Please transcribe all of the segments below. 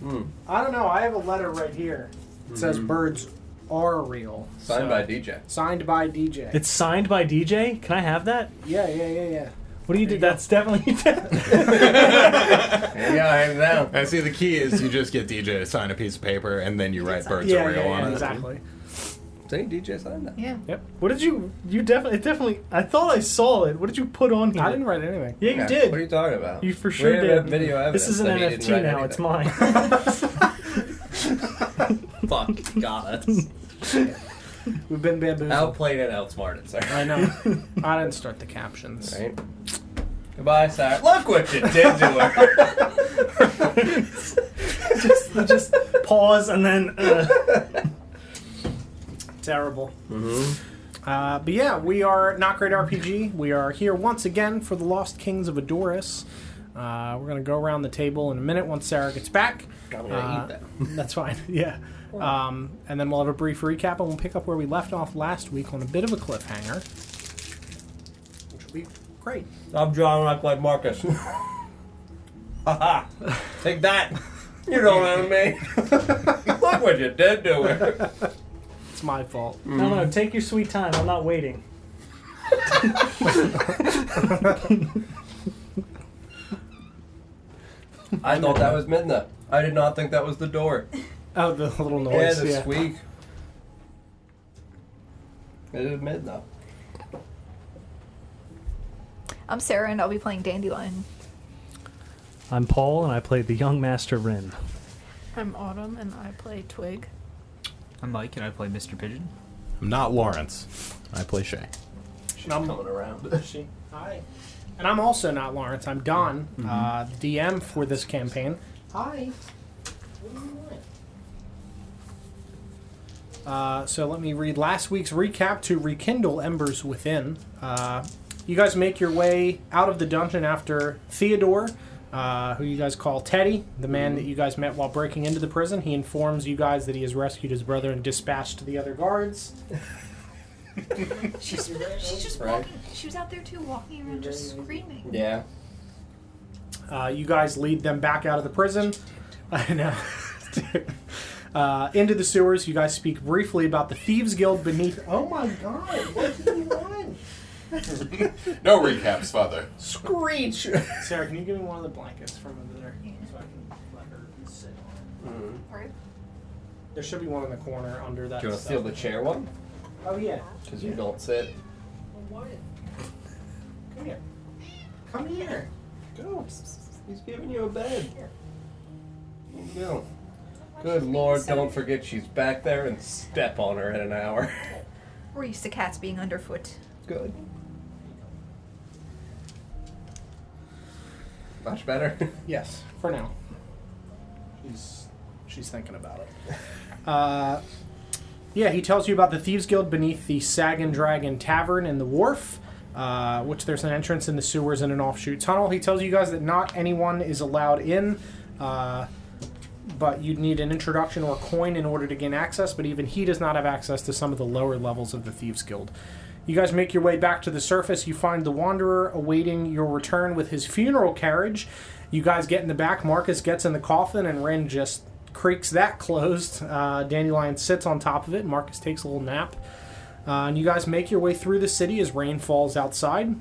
Hmm. I don't know. I have a letter right here. It says birds are real. Signed So- by DJ. Signed by DJ. It's signed by DJ. Can I have that? yeah, yeah, yeah, yeah. What do you do? That's definitely. Yeah, I am now. I see the key is you just get DJ to sign a piece of paper and then you write birds yeah, are real yeah, on yeah, it. exactly. See, DJ signed that. Yeah. yep. What did you? You definitely. Definitely. I thought I saw it. What did you put on here? I didn't write anything. Yeah, you did. What are you talking about? You for sure we did. Have video evidence this is an that he NFT didn't now. write It's anything. mine. Fuck. God, that's We've been bamboozled. outplayed and outsmarted. Sorry. I know. I didn't start the captions. Right. Goodbye, Sarah. Look what you did to her. just, just pause and then. Uh, Terrible. Uh, but yeah, we are Not Great RPG. We are here once again for the Lost Kings of Adoris. Uh, we're going to go around the table in a minute once Sarah gets back. I'm Uh, gonna eat That's fine. Yeah. Um, and then we'll have a brief recap and we'll pick up where we left off last week on a bit of a cliffhanger, which will be great. that. I'm drawing like like Marcus. Haha. Take that. You don't own me. Look what you did to her. It's my fault. no, no. Take your sweet time. I'm not waiting. I thought that was Midna. I did not think that was the door. Oh, the little Yeah, noise. the Yeah. squeak. It is Midna. I'm Sarah, and I'll be playing Dandelion. I'm Paul, and I played the young master Rin. I'm Autumn and I play Twig. I'm Mike and I play Mr. Pigeon. I'm not Lawrence. I play Shay. She's coming around. She- Hi. And I'm also not Lawrence. I'm Don, uh, DM for this campaign. Hi. What do you want? Uh, so let me read last week's recap to rekindle embers within. Uh, you guys make your way out of the dungeon after Theodore, uh, who you guys call Teddy, the man that you guys met while breaking into the prison. He informs you guys that he has rescued his brother and dispatched the other guards. She's, she's just Right. walking. She was out there too, walking around, just screaming. Yeah. Uh, you guys lead them back out of the prison. I know. Uh, into the sewers, you guys speak briefly about the Thieves Guild beneath. Oh my god, what did you want? No recaps, father. Screech! Sarah, can you give me one of the blankets from over there so I can let her sit on it? Right? There should be one in the corner under that. Do you want to stuff. steal the chair one? Oh yeah. Because you don't sit. Come here. Come here. Go. He's giving you a bed. There you go. Good lord, don't forget she's back there and step on her in an hour. We're used to cats being underfoot. Good. Much better. Yes, for now. She's she's thinking about it. Uh, yeah, he tells you about the Thieves Guild beneath the Sag and Dragon Tavern in the Wharf, uh, which there's an entrance in the sewers and an offshoot tunnel. He tells you guys that not anyone is allowed in. Uh, but you'd need an introduction or coin in order to gain access, but even he does not have access to some of the lower levels of the Thieves Guild. You guys make your way back to the surface. You find the Wanderer awaiting your return with his funeral carriage. You guys get in the back. Marcus gets in the coffin, and Ren just creaks that closed. Uh, Dandelion sits on top of it. Marcus takes a little nap. Uh, and you guys make your way through the city as rain falls outside.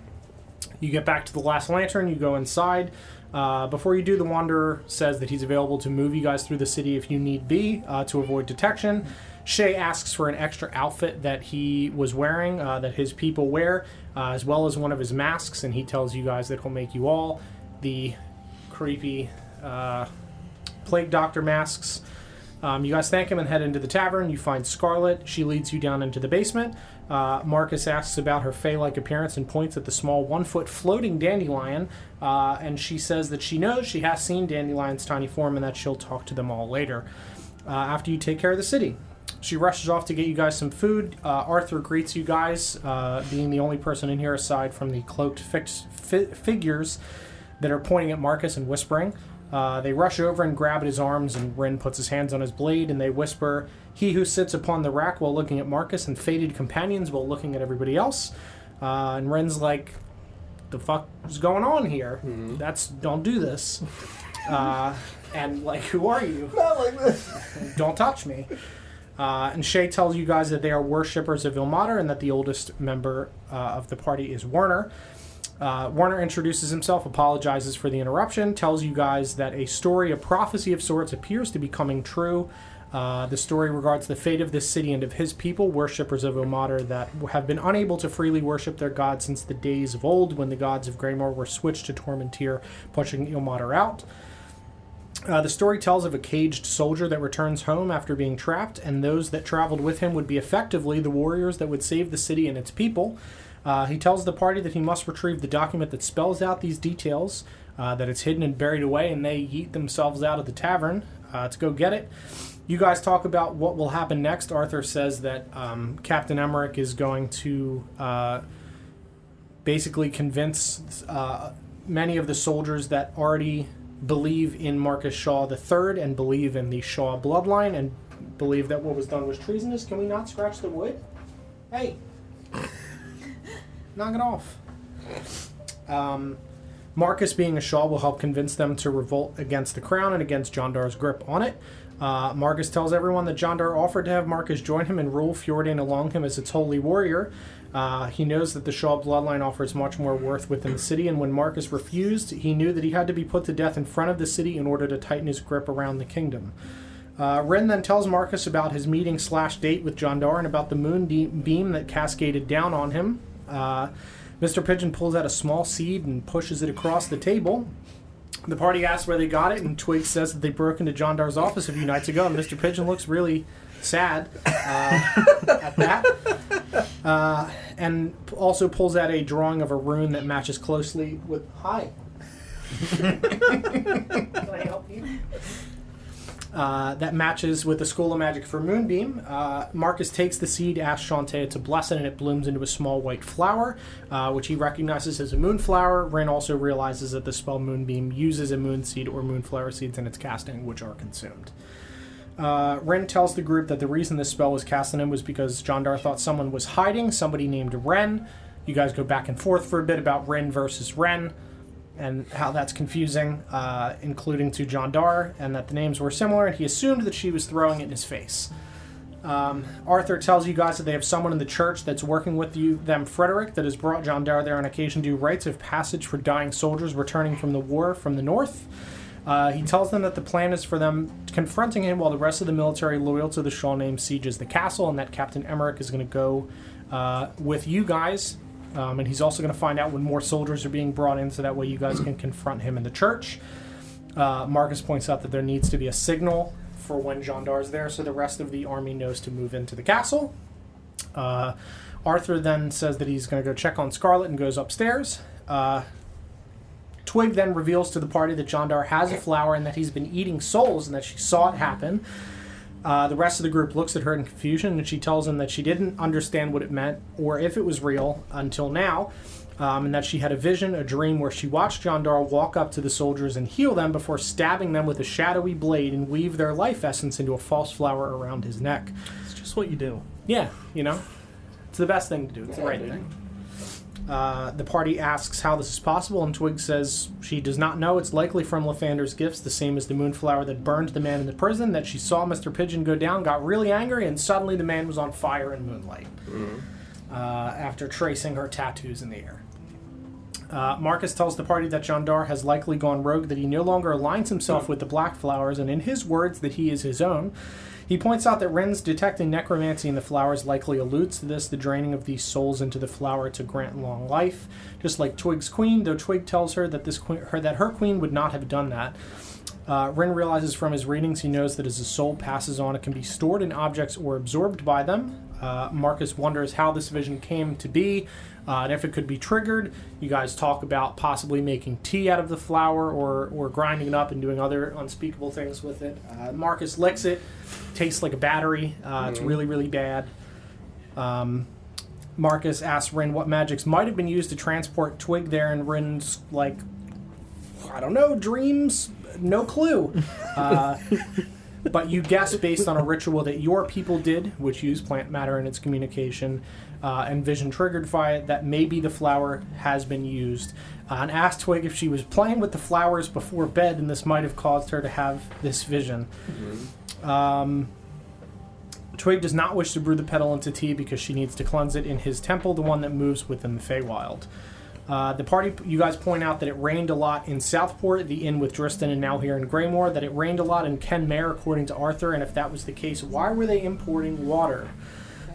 You get back to the last lantern, you go inside. Uh, before you do, the Wanderer says that he's available to move you guys through the city if you need be uh, to avoid detection. Shay asks for an extra outfit that he was wearing, uh, that his people wear, uh, as well as one of his masks, and he tells you guys that he'll make you all the creepy uh, plague doctor masks. Um, you guys thank him and head into the tavern. You find Scarlet. She leads you down into the basement. Uh, Marcus asks about her fey like appearance and points at the small one foot floating dandelion. Uh, and she says that she knows she has seen Dandelion's tiny form and that she'll talk to them all later uh, after you take care of the city. She rushes off to get you guys some food. Uh, Arthur greets you guys, uh, being the only person in here aside from the cloaked fix- fi- figures that are pointing at Marcus and whispering. Uh, they rush over and grab at his arms, and Rin puts his hands on his blade, and they whisper, He who sits upon the rack while looking at Marcus and fated companions while looking at everybody else. Uh, and Ren's like, The fuck is going on here? That's, don't do this. Uh, and like, who are you? Not like this. Don't touch me. Uh, and Shay tells you guys that they are worshippers of Ilmater and that the oldest member uh, of the party is Werner. Uh, Werner introduces himself, apologizes for the interruption, tells you guys that a story, a prophecy of sorts, appears to be coming true. Uh, the story regards the fate of this city and of his people, worshippers of Ilmater, that have been unable to freely worship their god since the days of old when the gods of Greymore were switched to Tormentir, pushing Ilmater out. Uh, the story tells of a caged soldier that returns home after being trapped, and those that traveled with him would be effectively the warriors that would save the city and its people. Uh, he tells the party that he must retrieve the document that spells out these details, uh, that it's hidden and buried away, and they yeet themselves out of the tavern uh, to go get it. You guys talk about what will happen next. Arthur says that um, Captain Emmerich is going to. Uh, basically convince uh, many of the soldiers that already believe in Marcus Shaw the Third and believe in the Shaw bloodline and believe that what was done was treasonous. Can we not scratch the wood? Hey, knock it off. Um, Marcus, being a Shaw, will help convince them to revolt against the crown and against Jondar's grip on it. Uh, Marcus tells everyone that Jondar offered to have Marcus join him and rule Fjordan along him as its holy warrior. Uh, he knows that the Shaw bloodline offers much more worth within the city, and when Marcus refused, he knew that he had to be put to death in front of the city in order to tighten his grip around the kingdom. Uh, Ren then tells Marcus about his meeting slash date with Jondar and about the moon de- beam that cascaded down on him. Uh, Mr. Pigeon pulls out a small seed and pushes it across the table. The party asks where they got it, and Twig says that they broke into Jondar's office a few nights ago, and Mr. Pigeon looks really sad uh, at that. Uh, and p- also pulls out a drawing of a rune that matches closely with. Hi. Can I help you? uh, that matches with the School of Magic for Moonbeam. Uh, Marcus takes the seed, asks Shantae to bless it, and it blooms into a small white flower, uh, which he recognizes as a moonflower. Rin also realizes that the spell Moonbeam uses a moon seed or moonflower seeds in its casting, which are consumed. Uh, Ren tells the group that the reason this spell was cast on him was because Jondar thought someone was hiding, somebody named Ren. You guys go back and forth for a bit about Ren versus Ren and how that's confusing, uh, including to John Dar, and that the names were similar, and he assumed that she was throwing it in his face. Um, Arthur tells you guys that they have someone in the church that's working with you, them, Frederick, that has brought John Dar there on occasion to do rites of passage for dying soldiers returning from the war from the north. Uh, he tells them that the plan is for them confronting him while the rest of the military loyal to the Shaw name sieges the castle, and that Captain Emmerich is going to go uh, with you guys. Um, and he's also going to find out when more soldiers are being brought in, so that way you guys can confront him in the church. Uh, Marcus points out that there needs to be a signal for when Jondar's there, so the rest of the army knows to move into the castle. Uh, Arthur then says that he's going to go check on Scarlet and goes upstairs. Uh, Twig then reveals to the party that Jondar has a flower and that he's been eating souls and that she saw it happen. Uh, the rest of the group looks at her in confusion and she tells him that she didn't understand what it meant or if it was real until now, um, and that she had a vision, a dream, where she watched Jondar walk up to the soldiers and heal them before stabbing them with a shadowy blade and weave their life essence into a false flower around his neck. It's just what you do. Yeah, you know, it's the best thing to do. It's the right thing. Uh, the party asks how this is possible, and Twig says she does not know. It's likely from Lathander's gifts, the same as the moonflower that burned the man in the prison, that she saw Mr. Pigeon go down, got really angry, and suddenly the man was on fire in moonlight uh, after tracing her tattoos in the air. Uh, Marcus tells the party that Jandar has likely gone rogue, that he no longer aligns himself with the Black Flowers, and in his words, that he is his own. He points out that Ren's detecting necromancy in the flowers likely alludes to this, the draining of these souls into the flower to grant long life, just like Twig's queen. Though Twig tells her that this queen, her, that her queen would not have done that. Uh, Ren realizes from his readings he knows that as a soul passes on, it can be stored in objects or absorbed by them. Uh, Marcus wonders how this vision came to be uh, and if it could be triggered. You guys talk about possibly making tea out of the flower or, or grinding it up and doing other unspeakable things with it. Uh, Marcus licks it, tastes like a battery. Uh, It's really, really bad. Um, Marcus asks Rin what magics might have been used to transport Twig there, and Rin's like, I don't know, dreams, no clue. Uh, but you guess based on a ritual that your people did, which used plant matter in its communication, uh, and vision triggered by it, that maybe the flower has been used. Uh, and asked Twig if she was playing with the flowers before bed, and this might have caused her to have this vision. Um, Twig does not wish to brew the petal into tea because she needs to cleanse it in his temple, the one that moves within the Feywild. Uh, the party, you guys point out that it rained a lot in Southport, the inn with Driston, and now here in Greymore, that it rained a lot in Kenmare, according to Arthur, and if that was the case, why were they importing water?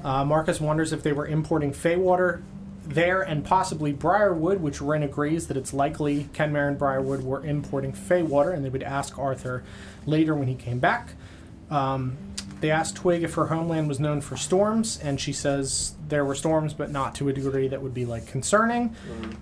Uh, Marcus wonders if they were importing Fey water there and possibly Briarwood, which Ren agrees that it's likely Kenmare and Briarwood were importing Fey water, and they would ask Arthur later when he came back. Um, they asked Twig if her homeland was known for storms, and she says there were storms, but not to a degree that would be like concerning.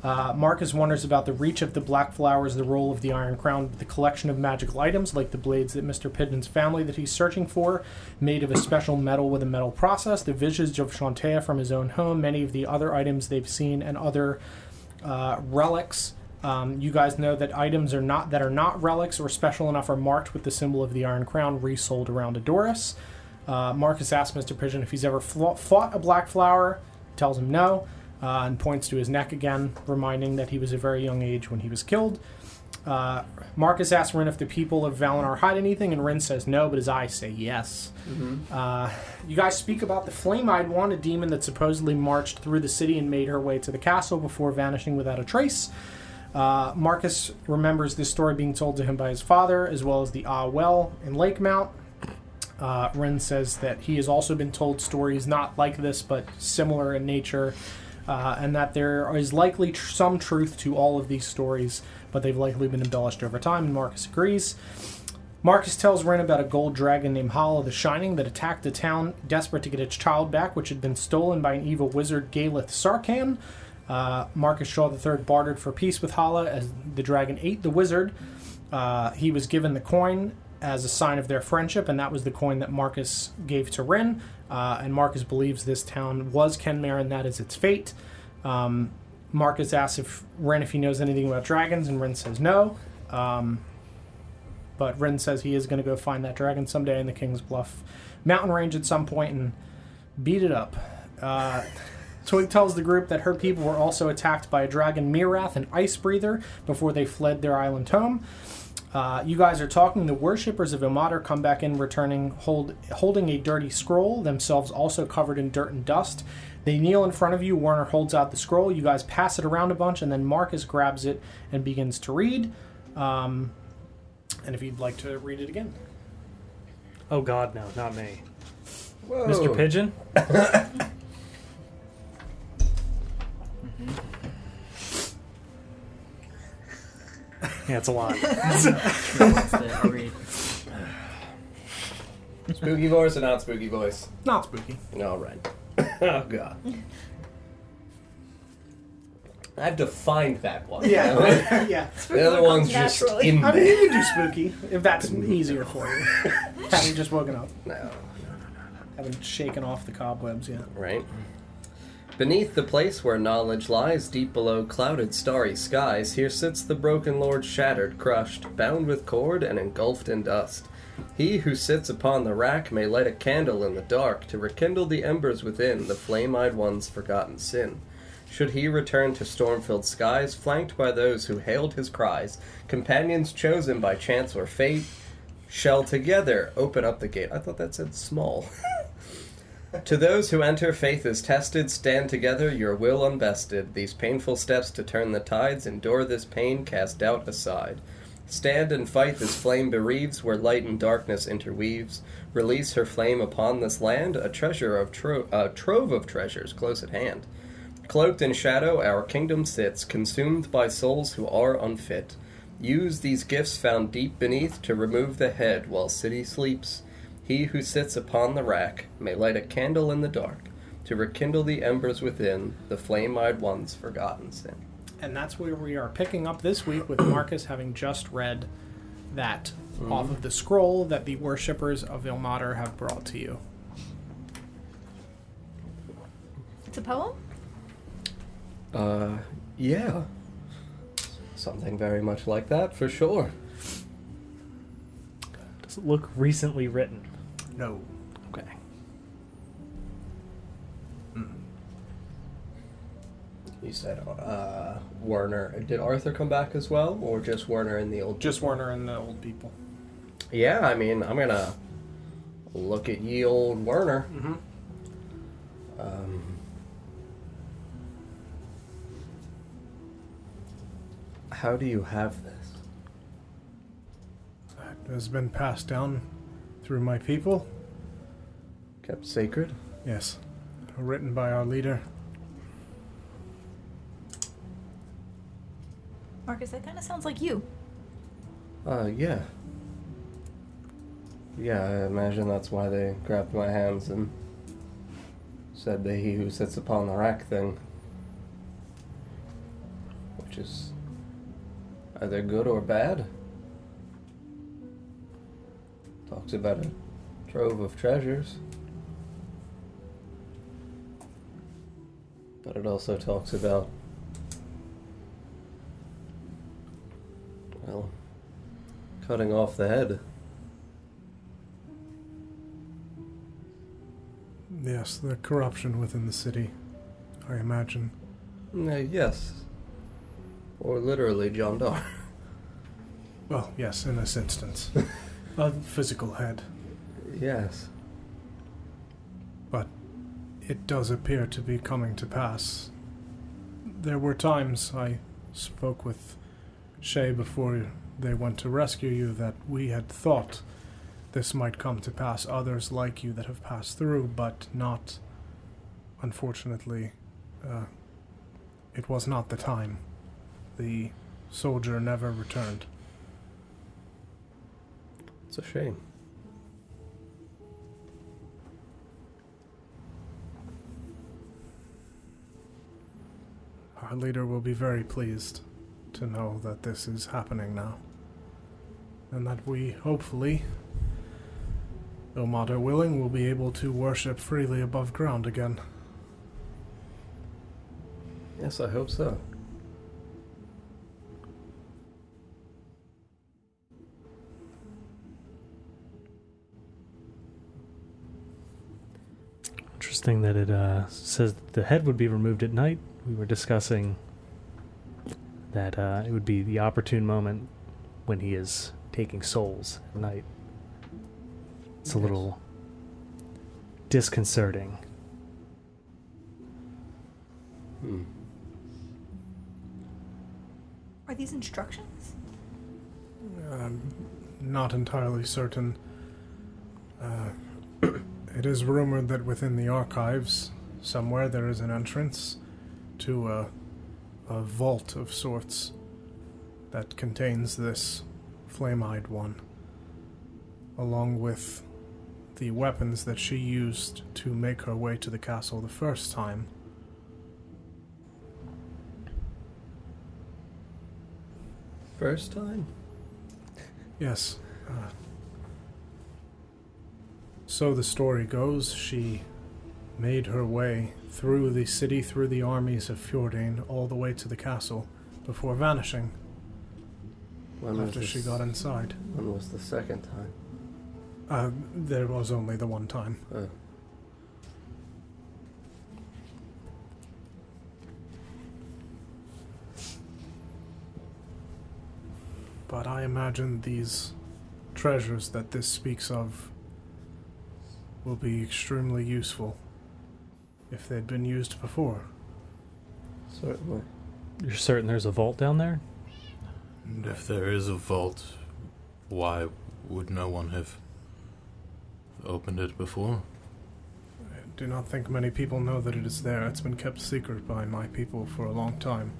Uh, Marcus wonders about the reach of the black flowers, the role of the Iron Crown, but the collection of magical items like the blades that Mr. Pidgeon's family that he's searching for, made of a special metal with a metal process, the visage of Shantea from his own home, many of the other items they've seen, and other uh, relics. Um, you guys know that items are not that are not relics or special enough are marked with the symbol of the Iron Crown resold around Adoris. Uh, Marcus asks Mr. Pigeon if he's ever fla- fought a black flower, tells him no, uh, and points to his neck again, reminding that he was a very young age when he was killed. Uh, Marcus asks Rin if the people of Valinor hide anything, and Rin says no, but his eyes say yes. Uh, you guys speak about the Flame Eyed One, a demon that supposedly marched through the city and made her way to the castle before vanishing without a trace. Uh, Marcus remembers this story being told to him by his father, as well as the Ah Well in Lakemount. Uh, Ren says that he has also been told stories not like this, but similar in nature, uh, and that there is likely tr- some truth to all of these stories, but they've likely been embellished over time, and Marcus agrees. Marcus tells Ren about a gold dragon named Hala the Shining that attacked a town desperate to get its child back, which had been stolen by an evil wizard, Galeth Sarkhan. Uh, Marcus Shaw III bartered for peace with Hala as the dragon ate the wizard. Uh, he was given the coin as a sign of their friendship, and that was the coin that Marcus gave to Rin. Uh, and Marcus believes this town was Kenmare, and that is its fate. Um, Marcus asks if Ren if he knows anything about dragons, and Ren says no. Um, but Ren says he is going to go find that dragon someday in the King's Bluff mountain range at some point and beat it up. Uh, Twig tells the group that her people were also attacked by a dragon, Mirath, an ice breather, before they fled their island home. Uh, you guys are talking. The worshippers of Imadar come back in, returning hold, holding a dirty scroll, themselves also covered in dirt and dust. They kneel in front of you. Warner holds out the scroll. You guys pass it around a bunch, and then Marcus grabs it and begins to read. Um, and if you'd like to read it again, Oh God, no, not me, Whoa. Mr. Pigeon. yeah, it's a lot. What's that? I'll read. Spooky voice or not spooky voice? not spooky. All right. oh god. I've defined that one. Yeah, yeah. the other one's just Naturally. in I mean, there. you can do spooky if that's easier for you. Having just woken up, No. haven't shaken off the cobwebs yet. Right. Beneath the place where knowledge lies, deep below clouded starry skies, here sits the broken lord shattered, crushed, bound with cord and engulfed in dust. He who sits upon the rack may light a candle in the dark to rekindle the embers within the flame eyed one's forgotten sin. Should he return to storm filled skies, flanked by those who hailed his cries, companions chosen by chance or fate, shall together open up the gate. I thought that said small. To those who enter, faith is tested. Stand together, your will unbested. These painful steps to turn the tides, endure this pain, cast doubt aside. Stand and fight this flame bereaves, where light and darkness interweaves. Release her flame upon this land, a treasure of tro- a trove of treasures close at hand. Cloaked in shadow, our kingdom sits, consumed by souls who are unfit. Use these gifts found deep beneath to remove the head while city sleeps. He who sits upon the rack may light a candle in the dark to rekindle the embers within the flame eyed one's forgotten sin. And that's where we are picking up this week with Marcus having just read that off of the scroll that the worshippers of Ilmater have brought to you. It's a poem? Uh, yeah. Something very much like that, for sure. Does look recently written? No. Okay. You said uh, Werner. Did Arthur come back as well, or just Werner and the old? Just Werner and the old people. Yeah, I mean, I'm gonna look at ye old Werner. Mhm. Um, how do you have this? That has been passed down through my people. Kept sacred. Yes. Written by our leader. Marcus, that kind of sounds like you. Uh, yeah. Yeah, I imagine that's why they grabbed my hands and said the he who sits upon the rack thing. Which is either good or bad. Talks about a trove of treasures. But it also talks about. Well, cutting off the head. Yes, the corruption within the city, I imagine. Uh, yes. Or literally John Dar. Well, yes, in this instance. a physical head. yes. It does appear to be coming to pass. There were times I spoke with Shay before they went to rescue you that we had thought this might come to pass. Others like you that have passed through, but not, unfortunately, uh, it was not the time. The soldier never returned. It's a shame. Our leader will be very pleased to know that this is happening now. And that we, hopefully, though mater willing, will be able to worship freely above ground again. Yes, I hope so. Interesting that it uh, says that the head would be removed at night. We were discussing that uh, it would be the opportune moment when he is taking souls at night. It's a Yes. little disconcerting. Hmm. Are these instructions? I'm Uh, not entirely certain. Uh, it is rumored that within the archives, somewhere, there is an entrance to a, a vault of sorts that contains this flame eyed one, along with the weapons that she used to make her way to the castle the first time. First time? Yes. Uh, so the story goes, she made her way through the city, through the armies of Fjordain, all the way to the castle, before vanishing When after was she Oh, this- got inside. When was the second time? Uh, there was only the one time. Oh. But I imagine these treasures that this speaks of will be extremely useful if they'd been used before. Certainly. You're certain there's a vault down there? And if there is a vault, why would no one have opened it before? I do not think many people know that it is there. It's been kept secret by my people for a long time.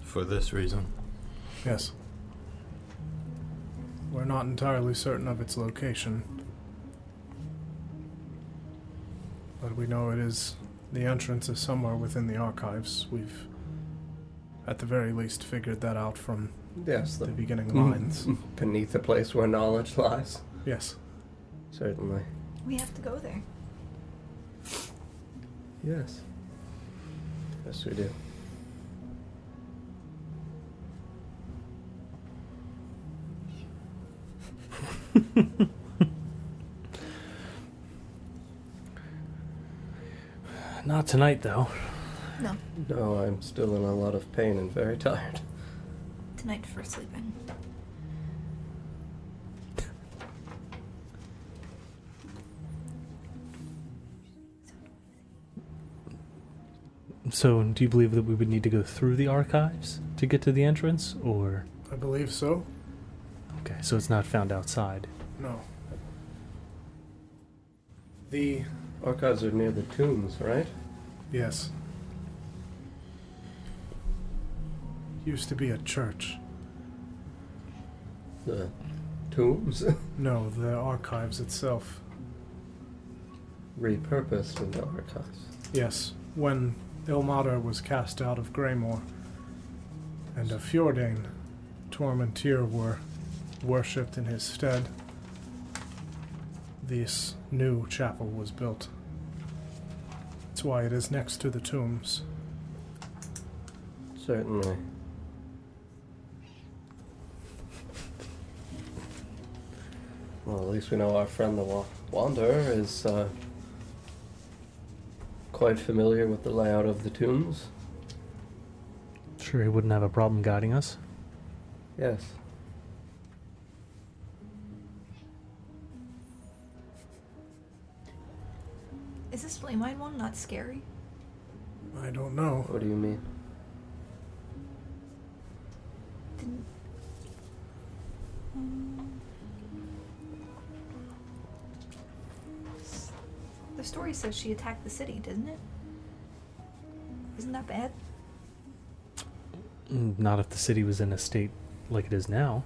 For this reason. Yes. We're not entirely certain of its location. But we know it is. The entrance is somewhere within the archives. We've, at the very least, figured that out from Yes, the the beginning lines. beneath the place where knowledge lies. yes. Certainly. We have to go there. Yes. Yes, we do. Not tonight, though. No, No, I'm still in a lot of pain and very tired. tonight for sleeping. So, do you believe that we would need to go through the archives to get to the entrance, or I believe so. okay, so it's not found outside? No. The Archives are near the tombs, right? yes. Used to be a church. The tombs? No, the archives itself. Repurposed into archives. Yes, when Ilmater was cast out of Greymore, and a Fjordane tormentor were worshipped in his stead, this new chapel was built. That's why it is next to the tombs. Certainly. Well, at least we know our friend the Wa- Wanderer is uh, quite familiar with the layout of the tombs. Sure, he wouldn't have a problem guiding us. Yes. Is this flame mine one not scary? I don't know. What do you mean? Didn't. Mm. S- The story says she attacked the city, doesn't it? Isn't that bad? Mm, Not if the city was in a state like it is now.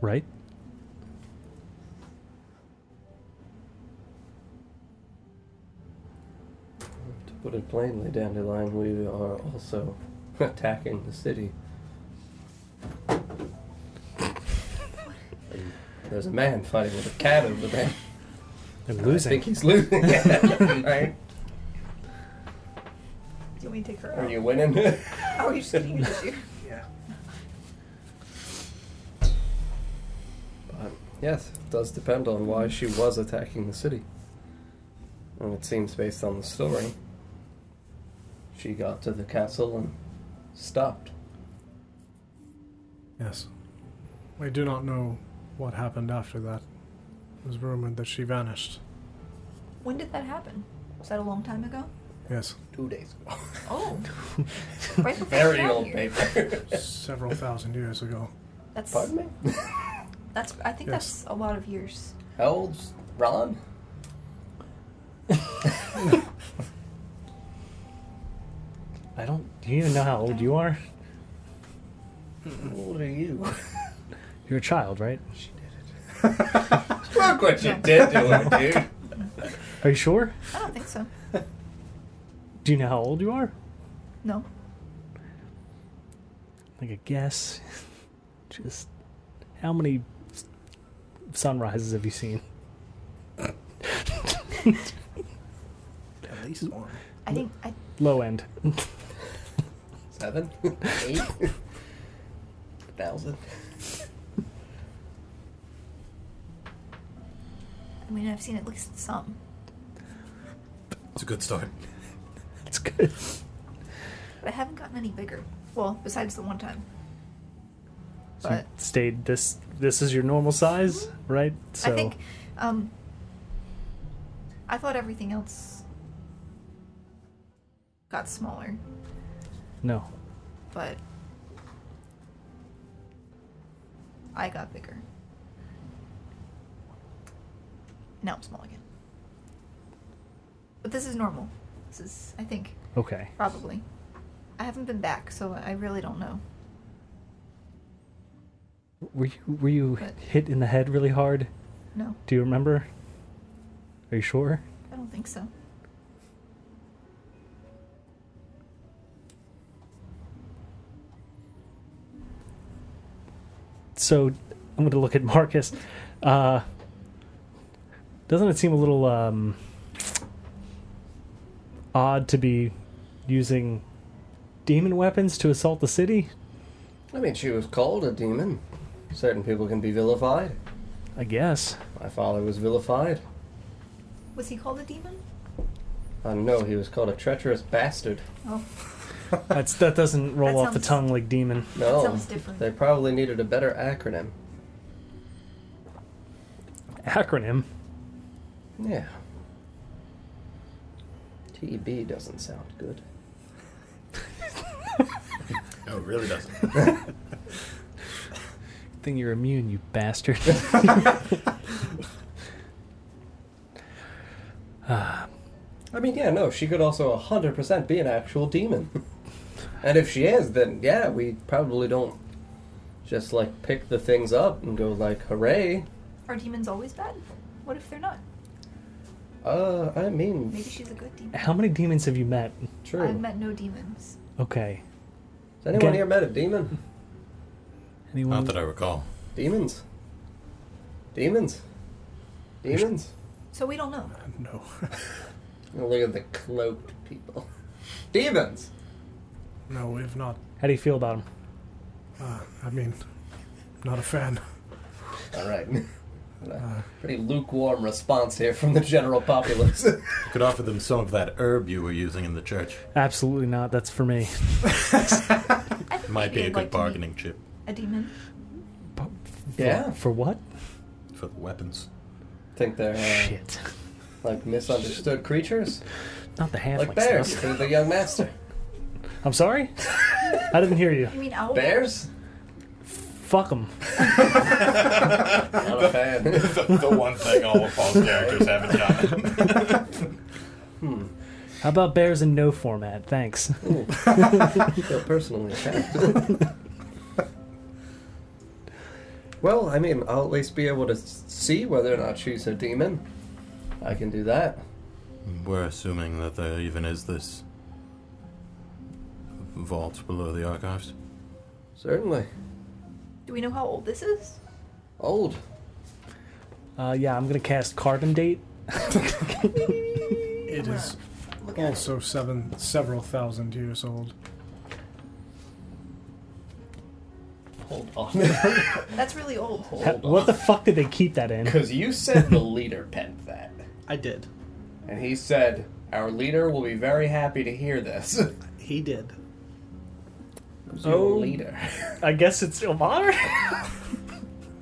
Right? To put it plainly, Dandelion, we are also attacking the city. And there's a man fighting with a cat over there. And I losing. think he's losing. right? Do you want me to take her Are out? you winning? Oh, you're just kidding. You're just here. But yes, it does depend on why she was attacking the city. And it seems based on the story, she got to the castle and stopped. Yes. We do not know what happened after that. It was rumored that she vanished. When did that happen? Was that a long time ago? Yes, Two days ago. Oh. right before we Very got old here. paper. several thousand years ago. That's Pardon me? that's. I think Yes. that's a lot of years. How old's Ron? I don't. Do you even know how old you are? How old are you? You're a child, right? Look what you did to it, dude. Are you sure? I don't think so. Do you know how old you are? No. Like a guess. Just how many s- sunrises have you seen? At least one. I think I Low end. Seven? Eight? Thousand? I mean, I've seen at least some. It's a good start. That's good. But I haven't gotten any bigger. Well, besides the one time. So you But stayed this. This is your normal size, right? So I think um I thought everything else got smaller, no. but I got bigger. Now I'm small again. But this is normal. This is I think Okay. probably. I haven't been back, so I really don't know. Were you were you But- hit in the head really hard? No, Do you remember? Are you sure? I don't think so. So I'm going to look at Marcus. Uh, doesn't it seem a little um, odd to be using demon weapons to assault the city? I mean, she was called a demon. Certain people can be vilified. I guess. My father was vilified. Was he called a demon? I know he was called a treacherous bastard. Oh, That's that doesn't roll That off the sounds- tongue like demon. No, sounds different. they probably needed a better acronym. Acronym. Yeah. TB doesn't sound good. No, it really doesn't. Thing you're immune, you bastard. I mean, yeah, no, she could also 100% be an actual demon. and if she is, then yeah, we probably don't just like pick the things up and go like, hooray. Are demons always bad? What if they're not? Uh, I mean, Maybe she's a good demon. How many demons have you met? true. I've met no demons. Okay. Has anyone Again- here met a demon? Anyone? Not that I recall. Demons. Demons. Demons. So we don't know. No. Oh, look at the cloaked people. Demons! No, we've not. How do you feel about them? Uh, I mean, not a fan. Alright. Pretty lukewarm response here from the general populace. You could offer them some of that herb you were using in the church. Absolutely not. That's for me. I think Might maybe be a I'd good like to meet bargaining chip A demon. yeah. For what? for the weapons. Think they're uh, Shit. like misunderstood creatures? Not the half. Like bears to the young master. I'm sorry. I didn't hear you. You mean owl? Bears? Fuck them. Not a fan. the, one thing all of Paul's characters have in common. How about bears in no format? Thanks. feel personally attacked. well, I mean, I'll at least be able to s- see whether or not she's a demon. I can do that. We're assuming that there even is this vault below the archives. Certainly. Do we know how old this is? Old. Uh, yeah, I'm gonna cast carbon date. It is also seven, several thousand years old. Hold on. That's really old. Ha- Hold what the fuck did they keep that in? Because you said the leader penned that. I did. And he said, Our leader will be very happy to hear this. He did. Who's your Oh. leader? I guess it's Ilmar.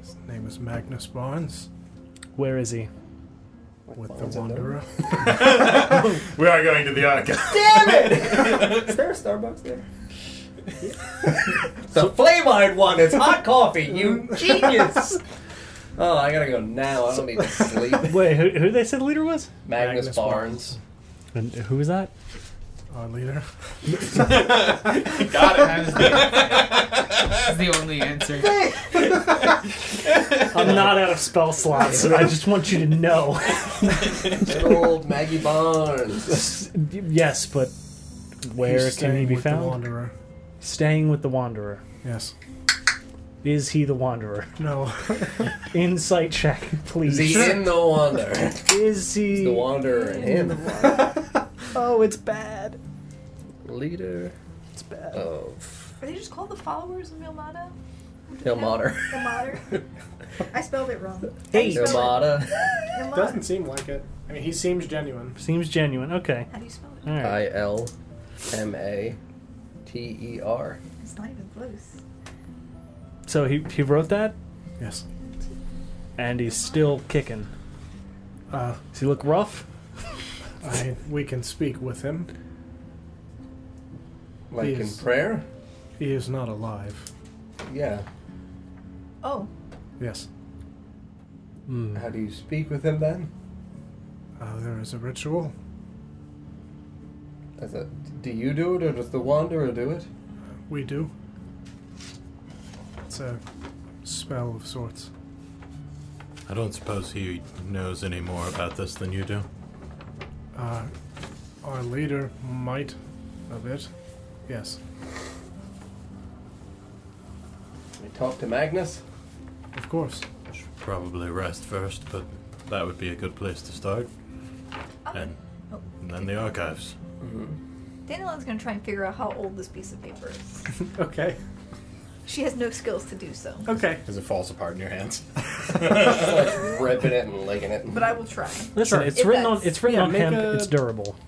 His name is Magnus Barnes Where is he? with the Wanderer. We are going to the archives. Is there a Starbucks there? the flame eyed one! It's hot coffee, you genius! Oh, I gotta go now. I don't need to sleep. Wait, who, who they said the leader was? Magnus, Magnus Barnes. And who was that? Our leader. Got it. That was the, that's the only answer. I'm not out of spell slots. I just want you to know. Good old Maggie Barnes. yes, but where He's can he staying be with The found? Wanderer. Staying with the Wanderer. Yes. Is he the Wanderer? No. Insight check, Is please. he in the wander? Is he? The wanderer and him. oh, it's bad. Leader It's bad. of Are they just called the followers of Milmada? Ilmater. Milmater? I spelled it wrong. Hey. Ilmata. Milmater. Doesn't seem like it. I mean, he seems genuine. Seems genuine. Okay. How do you spell it? All right. I L M A T E R. It's not even close. So he he wrote that, Yes. and he's still kicking. Uh, Does he look rough? I, we can speak with him. Like in Yes. prayer? He is not alive. Yeah. Oh, Yes. Hmm. How do you speak with him then? Uh, there is a ritual. Is it, do you do it or does the wanderer do it? We do. It's a spell of sorts. I don't suppose he knows any more about this than you do. Uh, our leader might a bit. Yes. We talk to Magnus? Of course. Should probably rest first, but that would be a good place to start. And, and then the archives. Dandelion's gonna try and figure out how old this piece of paper is. Okay. She has no skills to do so. Okay. Because it falls apart in your hands. Like ripping it and licking it. But I will try. Listen, Sure. it's If written on that's- it's written yeah, on make hemp. a- It's durable.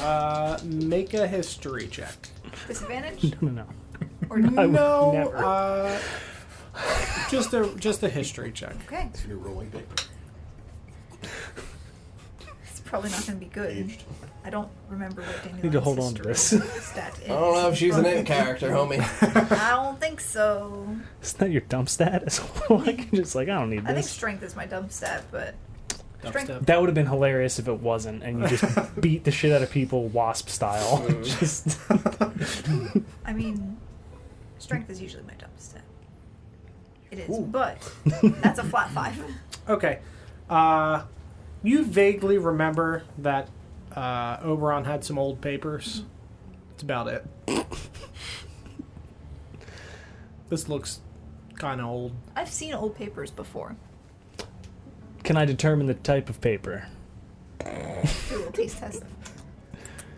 Uh, make a history check. Disadvantage? No, no, Or no. I would no, never. uh, just a just a history check. Okay. You're rolling paper. It's probably not gonna be good. I don't remember what Dandelion's Need to hold on to this. history stat is. I don't know if she's an in character, homie. I don't think so. Isn't that your dump status? like, you're just like I don't need I think this. strength is my dump stat, but strength. That would have been hilarious if it wasn't, and you just beat the shit out of people wasp style. just I mean, strength is usually my dump stat. It is, but that's a flat five. Okay. Uh, you vaguely remember that uh, Oberon had some old papers. That's about it. this looks kind of old. I've seen old papers before. can I determine the type of paper? Do a little taste test.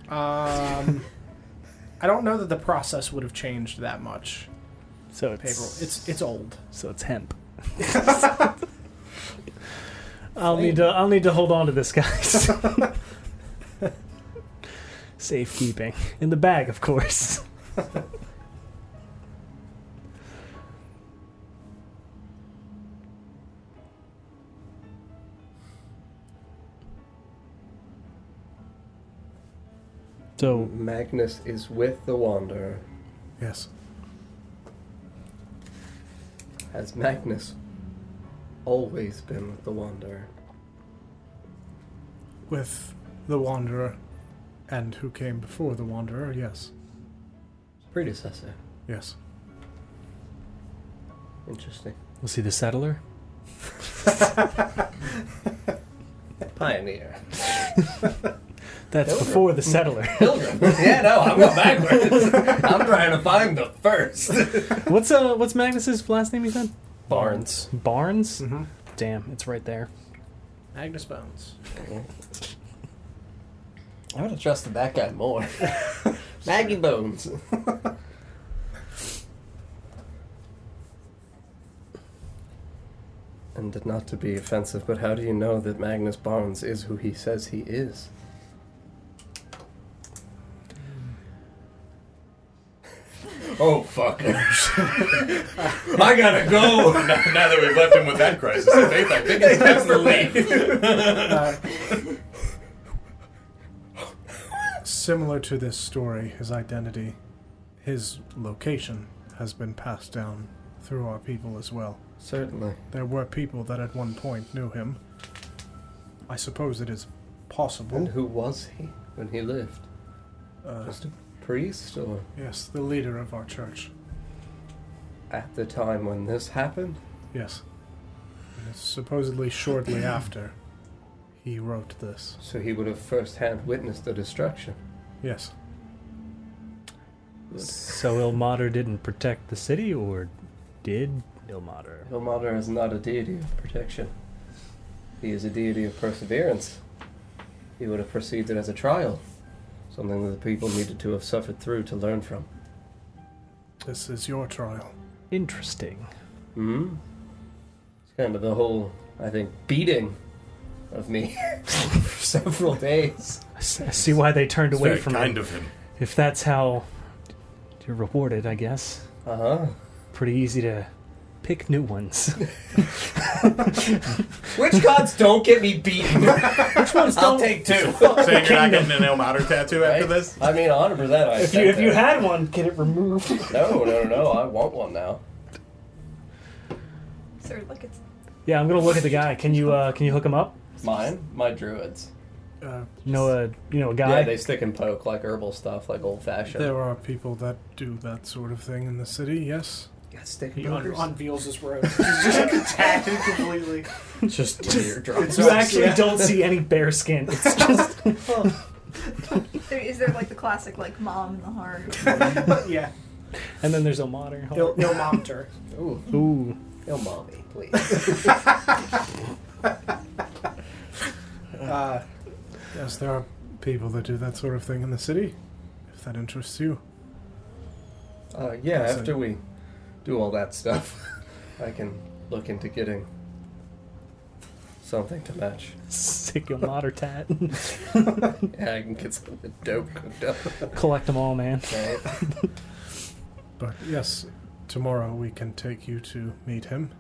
Um, I don't know that the process would have changed that much. So it's Paper. It's it's old. so it's hemp. I'll need to I'll need to hold on to this, guys. Safekeeping in the bag, of course. So Magnus is with the Wanderer. Yes. Has Magnus always been with the Wanderer? With the Wanderer and who came before the Wanderer, yes. Predecessor. Yes. Interesting. we'll see the settler. Pioneer. That's before the settler. yeah, no, I'm going backwards. I'm trying to find the first. what's uh what's Magnus's last name? You said Barnes. Barnes. Mm-hmm. Damn, it's right there. Agnes Bones. I would have trusted that guy more. Maggie Bones. and not to be offensive, but how do you know that Magnus Barnes is who he says he is? Oh, fuck. I gotta go. now, now that we've left him with that crisis of faith, I think it's best to leave. Similar to this story, his identity, his location, has been passed down through our people as well. Certainly. There were people that at one point knew him. I suppose it is And possible. who was he when he lived? Uh, Just a priest, or yes, the leader of our church. at the time when this happened? Yes. And it's supposedly shortly after he wrote this. So he would have firsthand witnessed the destruction. Yes. So Ilmater didn't protect the city, or did Ilmater? Ilmater is not a deity of protection. He is a deity of perseverance. He would have perceived it as a trial, something that the people needed to have suffered through to learn from. This is your trial. Interesting. Hmm? It's kind of the whole, I think, beating of me for several days. I s- I see why they turned away Very from kind it. of him. If that's how you're rewarded, I guess. Uh huh. Pretty easy to pick new ones. Witch gods don't get me beaten. Which ones I'll take two. Saying you're not getting an Elmater tattoo after this? I mean, 100%. I if you if you have had one, get it removed. No, no, no, I want one now. Sir, look, it's yeah, I'm gonna look at the guy. Can you uh, can you hook him up? Mine? My druids. Uh, You know a you know a guy. Yeah, they stick and poke like herbal stuff, like old fashioned. there are people that do that sort of thing in the city, yes. Got stick He un- pokers. unveils his robe. He's just tatted completely. Just weird. you actually don't see any bare skin. It's just there, is there like the classic like mom in the heart? yeah. and then there's Ilmater. He'll, he'll monitor. Ooh, Ooh, yo, mommy, please. Uh, Yes, there are people that do that sort of thing in the city. if that interests you. Uh, yeah, Listen. after we do all that stuff, I can look into getting something to match. Sick your modder tat. Yeah, I can get something dope cooked up. Collect them all, man. But yes, tomorrow we can take you to meet him.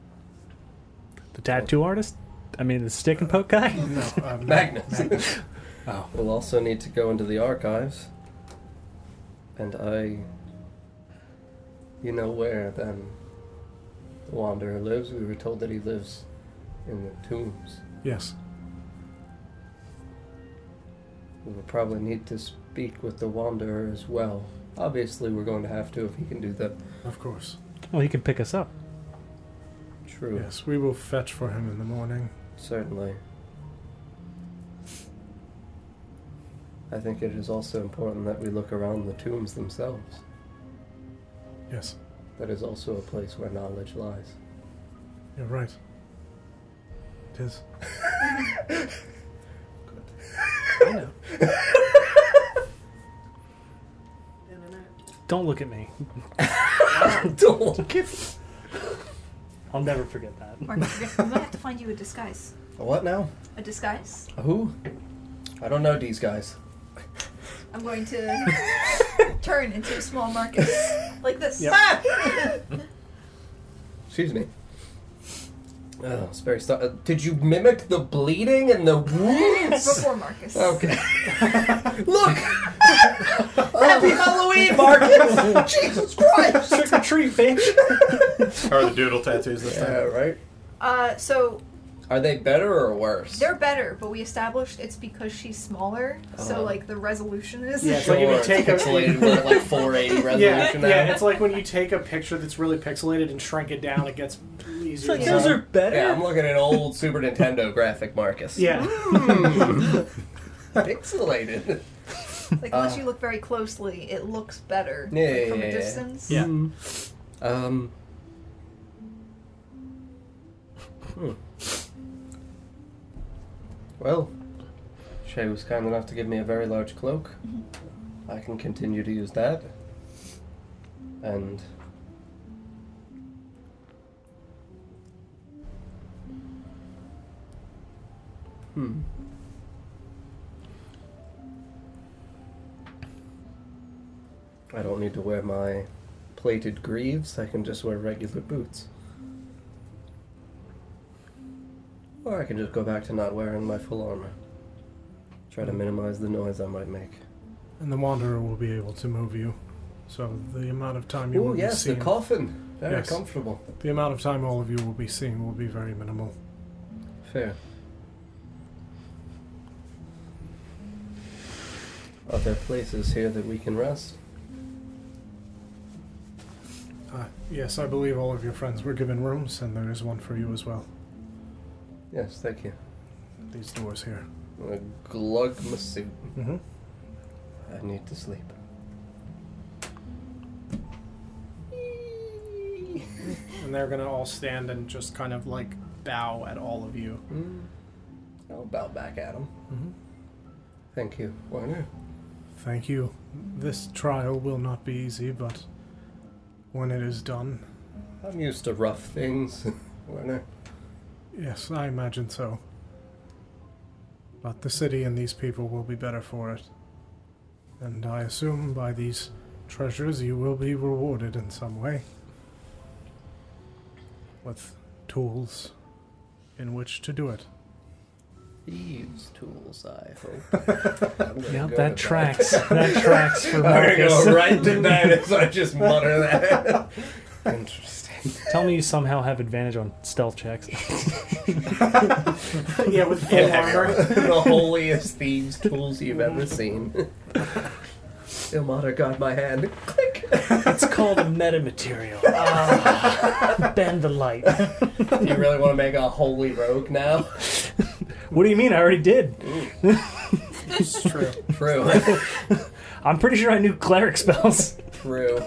The tattoo artist? I mean, the stick and poke guy? No, uh, Magnus. Oh. We'll also need to go into the archives. And I. You know where then the Wanderer lives? We were told that he lives in the tombs. Yes. We will probably need to speak with the Wanderer as well. Obviously, we're going to have to if he can do that. Of course. Well, he can pick us up. True. Yes, we will fetch for him in the morning. Certainly. I think it is also important that we look around the tombs themselves. Yes, That is also a place where knowledge lies. you're right. It is. I know. Don't look at me. Don't look at I'll never forget that. Mark, we might have to find you a disguise. What now? A disguise? Who? I don't know these guys. I'm going to turn into a small Marcus. Like this. Ah! Yep. Excuse me. Oh, it's very stu- uh, Did you mimic the bleeding and the wounds? Before Marcus. okay. Look! Happy Halloween, Marcus! Oh. Jesus Christ! Trick or treat, bitch! Are the doodle tattoos this Yeah, time? right? Uh, so Are they better or worse? they're better, but we established it's because she's smaller, Uh-huh. so like the resolution is. Yeah, it's like if you Or take a- pixelated with like 480 Yeah, resolution now. yeah, it's like when you take a picture that's really pixelated and shrink it down, it gets easier. like, to those tell. are better. Yeah, I'm looking at old Super Nintendo graphic, Marcus. Hmm. yeah. Pixelated. Like unless you look very closely, it looks better Uh-huh. Yeah, like, yeah, from yeah, a yeah. distance. Yeah. Um. hmm. Well, Shay was kind enough to give me a very large cloak. I can continue to use that. And. Hmm. I don't need to wear my plated greaves, I can just wear regular boots. Or I can just go back to not wearing my full armor. Try to minimize the noise I might make. And the Wanderer will be able to move you. So the amount of time you Oh will yes, be the seeing, coffin. Very Yes. comfortable. the amount of time all of you will be seeing will be very minimal. Fair. Are there places here that we can rest? Uh, yes, I believe all of your friends were given rooms, and there is one for you as well. Yes, thank you. These doors here. I'm gonna glug my suit. Mm-hmm. I need to sleep. And they're gonna all stand and just kind of like bow at all of you. Mm. I'll bow back at him. Mhm. Thank you, Warner. Thank you. This trial will not be easy, but when it is done, I'm used to rough things, Werner. yes, I imagine so. But the city and these people will be better for it. And I assume by these treasures you will be rewarded in some way. With tools in which to do it. Thieves' tools, I hope. Yep, that tracks. That tracks for I'm gonna Marcus. go right to Dinus. I just mutter that. Interesting. Tell me you somehow have advantage on stealth checks. yeah, with full armor. the holiest thieves' tools you've ever seen. Ilmater got my hand. Click. it's called a metamaterial. Ah, bend the light. Do you really want to make a holy rogue now? What do you mean? I already did. It's true. True. I'm pretty sure I knew cleric spells. True.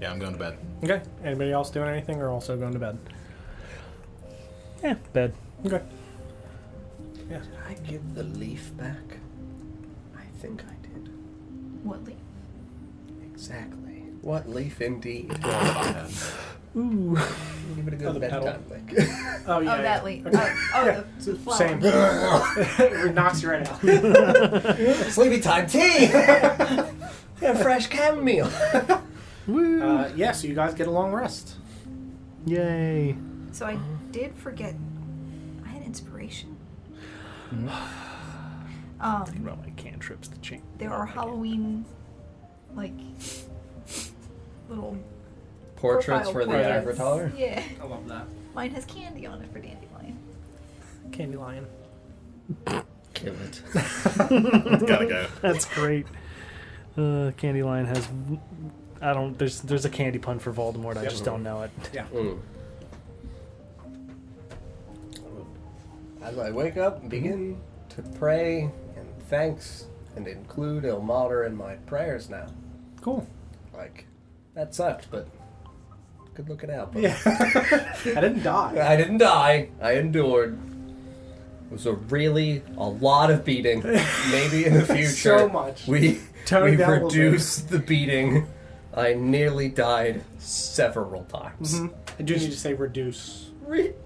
Yeah, I'm going to bed. Okay. Anybody else doing anything or also going to bed? yeah, bed. Okay. Did I give the leaf back? I think I did. What leaf? Exactly. What leaf indeed? Ooh. Give it a good Oh, the pedal. bedtime lick. Oh, yeah. Oh, that yeah. leaf. Okay. Oh, oh, Yeah, the so- flower. Same. it knocks you right out. Sleepy time tea! a fresh cam meal. Uh, yeah, so you guys get a long rest. Yay. So I did forget. I had inspiration. Mm-hmm. Thinking Um, about my cantrips to change. there are Halloween, like, little Portraits profile for the portraits. avatar. Yeah, I love that. mine has candy on it for dandelion. Candy lion. Kill it. Gotta go. That's great. Uh, candy line has. I don't. There's there's a candy pun for Voldemort. I just don't know it. Yeah. Mm. As I wake up and begin to pray and thanks and include Ilmater in my prayers now. Cool. Like, that sucked, but good looking out. But Yeah. I didn't die. I didn't die. I endured. It was a really a lot of beating. Maybe in the future, So much. we Tone we it down a little bit. reduced the beating. I nearly died several times. Mhm. I do need to say reduce. Reduced.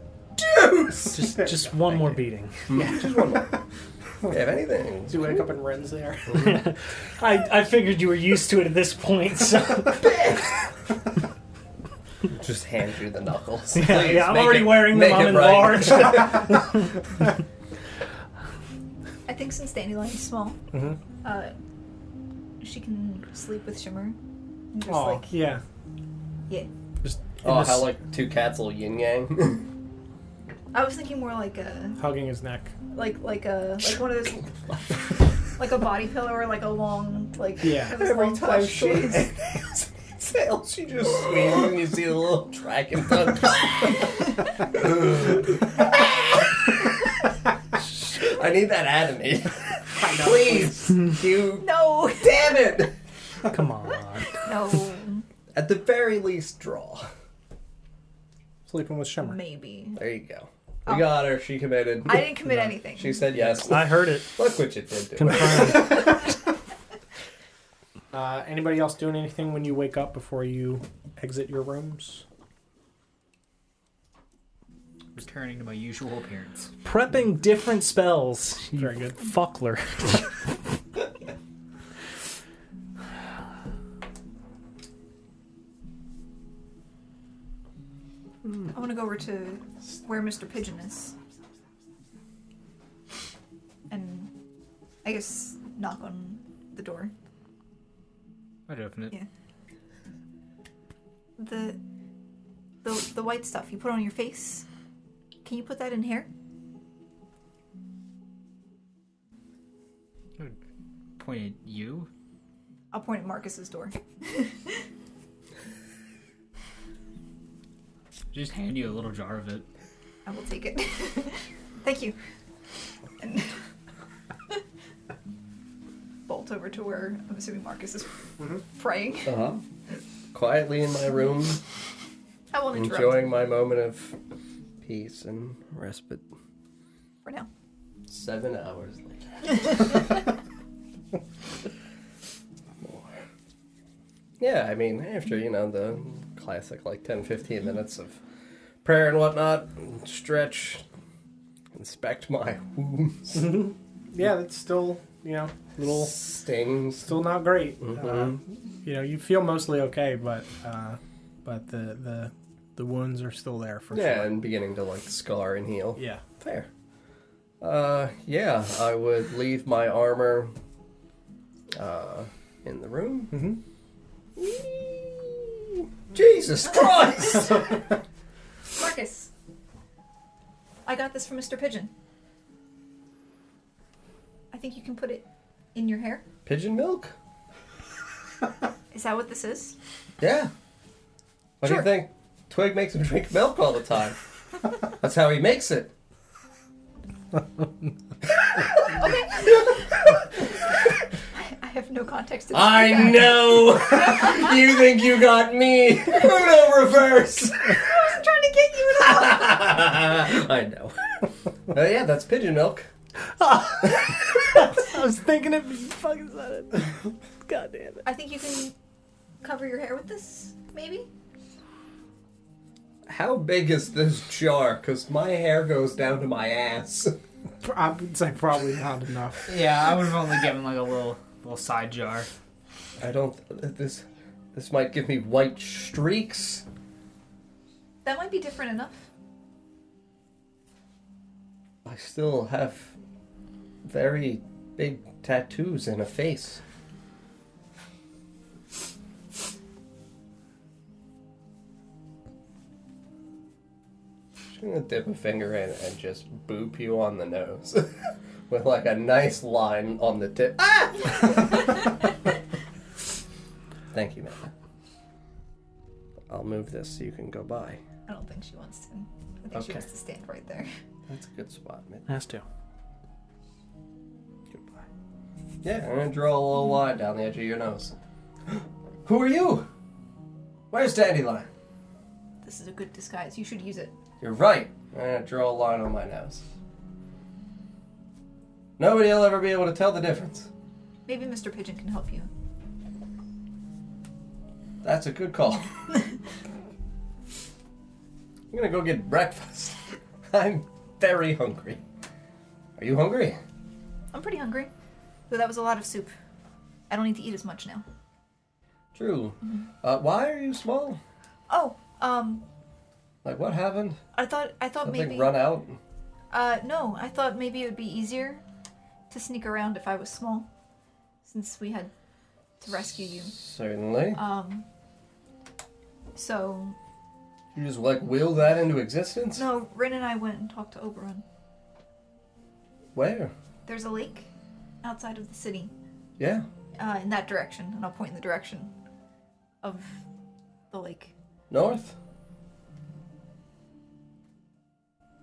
Just just one more beating. Just one more. if anything, So you wake up and Ren's there. I I figured you were used to it at this point. So just hand you the knuckles. yeah, Please, yeah, I'm make already it- wearing make them. I'm it right. enlarged. I think since dandelion's small, Mm-hmm. uh, she can sleep with Shimmer. And just Oh, like yeah. yeah. oh, how like two cats will yin yang. I was thinking more like a Hugging his neck. like like a like one of those like a body pillow or like a long like Yeah. one of those long plush shorts. exhales, she just squeals, and you see the little dragon tongue. I need that anime. Please, you No, damn it! Come on. no, At the very least, draw. Sleeping with Shimmer. maybe. There you go. We got her. She committed. I didn't commit anything. She said yes. I heard it. Look what you did to her. Confirmed. Uh, anybody else doing anything when you wake up before you exit your rooms? Returning to my usual appearance. Prepping different spells. You Very good. Fuckler. I want to go over to where Mr. Pigeon is, and I guess knock on the door. I'd open it. Yeah. The the the white stuff you put on your face. Can you put that in hair? I would point at you. I'll point at Marcus's door. Just hand you a little jar of it. I will take it. Thank you. And bolt over to where I'm assuming Marcus is Mm-hmm. praying. Uh-huh. Quietly in my room, I won't interrupt enjoying my moment of peace and respite. for now. Seven hours later. More. Yeah, I mean, after, you know, the classic like 10 15 minutes of prayer and whatnot, stretch, inspect my wounds, Yeah, that's still, you know, little little stings. still not great. Uh, Mhm. you know, you feel mostly okay, but uh, but the the the wounds are still there for Yeah, sure. and beginning to like scar and heal. Yeah. Fair. Uh, yeah, I would leave my armor uh, in the room. Mhm. Mm-hmm. Jesus Christ! Marcus, I got this from Mr. Pigeon. I think you can put it in your hair. Pigeon milk? Is that what this is? Yeah. What do Sure. you think? Twig makes him drink milk all the time. That's how he makes it. I have no context. To this I feedback. know! you think you got me! Uno reverse! I wasn't trying to get you at all. I know. Uh, yeah, that's pigeon milk. I was thinking it. but you Fucking said it. God damn it. I think you can cover your hair with this, maybe? How big is this jar? Because my hair goes down to my ass. I would say probably not enough. Yeah, I would have only given like a little little side jar. I don't. This this might give me white streaks. That might be different enough. I still have very big tattoos and a face. Just gonna dip a finger in and just boop you on the nose with like a nice line on the tip. Ah! Thank you, man. I'll move this so you can go by. I don't think she wants to. I think she Okay. wants to stand right there. That's a good spot, man. Has to. Yeah, I'm gonna draw a little line down the edge of your nose. Who are you? Where's Dandelion? This is a good disguise. You should use it. You're right. I'm gonna draw a line on my nose. Nobody will ever be able to tell the difference. Maybe Mr. Pigeon can help you. That's a good call. I'm gonna go get breakfast. I'm very hungry. Are you hungry? I'm pretty hungry. Though that was a lot of soup. I don't need to eat as much now. True. Mm-hmm. Uh, why are you small? Oh, um, Like, what happened? I thought I thought Something maybe run out? Uh, no, I thought maybe it would be easier to sneak around if I was small, since we had to rescue you. Certainly. Um. So You just, like, will that into existence? no, Rin and I went and talked to Oberon. Where? There's a lake outside of the city, Yeah. uh, in that direction, and I'll point in the direction of the lake. North?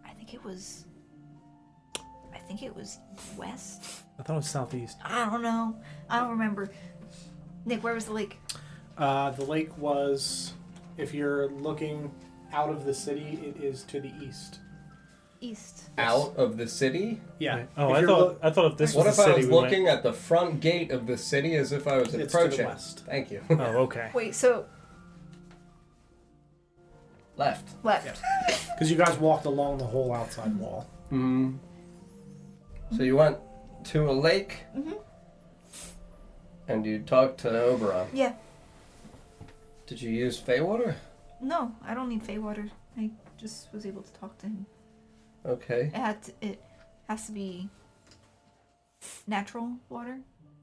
I think it was. I think it was west. I thought it was southeast. I don't know. I don't remember. Nick, where was the lake? Uh, the lake was, if you're looking out of the city, it is to the east. East. Out of the city? Yeah. Oh, If I you're thought look- I thought if this What was if the I was city we might- looking at the front gate of the city as if I was It's to the approaching? west. Thank you. Oh, okay. Wait, so Left. left. Because you guys walked along the whole outside wall. Mm-hmm. Hmm. So you went to a lake hmm and you talked to Oberon. Yeah. Did you use Feywater? No, I don't need Feywater. I just was able to talk to him. Okay. It had to, it has to be natural water.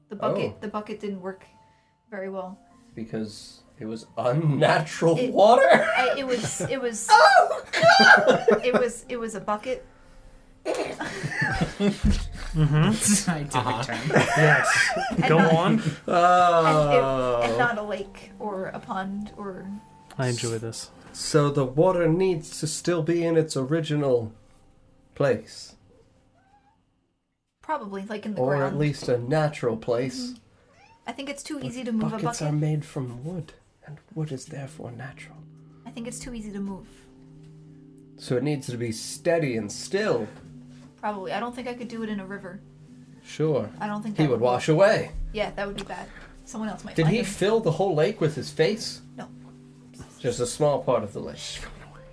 The bucket Oh. the bucket didn't work very well. Because it was unnatural It- water. I, it was it was Oh it was it was a bucket. Scientific term. Yes. And Go not- on. and, Oh. Ah. it, and not a lake or a pond or I enjoy this. So the water needs to still be in its original place, probably like in the or ground. at least a natural place. I think it's too easy to move a Buckets bucket. are made from wood, and wood is therefore natural. I think it's too easy to move. So it needs to be steady and still. Probably. I don't think I could do it in a river. Sure. I don't think He that would wash away. Yeah, that would be bad. Someone else might Did find he him. fill the whole lake with his face? No. Just a small part of the lake.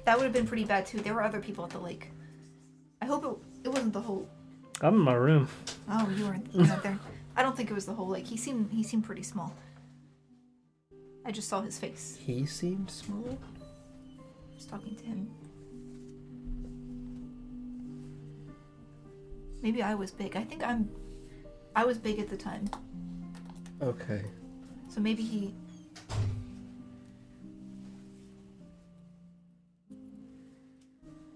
That would have been pretty bad too. There were other people at the lake. I hope it, it wasn't the whole. I'm in my room. Oh, you weren't you weren't there. I don't think it was the whole lake. He seemed he seemed pretty small. I just saw his face. He seemed small. Just talking to him. Maybe I was big. I think I'm. I was big at the time, Okay. so maybe he.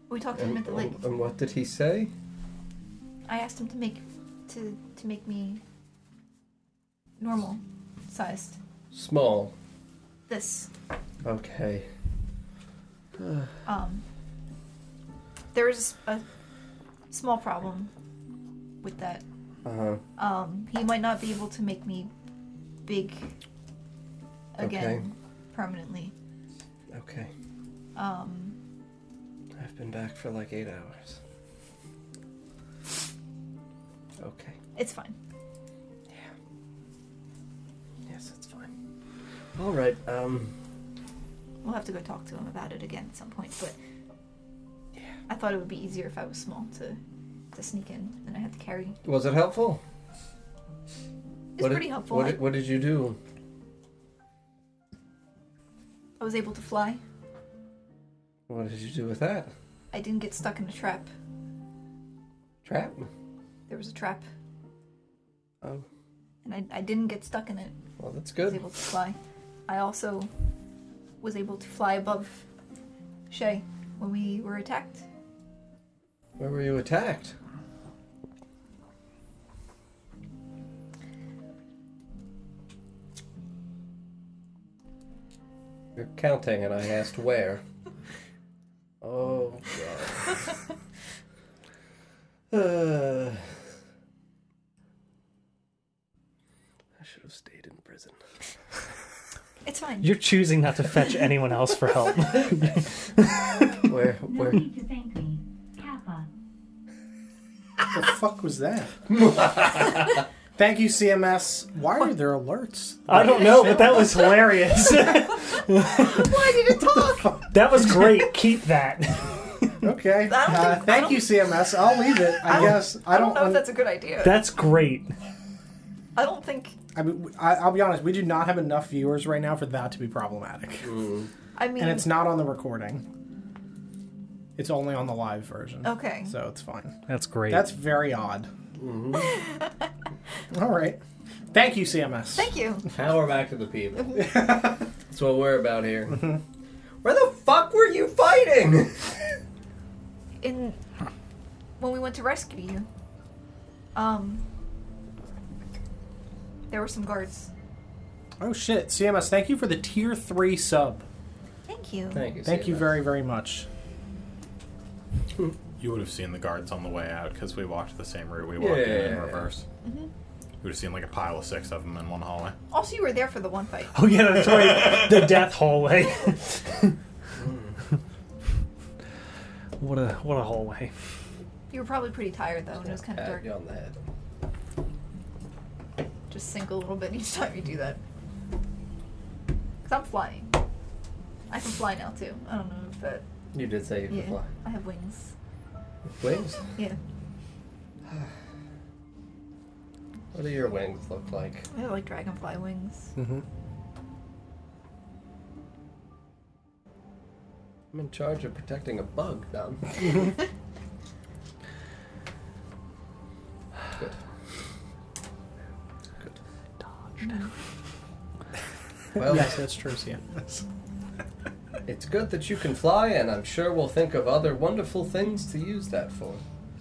We talked to him And, at the lake. and what did he say? I asked him to make to to make me normal sized. Small. This Okay. um there is a small problem with that. Uh huh. Um he might not be able to make me big again permanently. Okay. Um I've been back for like eight hours. Okay. it's fine. Yeah. yes, it's fine. All right. Um. We'll have to go talk to him about it again at some point, but I thought it would be easier if I was small to to sneak in than I had to carry. Was it helpful? It's What did- pretty helpful. What I- did, what did you do? I was able to fly. What did you do with that? I didn't get stuck in a trap. Trap? There was a trap, Oh, and I, I didn't get stuck in it. well, that's I was good. able to fly. I also was able to fly above Shay when we were attacked. Where were you attacked? You're counting, and I asked where. oh, God. Uh, I should have stayed in prison. It's fine. You're choosing not to fetch anyone else for help. where? Where? to thank me. Kappa. the fuck was that? Thank you, CMS. Why are there alerts? I don't know, but that was hilarious. Why did it talk? that was great. Keep that. Okay. Uh, thank you, CMS. I'll leave it. I, guess I don't. know if that's a good idea. That's great. I don't think. I mean, I, I'll be honest. We do not have enough viewers right now for that to be problematic. Mm-hmm. I mean, and it's not on the recording. It's only on the live version. Okay. So it's fine. That's great. That's very odd. All right. Thank you, CMS. Mm-hmm. Thank you. Now we're back to the people. That's what we're about here. Where the fuck were you fighting? In when we went to rescue you, um, there were some guards. Oh shit, CMS. Thank you for the tier three sub. Thank you. Thank you very very much. You would have seen the guards on the way out because we walked the same route we Yeah, walked yeah, in in yeah. reverse. Mhm. You would have seen like a pile of six of them in one hallway. Also, you were there for the one fight. Oh yeah, that's right. the death hallway. what a what a hallway. You were probably pretty tired though, and it was kind of dark. on the head. Just sink a little bit each time you do that. Cause I'm flying. I can fly now too. I don't know if that. You did say you could yeah, fly. I have wings. Wings? Yeah. What do your wings look like? I have like dragonfly wings. Hmm. Mm-hmm. I'm in charge of protecting a bug, Dom. Good. Good. Well, yes, that's true, CMS. It's good that you can fly, and I'm sure we'll think of other wonderful things to use that for.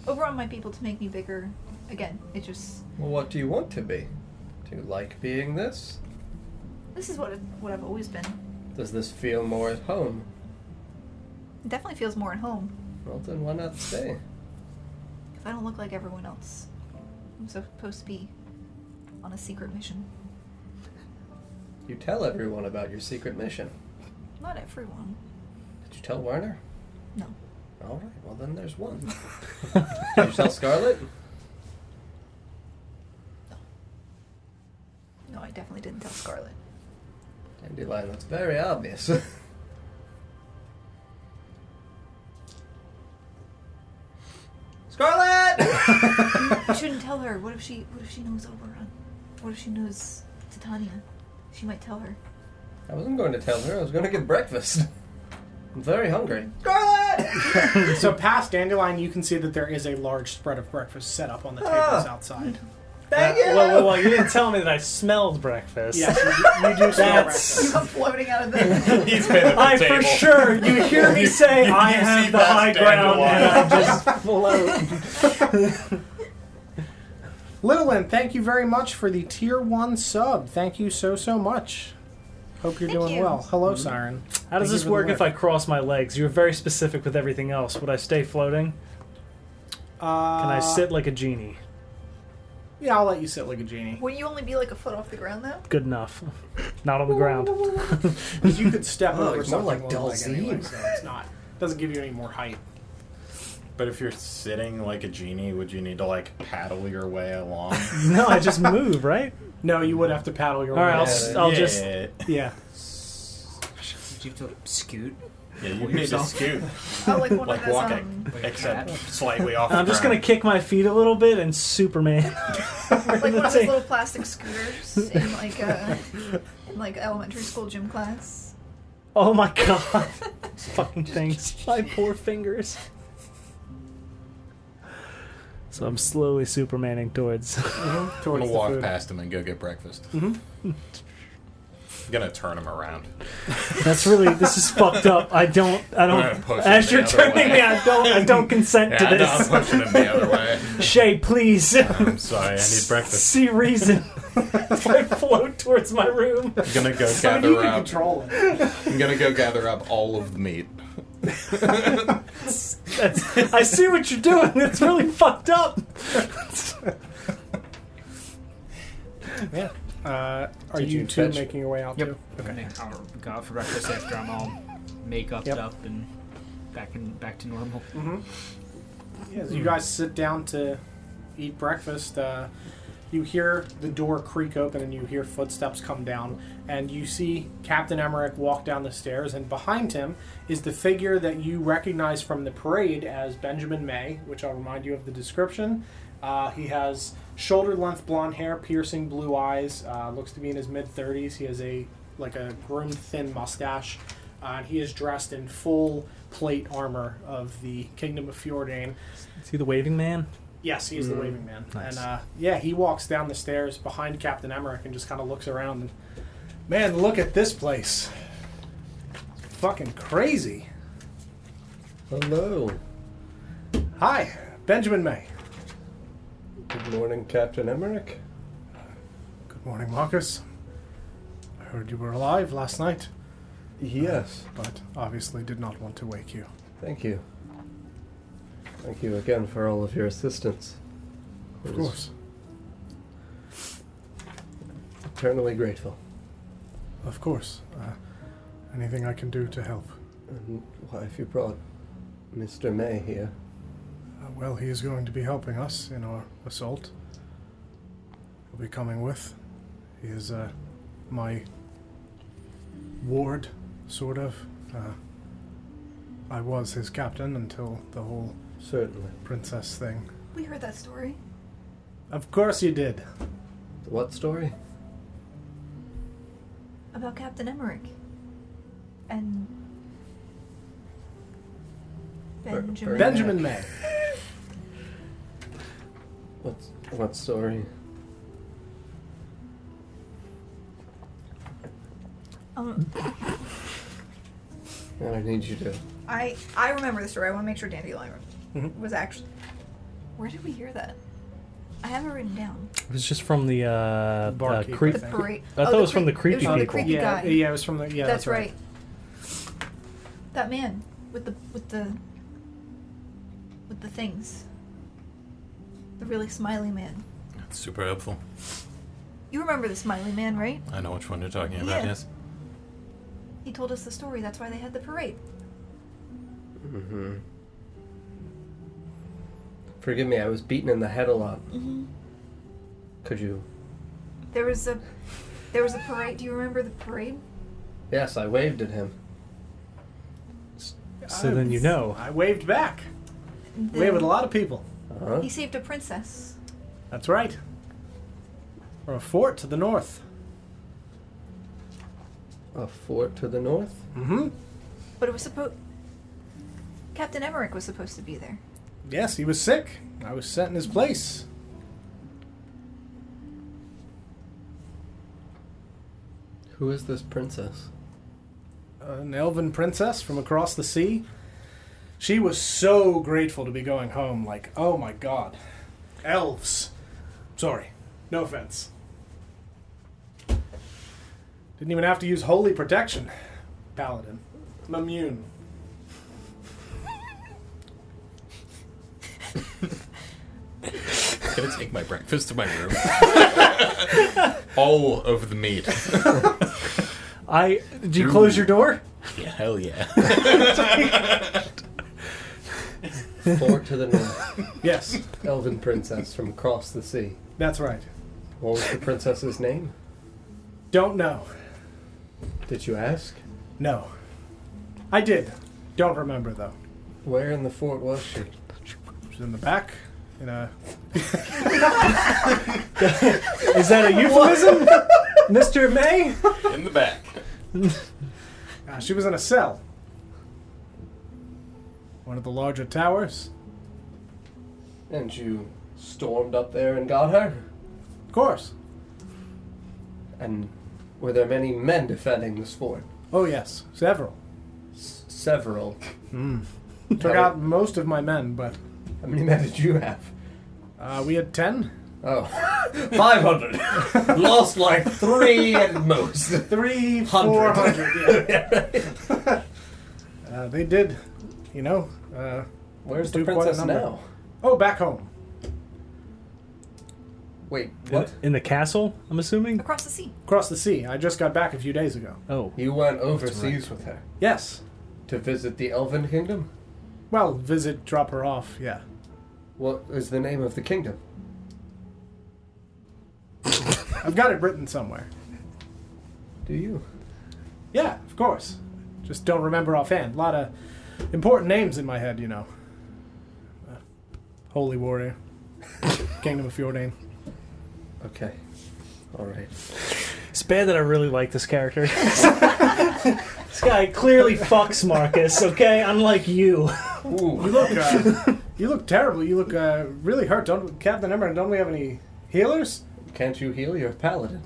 Over on my people to make me bigger. Again, it just Well, what do you want to be? Do you like being this? this is what it, what I've always been. Does this feel more at home? It definitely feels more at home. Well, then why not stay? If I don't look like everyone else, I'm supposed to be on a secret mission. You tell everyone about your secret mission. Not everyone. Did you tell Werner? No. All right. Well, then there's one. Did you tell Scarlet? No, I definitely didn't tell Scarlet. Dandelion, that's very obvious. Scarlet! you shouldn't tell her. What if she what if she knows Oberon? What if she knows Titania? She might tell her. I wasn't going to tell her. I was going to get breakfast. I'm very hungry. so past Dandelion, you can see that there is a large spread of breakfast set up on the tables Ah. outside. Thank you. Uh, Well, well, well, you didn't tell me that I smelled breakfast. Yes, you, you do smell That's- You come floating out of there. He's been at the I table. for sure. You hear me say I you see have the past high ground, and I dandelion. just float. Littleland, thank you very much for the tier one sub. Thank you so so much. Hope you're doing you. well. Hello, Siren. How does Thank you this for the work if I cross my legs? You're very specific with everything else. Would I stay floating? Uh, Can I sit like a genie? Yeah, I'll let you sit like a genie. Would you only be like a foot off the ground though? Good enough. Not on the ground. you could step Oh, over it's more something like with a leg Dalzeen. anyway, so it's not. Doesn't give you any more height. But if you're sitting like a genie, would you need to like paddle your way along? No, I just move, right? No, you would have to paddle your All way. right, I'll, s- I'll Yeah. just Oh, yeah. Did you have to scoot? Yeah, you Pull need to yourself? scoot. Oh, like one of like those, walking, um, Like a except cat? slightly off. I'm the just ground. gonna kick my feet a little bit and Superman. like one of those little plastic scooters in like uh in like elementary school gym class. Oh my god! These fucking things. My poor fingers. So I'm slowly Supermaning towards. I'm gonna walk past him and go get breakfast. Mm-hmm. I'm gonna turn him around. That's really this is fucked up. I don't. I I'm gonna don't. push As him you're the other turning way. me, I don't. I don't consent Yeah, to I know, this. I'm pushing him the other way. Shay, please. I'm sorry, I need breakfast. See reason. I float towards my room. I'm gonna go Son, gather you can up. control I'm gonna go gather up all of the meat. That's, I see what you're doing. It's really fucked up. Yeah. Uh, are Did you, you two fetch- making your way out? Yep. Too? Okay. I'll go out for breakfast after I'm all make up up and back in back to normal. Mm-hmm. Yeah, as you guys sit down to eat breakfast, uh, you hear the door creak open and you hear footsteps come down, and you see Captain Emmerich walk down the stairs, and behind him is the figure that you recognize from the parade as Benjamin May, which I'll remind you of the description. Uh, he has shoulder length blonde hair, piercing blue eyes, uh, looks to be in his mid 30s. He has a like a groomed thin mustache. Uh, and he is dressed in full plate armor of the Kingdom of Fjordain. Is he the waving man? Yes, he is the Mm. waving man. Nice. And uh, yeah, he walks down the stairs behind Captain Emmerich and just kind of looks around. And, Man, look at this place. It's fucking crazy. Hello. Hi, Benjamin May. Good morning, Captain Emmerich. Good morning, Marcus. I heard you were alive last night. Yes. but obviously did not want to wake you. Thank you. Thank you again for all of your assistance. Of It is course. Eternally grateful. Of course. Uh, anything I can do to help. And why, if you brought Mr. May here, Uh, well, he is going to be helping us in our assault. He'll be coming with. He is uh, my ward, sort of. Uh, I was his captain until the whole certainly. princess thing. We heard that story. Of course you did. What story? About Captain Emmerich. And Benjamin. Benjamin May. What, what story? Um, Now I need you to. I I remember the story. I want to make sure Dandelion Mhm. was actually. Where did we hear that? I have it written down. It was just from the uh, uh Barkeep, I creep. think. The parade- I oh, thought the it was from the creepy creep- it was from the people. creepy Uh, Yeah, guy. yeah, it was from the yeah. that's, That's, right. That man with the with the with the things. The really smiley man. That's super helpful. You remember the smiley man, right? I know which one you're talking about, Yeah. yes. He told us the story. That's why they had the parade. Mm-hmm. Forgive me, I was beaten in the head a lot. Mm-hmm. Could you? There was a there was a parade. Do you remember the parade? Yes, I waved at him. So then you know. I waved back. The- Waved at a lot of people. Uh-huh. He saved a princess. That's right. Or a fort to the north. A fort to the north? Mm-hmm. But it was supposed. Captain Emmerich was supposed to be there. Yes, he was sick. I was set in his place. Who is this princess? an elven princess from across the sea. She was so grateful to be going home. Like, oh my god, elves. Sorry, no offense. Didn't even have to use holy protection, paladin. I'm immune. I'm gonna take my breakfast to my room. all of the meat. I did you close your door? Yeah, hell yeah. Fort to the north. Yes. Elven princess from across the sea. That's right. What was the princess's name? Don't know. Did you ask? No. I did. Don't remember though. Where in the fort was she? She's in the back. In a. Is that a euphemism, Mister May? In the back. Uh, she was in a cell. One of the larger towers. And you stormed up there and got her? Of course. And were there many men defending this fort? Oh yes, several. S- several. Mm. Took out most of my men, but. How many men did you have? Uh, we had ten. Oh. 500. Lost like three at most. Three, four Hundred. hundred. Yeah. uh, they did, you know. Uh, Where's do the quite a princess number. now? Oh, back home. Wait, In, in the castle, I'm assuming? Across the sea. Across the sea. I just got back a few days ago. Oh. You went overseas with her Yes. to visit the Elven Kingdom? Well, visit, drop her off, yeah. What is the name of the kingdom? I've got it written somewhere. Do you? Yeah, of course. Just don't remember offhand. A lot of important names in my head, you know. Uh, Holy Warrior, Kingdom of Fjordane. Okay. All right. It's bad that I really like this character. this guy clearly fucks Marcus, okay? Unlike you. You look, uh, you look terrible. You look uh, really hurt. Don't Captain Ember. Don't we have any healers? Can't you heal your paladin?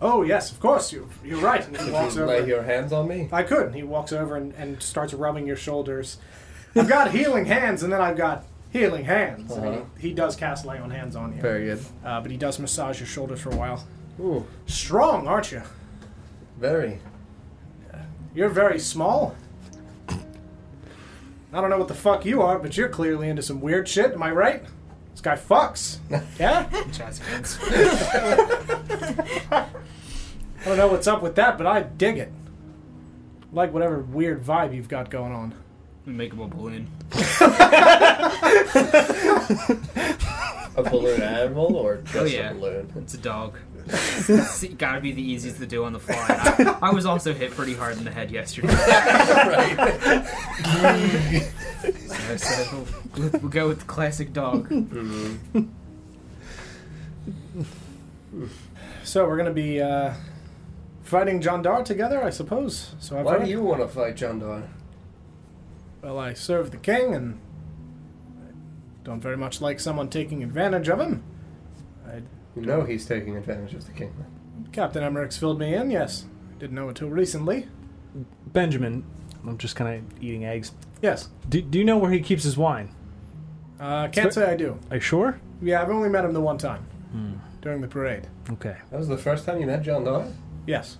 Oh yes, of course. You you're right. And he Could walks you lay over. your hands on me? I could. And he walks over and, and starts rubbing your shoulders. I've got healing hands, and then I've got healing hands. And Uh-huh. he, he does cast lay on hands on you. Very good. Uh, but he does massage your shoulders for a while. Ooh, Strong, aren't you? very. You're very small. I don't know what the fuck you are, but you're clearly into some weird shit. Am I right? This guy fucks. Yeah. Shots against. I don't know what's up with that, but I dig it. Like whatever weird vibe you've got going on. We make him a balloon. A balloon animal or just Oh yeah, a balloon? it's a dog. it's gotta be the easiest to do on the fly. And I, I was also hit pretty hard in the head yesterday. so I said, "We'll- we'll, we'll go with the classic dog. So we're gonna be uh, fighting John Dar together, I suppose. So I've Why heard. do you want to fight Jandar? Well, I serve the king, and I don't very much like someone taking advantage of him. I, You know he's taking advantage of the king. Captain Emmerich's filled me in. Yes, didn't know it till recently. Benjamin, I'm just kind of eating eggs. Yes, Do, do you know where he keeps his wine? uh, can't say I do. Are you sure? Yeah, I've only met him the one time Hmm. during the parade. Okay. That was the first time you met Jandar? Yes.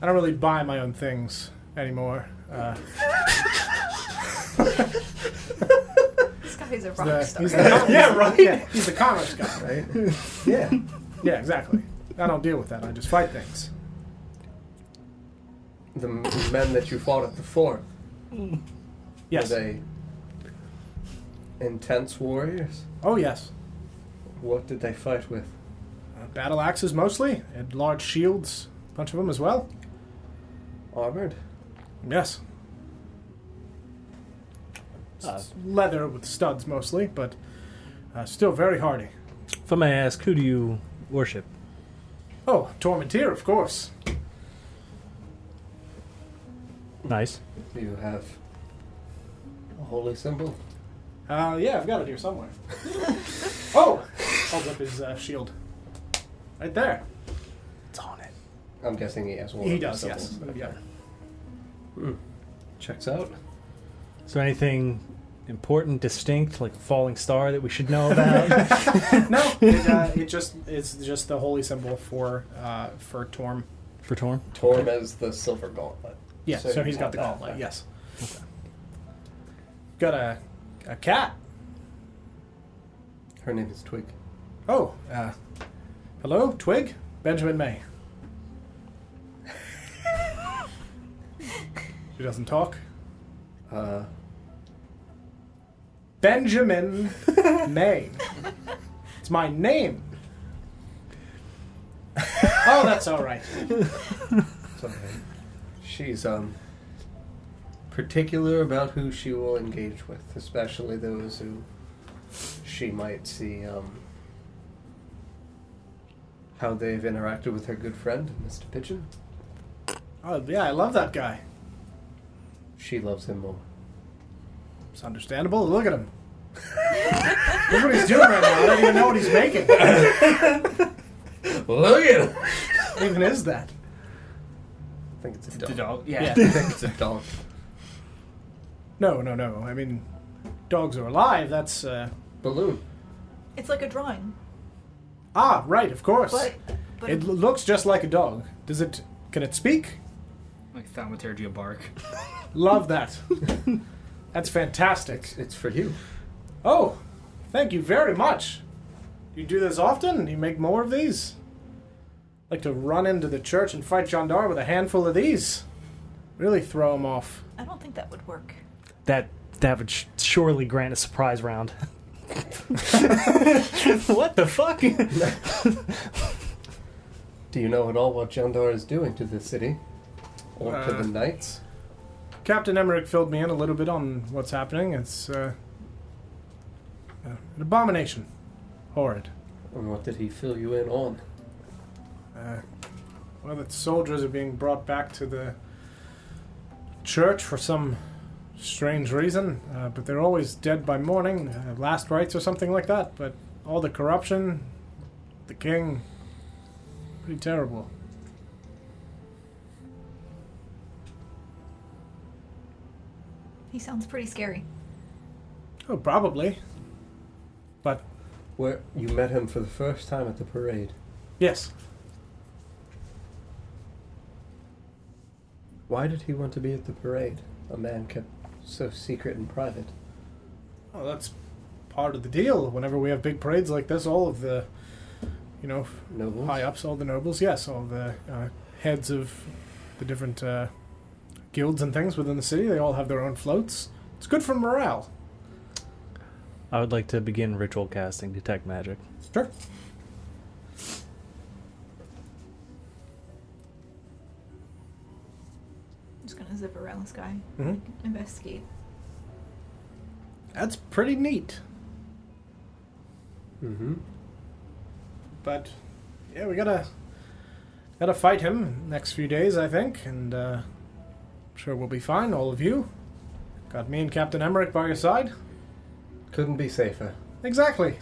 I don't really buy my own things anymore. Uh, This guy is a rock the- star. he's the, yeah, right. he's the commerce guy, right? Yeah. Yeah, exactly. I don't deal with that. I just fight things. The m- men that you fought at the fort, Yes. were they intense warriors? Oh yes. What did they fight with? Uh, battle axes mostly, and large shields, a bunch of them as well. Armored? Yes. Uh, Leather with studs mostly, but uh, still very hardy. If I may ask, who do you worship? Oh, Tormenteer, of course. Nice. Do you have a holy symbol? Uh, yeah, I've got it here somewhere. oh! Holds up his uh, shield. Right there. It's on it. I'm guessing he has one. He of the does, yes. symbols. Yeah. Checks out. Is there anything important, distinct, like a falling star that we should know about? No, it, uh, it just it's just the holy symbol for uh, for Torm. For Torm? Torm is the silver gauntlet. Yeah, so, you he's got have the that. gauntlet. Yes. Got a a cat. Her name is Twig. Oh, uh, hello, Twig, Benjamin May. she doesn't talk. Uh, Benjamin May. It's my name. Oh, that's all right. sorry. She's um particular about who she will engage with, especially those who she might see um how they've interacted with her good friend, Mr. Pigeon. Oh, yeah, I love that guy. She loves him more. It's understandable. Look at him. Look what he's doing right now. I don't even know what he's making. Look at him. What even is that? I think it's a The dog. dog, Yeah. yeah. I think it's a dog. No, no, no. I mean, dogs are alive. That's uh, balloon. It's like a drawing. Ah, right. Of course. But, but it l- looks just like a dog. Does it? Can it speak? Like thaumaturgia bark. Love that. That's fantastic. It's for you. Oh, thank you very much. You do this often? You make more of these? Like to run into the church and fight Jandar with a handful of these? Really throw him off. I don't think that would work. That that would sh- surely grant a surprise round. what the fuck? Do you know at all what Jandar is doing to the city? Or to Uh, the knights? Captain Emmerich filled me in a little bit on what's happening. It's uh, uh, an abomination. Horrid. And what did he fill you in on? Uh, well, that soldiers are being brought back to the church for some strange reason, uh, but they're always dead by morning, uh, last rites or something like that. But all the corruption, the king, pretty terrible. He sounds pretty scary. Oh, probably. But where you met him for the first time at the parade. Yes. Why did he want to be at the parade? A man kept so secret and private. Well, that's part of the deal. Whenever we have big parades like this, all of the, you know, nobles. high ups, all the nobles, yes, all the uh, heads of the different uh, guilds and things within the city, they all have their own floats. It's good for morale. I would like to begin ritual casting detect magic. Sure. I'm just gonna zip around this guy, Mhm. investigate. That's pretty neat. Mm-hmm. But yeah, we gotta gotta fight him next few days, I think, and uh, I'm sure we'll be fine, all of you. Got me and Captain Emmerich by your side. Couldn't be safer. Exactly.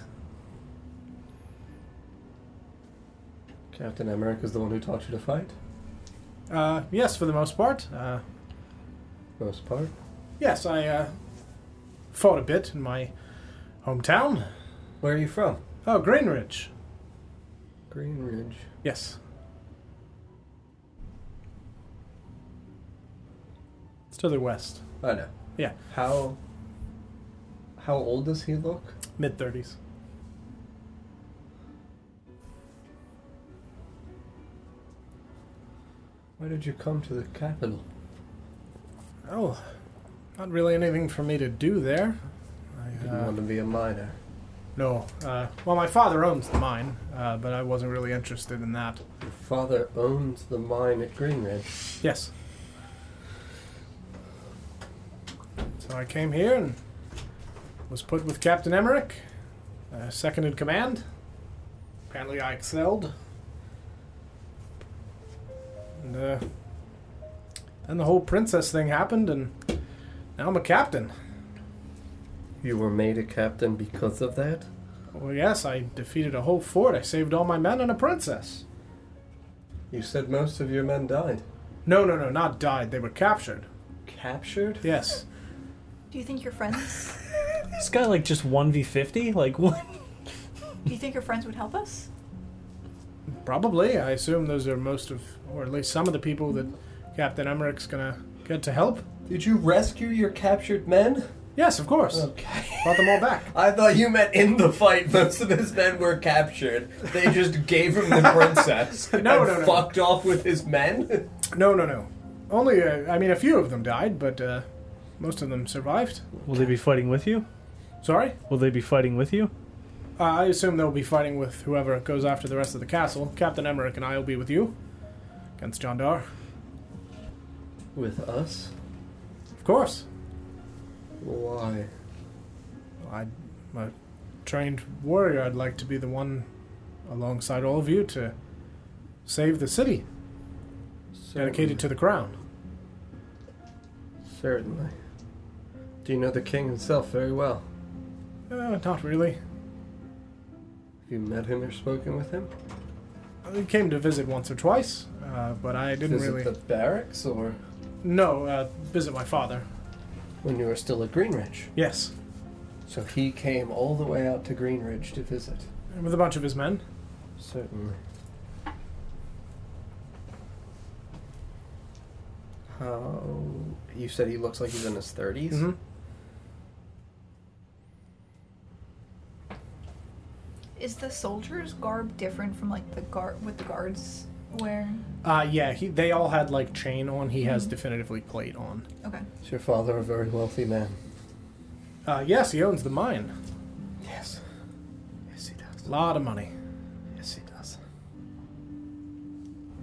Captain Emmerich is the one who taught you to fight, Uh, yes, for the most part. Uh, most part. yes, I uh, fought a bit in my hometown. Where are you from? Oh, Greenridge. Green Ridge. Yes. It's to the west. I know. Yeah. How how old does he look? Mid 30s. Why did you come to the capital? Oh, not really anything for me to do there. I Didn't uh, want to be a miner. No. Uh, well, my father owns the mine, uh, but I wasn't really interested in that. Your father owns the mine at Green Ridge. Yes. So I came here and was put with Captain Emmerich, uh, second in command. Apparently, I excelled. And uh, then the whole princess thing happened, and now I'm a captain. You were made a captain because of that? Well, Oh, yes, I defeated a whole fort. I saved all my men and a princess. You said most of your men died. No, no, no, not died. They were captured. Captured? Yes. Do you think your friends? This guy like just one v fifty? Like what? do you think your friends would help us? Probably. I assume those are most of, or at least some of the people that Captain Emmerich's gonna get to help. Did you rescue your captured men? Yes, of course. Okay. Brought them all back. I thought you meant in the fight most of his men were captured. They just gave him the princess No, and no, no. fucked off with his men. No, no, no. Only, uh, I mean, a few of them died, but uh, Most of them survived. Will they be fighting with you? Sorry? Will they be fighting with you? Uh, I assume they'll be fighting with whoever goes after the rest of the castle. Captain Emmerich and I will be with you against John Dar. With us? Of course. Why? I, I'm a trained warrior. I'd like to be the one alongside all of you to save the city dedicated to the crown. Certainly. Do you know the king himself very well? Uh, not really. Have you met him or spoken with him? I came to visit once or twice, uh, but I didn't Visit really. the barracks or No, uh, visit my father. when you were still at Greenridge? Yes. So he came all the way out to Greenridge to visit. With a bunch of his men. Certainly. How you said he looks like he's in his 30s Mhm. Is the soldier's garb different from like the guard what the guards wear? Uh, yeah, he, they all had like chain on. He Mm-hmm. has definitively plate on. Okay. Is your father a very wealthy man? Uh, yes, he owns the mine. Yes. Yes, he does. A lot of money. Yes, he does.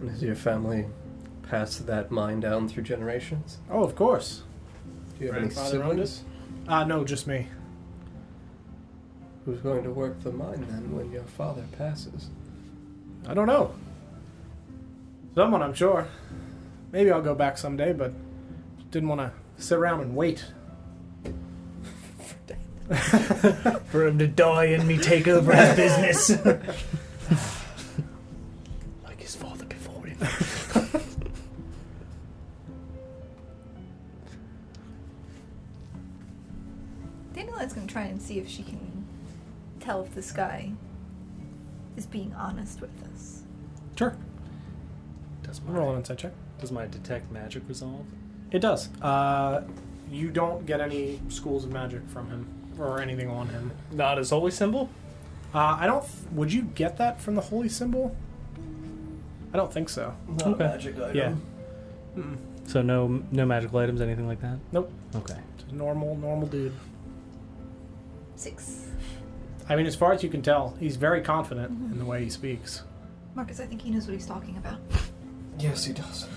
And has your family passed that mine down through generations? Oh, of course. Do you have any Grandfather owned siblings? it? Uh, no, just me. Who's going to work the mine then when your father passes? I don't know. Someone, I'm sure. Maybe I'll go back someday, but didn't want to sit around and wait. For him to die and me take over his business. like his father before him. Dandelion's gonna try and see if she can tell if this guy is being honest with us. Sure. Does Roll an insight check. Does my detect magic resolve? It does. Uh, you don't get any schools of magic from him or anything on him. Not his holy symbol. Uh, I don't. Th- would you get that from the holy symbol? I don't think so. Not a Okay. magic item. Yeah. So no, no magical items, anything like that. Nope. Okay. Just normal, normal dude. Six. I mean, as far as you can tell, he's very confident in the way he speaks. Marcus, I think he knows what he's talking about. Yes, he does.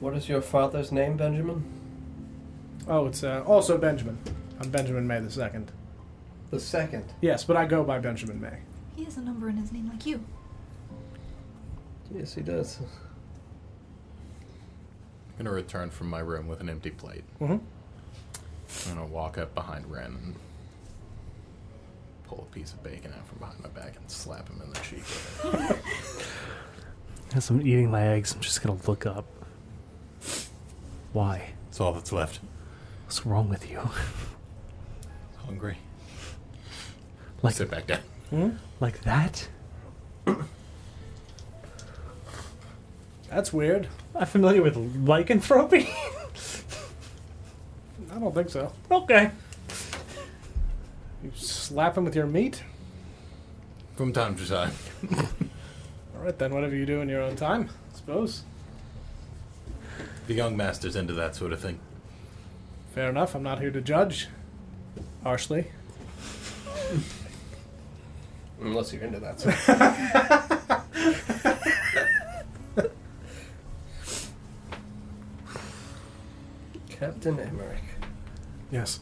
What is your father's name, Benjamin? Oh, it's uh, also Benjamin. I'm Benjamin May the second. The second. Yes, but I go by Benjamin May. He has a number in his name like you. Yes, he does. I'm gonna return from my room with an empty plate. Mm-hmm. Mhm. I'm gonna walk up behind Ren and pull a piece of bacon out from behind my back and slap him in the cheek. As I'm eating my eggs, I'm just gonna look up. Why? That's all that's left. What's wrong with you? Hungry. Like- Sit back down. Like that? That's weird. I'm familiar with lycanthropy. I don't think so. okay. You slap him with your meat. From time to time. All right, then. Whatever you do in your own time, I suppose. The young master's into that sort of thing. Fair enough. I'm not here to judge. Harshly. Unless you're into that sort Captain Emmerich. Yes.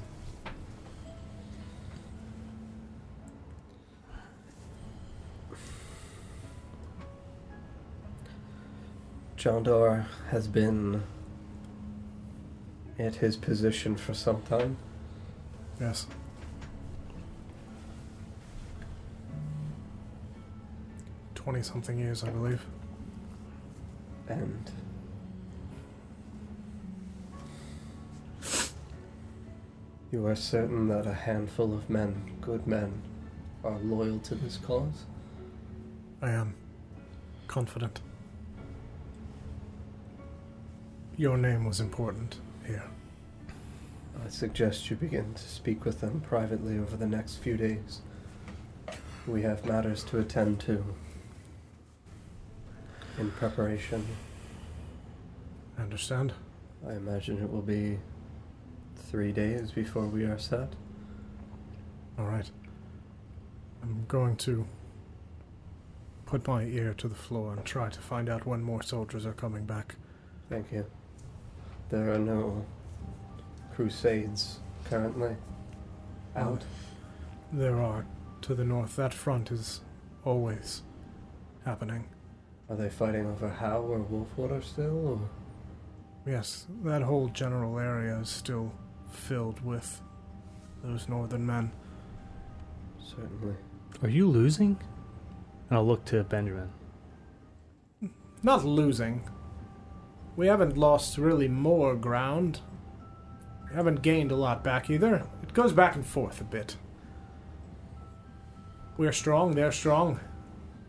Jandar has been at his position for some time. Yes. Twenty something years, I believe. and you are certain that a handful of men, good men, are loyal to this cause? I am confident. Your name was important here. I suggest you begin to speak with them privately over the next few days. We have matters to attend to in preparation I understand. I imagine it will be three days before we are set. All right. I'm going to put my ear to the floor and try to find out when more soldiers are coming back. Thank you. There are no crusades currently out. There are to the north. That front is always happening. Are they fighting over How or Wolfwater still? Or? Yes, that whole general area is still filled with those northern men. Certainly. Are you losing? And I'll look to Benjamin. Not losing. We haven't lost really more ground. We haven't gained a lot back either. It goes back and forth a bit. We're strong, they're strong.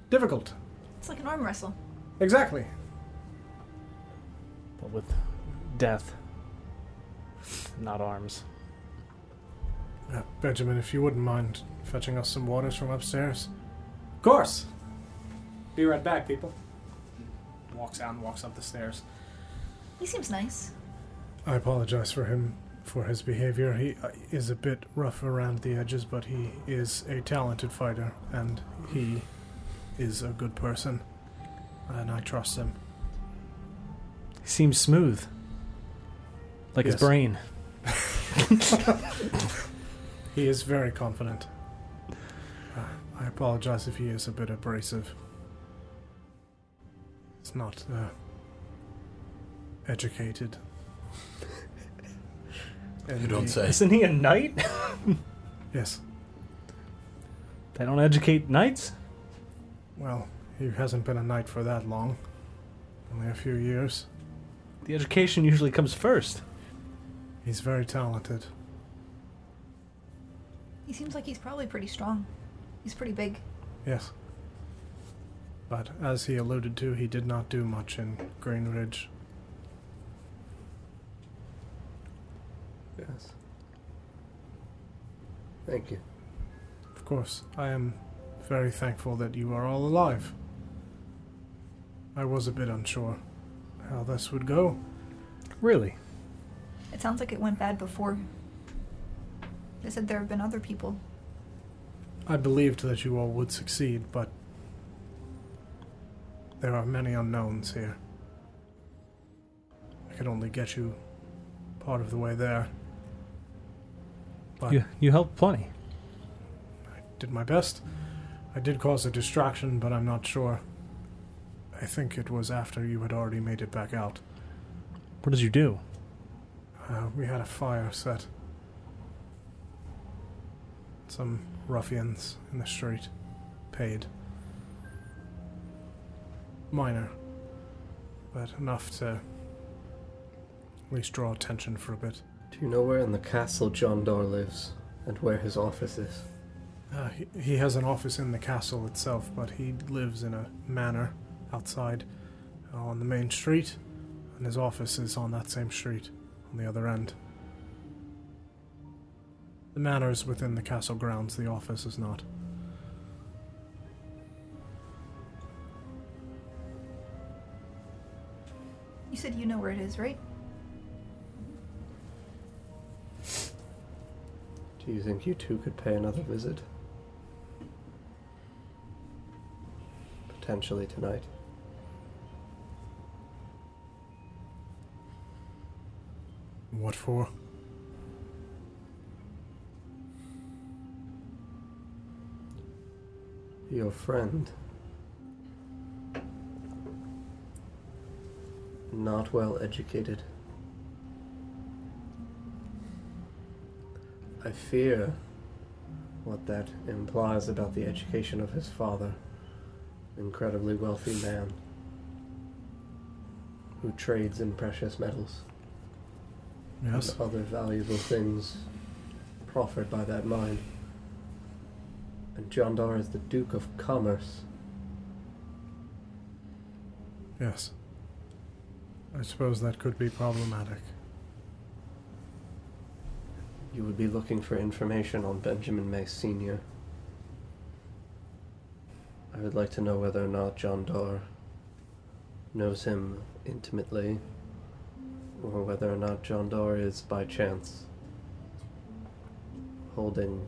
Difficult. It's like an arm wrestle. Exactly. But with death, not arms. Uh, Benjamin, if you wouldn't mind fetching us some waters from upstairs. Of course! Be right back, people. Walks out and walks up the stairs. He seems nice. I apologize for him for his behavior. He uh, is a bit rough around the edges, but he is a talented fighter and he is a good person. And I trust him. He seems smooth. Like Yes. his brain. He is very confident. Uh, I apologize if he is a bit abrasive. It's not uh, educated. You don't say. Isn't he a knight? Yes. They don't educate knights? Well, he hasn't been a knight for that long. Only a few years. The education usually comes first. He's very talented. He seems like he's probably pretty strong. He's pretty big. Yes. But as he alluded to, he did not do much in Greenridge. Yes. Thank you. Of course, I am very thankful that you are all alive. I was a bit unsure how this would go. Really? It sounds like it went bad before. They said there have been other people. I believed that you all would succeed, but there are many unknowns here. I could only get you part of the way there. But You, you helped plenty. did my best. I did cause a distraction, but I'm not sure. I think it was after you had already made it back out. What did you do? Uh, we had a fire set. Some ruffians in the street paid. Minor, but enough to at least draw attention for a bit. Do you know where in the castle John Dar lives and where his office is? Uh, he, he has an office in the castle itself, but he lives in a manor outside uh, on the main street, and his office is on that same street on the other end. The manor is within the castle grounds, the office is not. You said you know where it is, right? Do you think you two could pay another visit? Potentially tonight. What for? Your friend. Not well educated. I fear what that implies about the education of his father, incredibly wealthy man who trades in precious metals Yes. and other valuable things proffered by that mine. And Jandar is the Duke of Commerce. Yes. I suppose that could be problematic. You would be looking for information on Benjamin May Sr. I would like to know whether or not John Dar knows him intimately or whether or not John Dar is by chance holding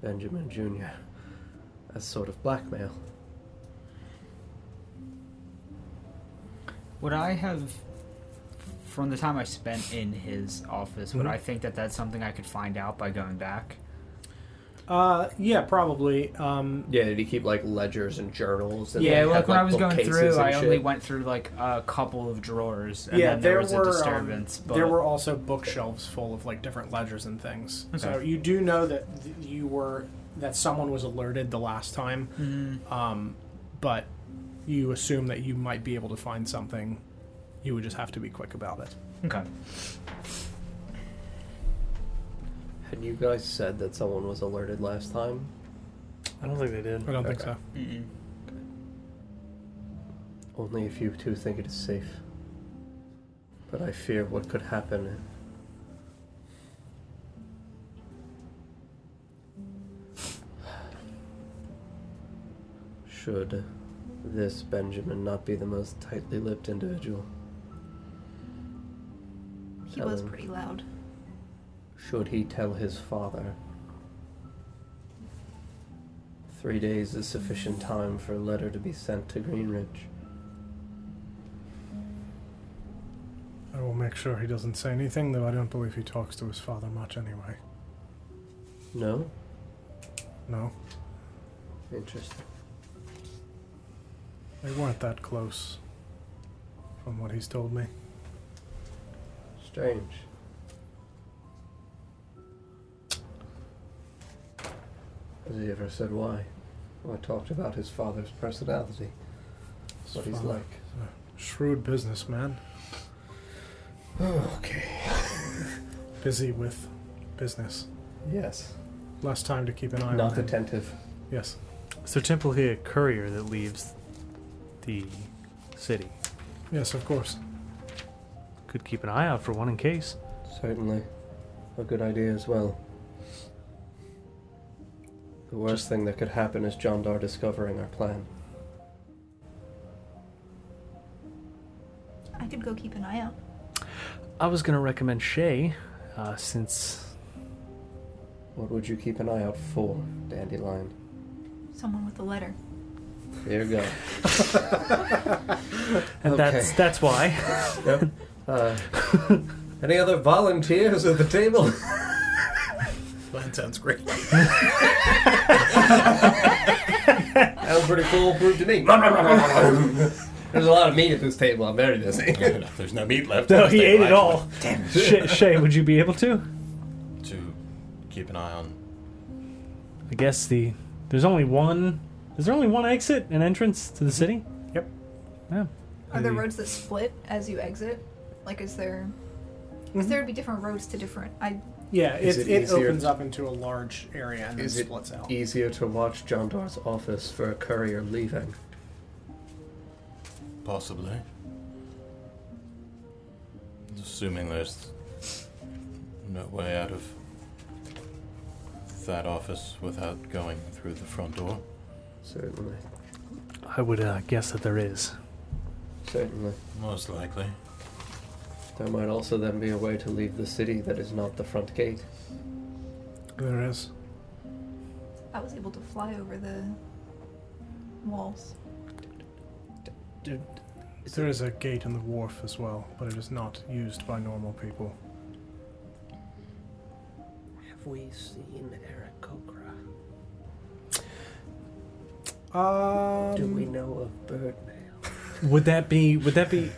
Benjamin Jr. as sort of blackmail. Would I have, from the time I spent in his office, would Mhm. I think that that's something I could find out by going back? Uh, yeah, probably. Um, yeah, did he keep like ledgers and journals? And yeah, he well, had, like when I was going bookcases through, and I only shit? went through like a couple of drawers, and yeah, then there, there, was were a um, disturbance. but there were also bookshelves full of like different ledgers and things. So Okay. you do know that th- you were that someone was alerted the last time, Mm-hmm. um, but you assume that you might be able to find something. You would just have to be quick about it. Okay. Had you guys said that someone was alerted last time? I don't think they did. I don't think so. Mm-mm. Only if you two think it is safe. But I fear what could happen. Should this Benjamin not be the most tightly lipped individual? He was Helen. pretty loud. Should he tell his father? Three days is sufficient time for a letter to be sent to Greenridge. I will make sure he doesn't say anything, though I don't believe he talks to his father much anyway. No? No, Interesting. they weren't that close, from what he's told me. Strange. Has he ever said why? Or talked about his father's personality? What he's father. like. Shrewd businessman. Oh, okay. Busy with business. Yes. Less time to keep an eye on. Not him. attentive. Yes. Is there typically a courier that leaves the city? Yes, of course. Could keep an eye out for one in case. Certainly. A good idea as well. The worst thing that could happen is John Dar discovering our plan. I could go keep an eye out. I was gonna recommend Shay, uh, since What would you keep an eye out for, Dandelion? Someone with a letter. There you go. And that's- that's why. Yep. Uh, any other volunteers at the table? That sounds great. that was pretty foolproof to me. There's a lot of meat at this table. I'm very busy. There's no meat left. No, on he this ate table, it all. actually. Shay, Shay, would you be able to? To keep an eye on. I guess the there's only one. Is there only one exit and entrance to the city? Yep. Yeah. Are there Maybe- roads that split as you exit? Like, is there? Because there would be different roads to different. I Yeah, Is it, it it, easier- opens up into a large area and then Is it splits out. e- easier to watch John Dar's office for a courier leaving? Possibly. Assuming there's no way out of that office without going through the front door. Certainly. I would uh, guess that there is. Certainly. Most likely. There might also then be a way to leave the city that is not the front gate. There is. I was able to fly over the walls. There is a gate in the wharf as well, but it is not used by normal people. Have we seen Eric Kokra? Um, Do we know of Birdman? Would that be? Would that be?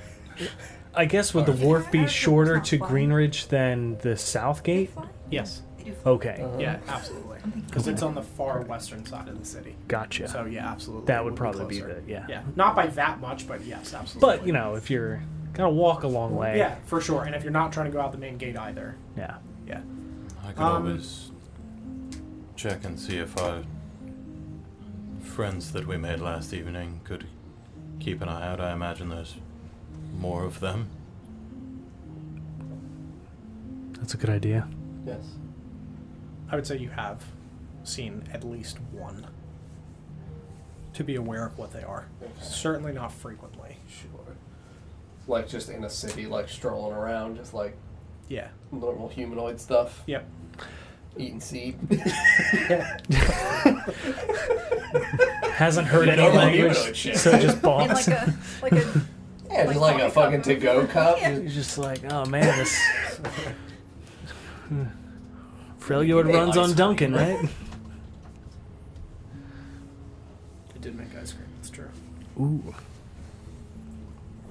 I guess would the wharf be shorter to Greenridge than the south gate? Yes. Okay. Yeah, absolutely. Because it's on the far western side of the city. Gotcha. So yeah, absolutely. That it would probably be closer. the- yeah. Yeah, not by that much, but yes, absolutely. But you know, if you're gotta walk a long way. yeah, for sure. And if you're not trying to go out the main gate either, Yeah. yeah. I could Um, always check and see if our friends that we made last evening could keep an eye out. I imagine there's more of them. That's a good idea. Yes. I would say you have seen at least one to be aware of what they are. Certainly not frequently. Sure. like just in a city, like strolling around, just like yeah, normal humanoid stuff. Yep. Eating seed. Hasn't heard any Normal language, humanoid shit. so just bonks. like a like a yeah, just like a fucking to-go cup. He's just like, oh man, this. Freljord runs on Duncan, right? It did make ice cream. It's true. Ooh.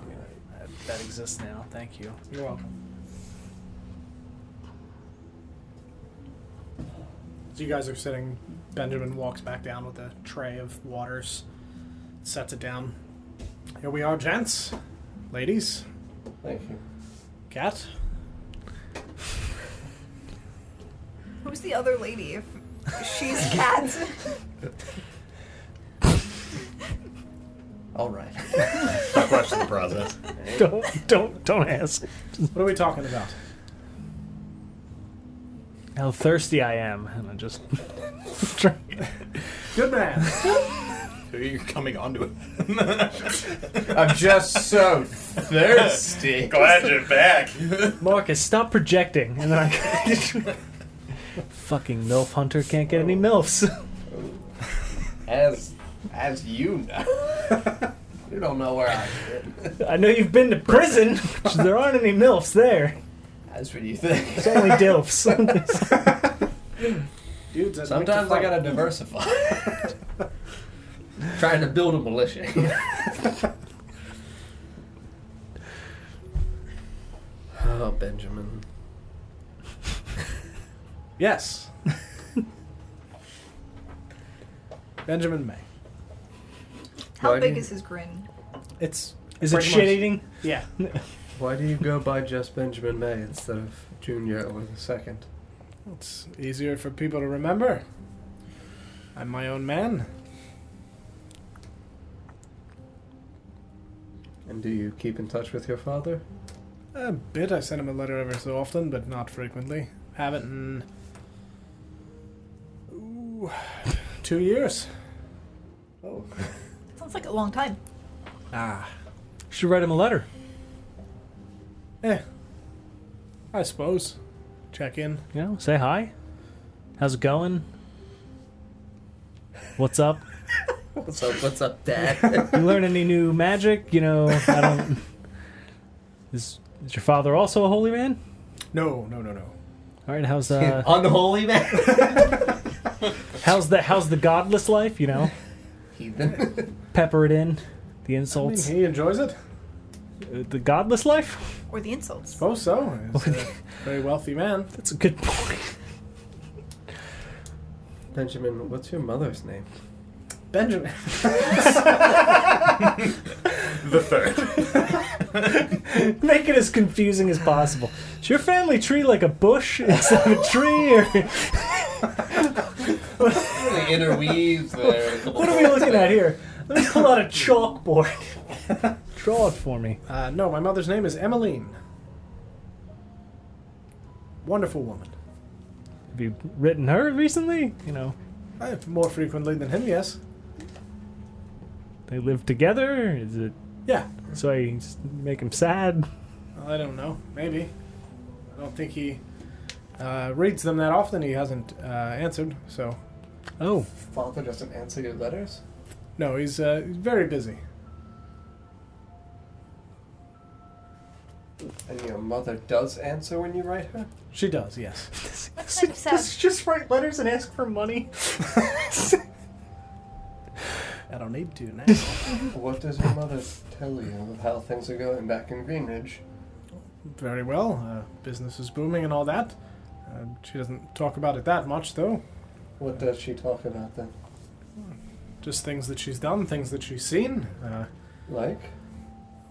That, that exists now. Thank you. You're welcome. So you guys are sitting. Benjamin walks back down with a tray of waters, sets it down. Here we are, gents, ladies. Thank you. Cat. Who's the other lady? If she's cat. All right. I question the process. Don't, don't, don't ask. What are we talking about? How thirsty I am, and I just. Good man. Who are you coming onto it? I'm just so thirsty. Glad you're back. Marcus, stop projecting, and then I. Fucking milf hunter can't get any milfs. As as you know, you don't know where I've been. I know you've been to prison. which there aren't any milfs there. That's what you think. It's only dilfs. Dudes, I'd like to Sometimes I fight. gotta diversify. Trying to build a militia. oh, Benjamin. Yes. Benjamin May. How Why do big you- is his grin? It's Is it pretty shit much- eating? Yeah. Why do you go by just Benjamin May instead of Junior or the second? It's easier for people to remember. I'm my own man. And do you keep in touch with your father? A bit. I send him a letter every so often, but not frequently. Haven't in ooh, two years. Oh. Sounds like a long time. Ah. Should write him a letter. Eh. I suppose. Check in. You know, say hi. How's it going? What's up? What's up? What's up, Dad? you learn any new magic? You know, I don't. Is, is your father also a holy man? No, no, no, no. All right, how's uh, Unholy man. how's the how's the godless life? You know, Heathen. pepper it in, the I mean, insults, he enjoys it. Uh, the godless life. Or the insults. Suppose so. He's a very wealthy man. That's a good point. Benjamin, what's your mother's name? Benjamin. The third. Make it as confusing as possible. Is your family tree like a bush instead of a tree? Or the interweaves there. what are we looking at here? Let me pull out a chalkboard. Draw it for me. Uh, no, my mother's name is Emmeline. Wonderful woman. Have you written her recently? You know, I, Uh, more frequently than him, yes. they live together. Is it Yeah. so I just make him sad? I don't know. Maybe. I don't think he uh, reads them that often. He hasn't uh, answered, so Oh, Father doesn't answer your letters? no, he's uh, he's very busy. And your mother does answer when you write her? She does, yes. That's kind of sad. just write letters and ask for money. I don't need to now. What does your mother tell you of how things are going back in Greenridge? very well. Uh, business is booming and all that. Uh, she doesn't talk about it that much, though. What does she talk about then? Just things that she's done, things that she's seen. Uh, Like?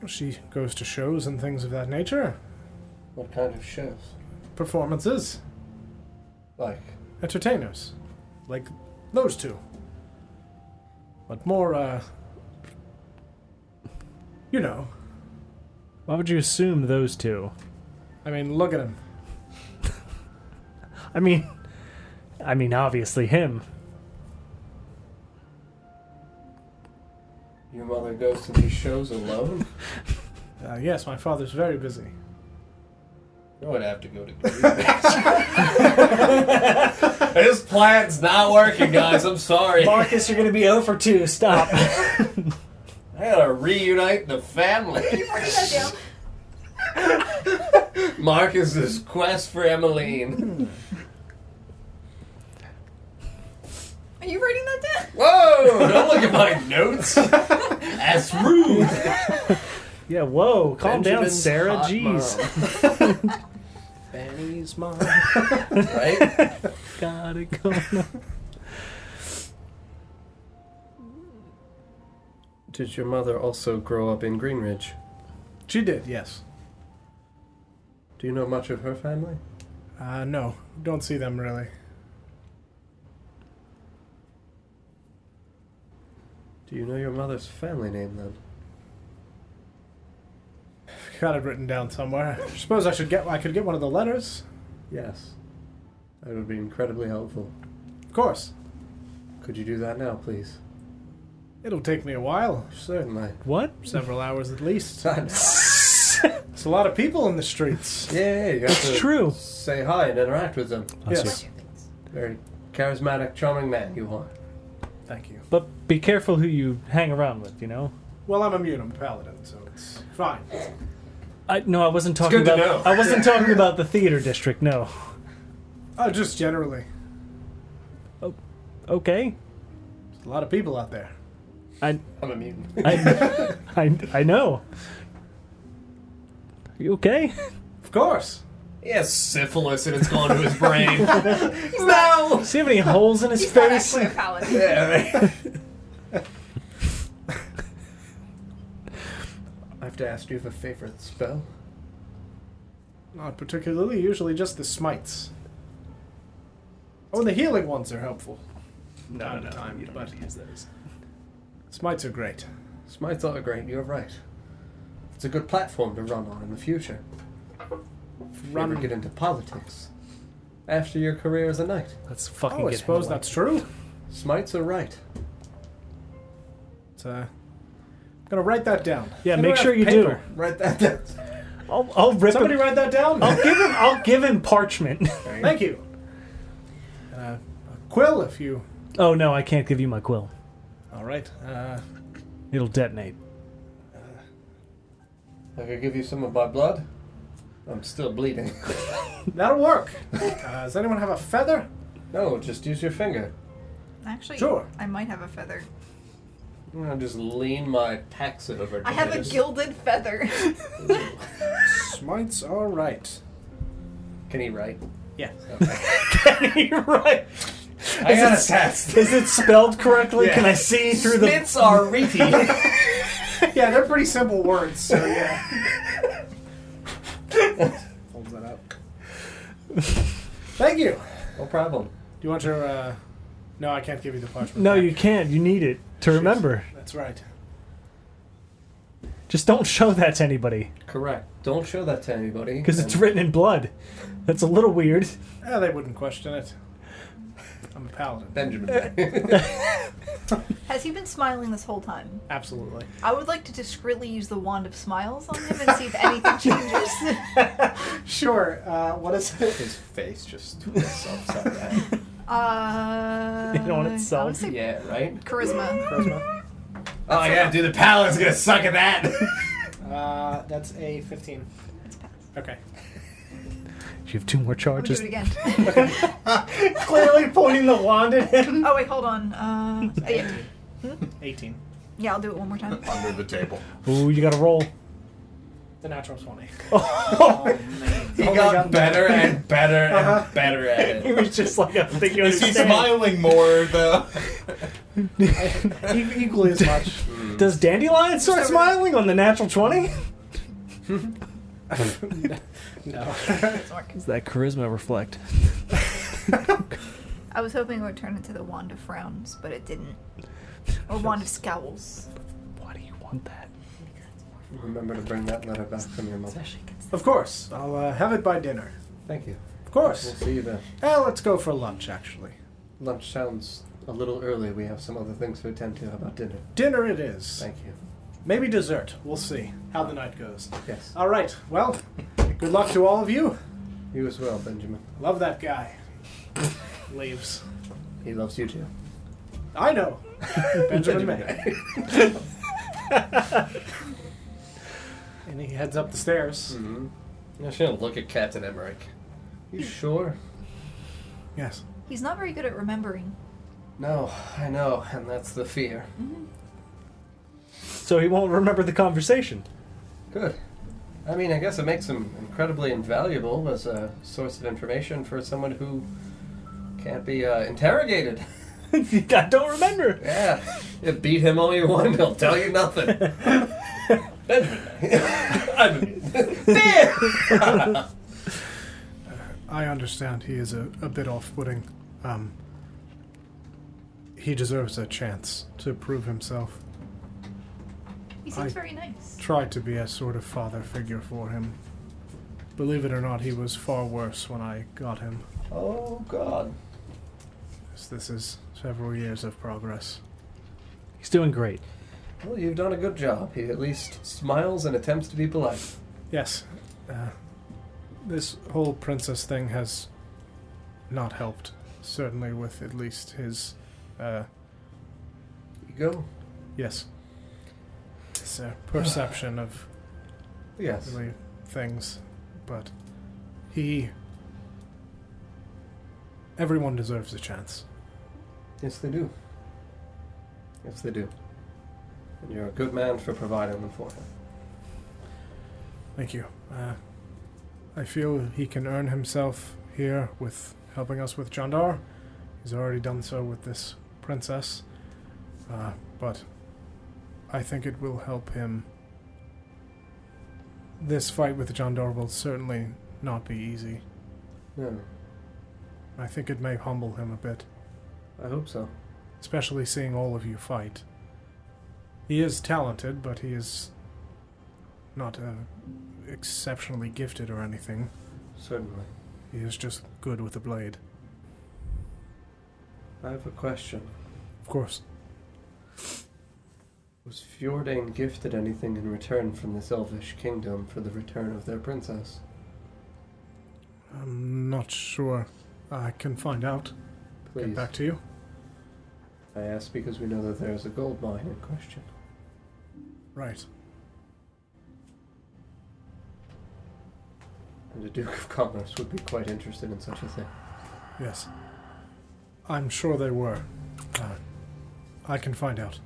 she goes to shows and things of that nature. What kind of shows? Performances, Like? entertainers, like those two. But more, uh, you know. Why would you assume those two? I mean, look at him. I mean, I mean, obviously him. Your mother goes to these shows alone? Uh, yes, my father's very busy. I would have to go to His plan's not working, guys. I'm sorry. Marcus, you're going to be 0 for 2. Stop. I gotta reunite the family. Marcus's quest for Emmeline. Are you writing that down? Whoa! Don't look at my notes. That's rude. Yeah, whoa, calm down, Benjamin's Sarah. hot Jeez. Benny's mom. right? Got it going on. Did your mother also grow up in Green Ridge? She did, yes. Do you know much of her family? Uh, no, don't see them really. Do you know your mother's family name then? Got it written down somewhere. I suppose I should get. I could get one of the letters. Yes. That would be incredibly helpful. Of course, Could you do that now, please? it'll take me a while. Certainly. What? Several hours at least. That's It's a lot of people in the streets. yeah, yeah, you have It's to true. Say hi and interact with them. Yes. Very charismatic, charming man you are. Thank you. But be careful who you hang around with, you know? Well, I'm immune. I'm a paladin, so it's fine. I no, I wasn't talking good to about know. I wasn't talking about the theater district, no. Uh, just generally, Okay. there's a lot of people out there. I I'm immune. I I, I know. Are you okay? Of course. He has syphilis and it's going to his brain. no! Does he have any holes in his He's not face? actually a paladin. yeah, right. I have to ask, do you have a favorite spell? Not particularly. Usually, just the smites. Oh, and the healing ones are helpful. No, time no, to time, you don't but have to use those. smites are great. Smites are great, you're right. It's a good platform to run on in the future. If you ever Run- get into politics. After your career as a knight. Let's fucking Oh, I get suppose Hellite. that's true. Smites are right. It's, uh, I'm gonna write that down. Yeah, Anywhere make I sure have you paper. do. Write that down. I'll, I'll rip Somebody him. write that down. I'll give him. I'll give him parchment. Thank you. Uh, a quill, if you. oh no, I can't give you my quill. All right. Uh, It'll detonate. I could give you some of my blood. I'm still bleeding. that'll work. Uh, does anyone have a feather? no, just use your finger. Actually, Sure. I might have a feather. I'm gonna just lean my taxon over I have a Dennis. gilded feather. Smites are right. Can he write? Yeah. You're right. I Is got it- a test. Is it spelled correctly? Yeah. Can I see through the? Smiths are reedy. yeah, they're pretty simple words, so yeah. Holds that up. Thank you. Do No problem. you want your? Uh... No, I can't give you the parchment. No, back. you can't. You need it to remember. That's right. Just don't show that to anybody Correct. Don't show that to anybody. because it's And written in blood. That's a little weird. Yeah, they wouldn't question it. I'm a paladin. Benjamin. Has he been smiling this whole time? Absolutely. I would like to discreetly use the wand of smiles on him and see if anything changes. Sure. Uh, what is it? His face just twists upside down. Uh, It on itself. I would say Yeah, right? charisma. Charisma. Oh, I gotta do the paladin's gonna suck at that. Uh, that's a 15. Okay. You have two more I'm gonna charges. do it again. Clearly pointing the wand at him. oh wait, hold on. Uh, yeah, 18. yeah, I'll do it one more time. under the table. Ooh, you got to roll. The natural 20. He got better and Uh-huh. better and better at He it. was just like, I don't think you Is he understand. smiling more though? E- equally as much. Does Dandelion start Just over smiling on the natural twenty? No. Is that charisma reflect? I was hoping it would turn into the wand of frowns, but it didn't. Or wand of scowls. Why do you want that? Remember to bring that letter back from your mother. Of course. I'll uh, have it by dinner. Thank you. Of We'll course. see you then. Eh, let's go for lunch, actually. Lunch sounds a little early. We have some other things to attend to. How about dinner? Dinner it is. Thank you. Maybe dessert. We'll see how the night goes. Yes. All right. Well, good luck to all of you. You as well, Benjamin. Love that guy. Leaves. He loves you too. I know. Benjamin May. and he heads up the stairs. I shouldn't look at Captain Emmerich. Mm-hmm. You sure? Yes. He's not very good at remembering. No, I know, and that's the fear. So he won't remember the conversation. Good. I mean, I guess it makes him incredibly invaluable as a source of information for someone who can't be uh, interrogated. I don't remember. Yeah, you beat him all you want, he'll tell you nothing. I understand he is a, a bit off putting. Um, he deserves a chance to prove himself. He seems I- very nice. Tried to be a sort of father figure for him. Believe it or not, he was far worse when I got him. Oh, God. This- This is several years of progress. He's doing great. Well, you've done a good job. He at least smiles and attempts to be polite. Yes. Uh, this whole princess thing has not helped, certainly with at least his. Uh, Ego? Yes. His uh, perception of. Yes. really Things. But he. Everyone deserves a chance. Yes, they do. Yes, they do. And you're a good man for providing them for him. Thank you. Uh, I feel he can earn himself here with helping us with Jandar. He's already done so with this princess. Uh, but I think it will help him. This fight with Jandar will certainly not be easy. No. I think it may humble him a bit. I hope so. Especially seeing all of you fight. He is talented, but he is not uh, exceptionally gifted or anything. Certainly. He is just good with a blade. I have a question. Of course. Was Fjordain gifted anything in return from this elvish kingdom for the return of their princess? I'm not sure. I can find out. Please. Get back to you. I ask because we know that there is a gold mine in question. Right. And the Duke of Commerce would be quite interested in such a thing. Yes. I'm sure they were. Uh, I can find out.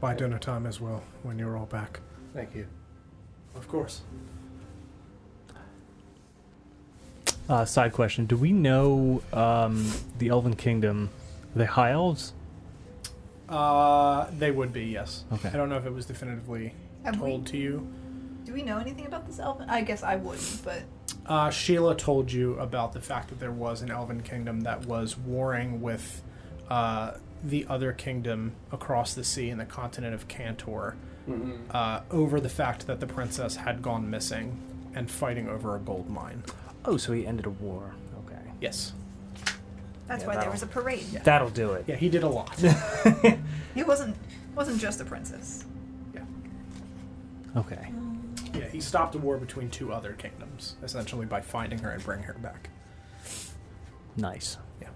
By dinner time as well, when you're all back. Thank you. Of course. Uh, side question: Do we know um, the Elven Kingdom, the High Elves? Uh, they would be, yes. Okay. I don't know if it was definitively Have we- told to you. Do we know anything about this elf? I guess I wouldn't, but Uh, Sheila told you about the fact that there was an elven kingdom that was warring with uh, the other kingdom across the sea in the continent of Cantor uh, over the fact that the princess had gone missing and fighting over a gold mine. Oh, so he ended a war. Okay. Yes. that's Yeah, why there that'll- was a parade. That'll do it. Yeah, he did a lot. It wasn't wasn't just the princess. Okay. Yeah, he stopped a war between two other kingdoms essentially by finding her and bringing her back. Nice. Yeah.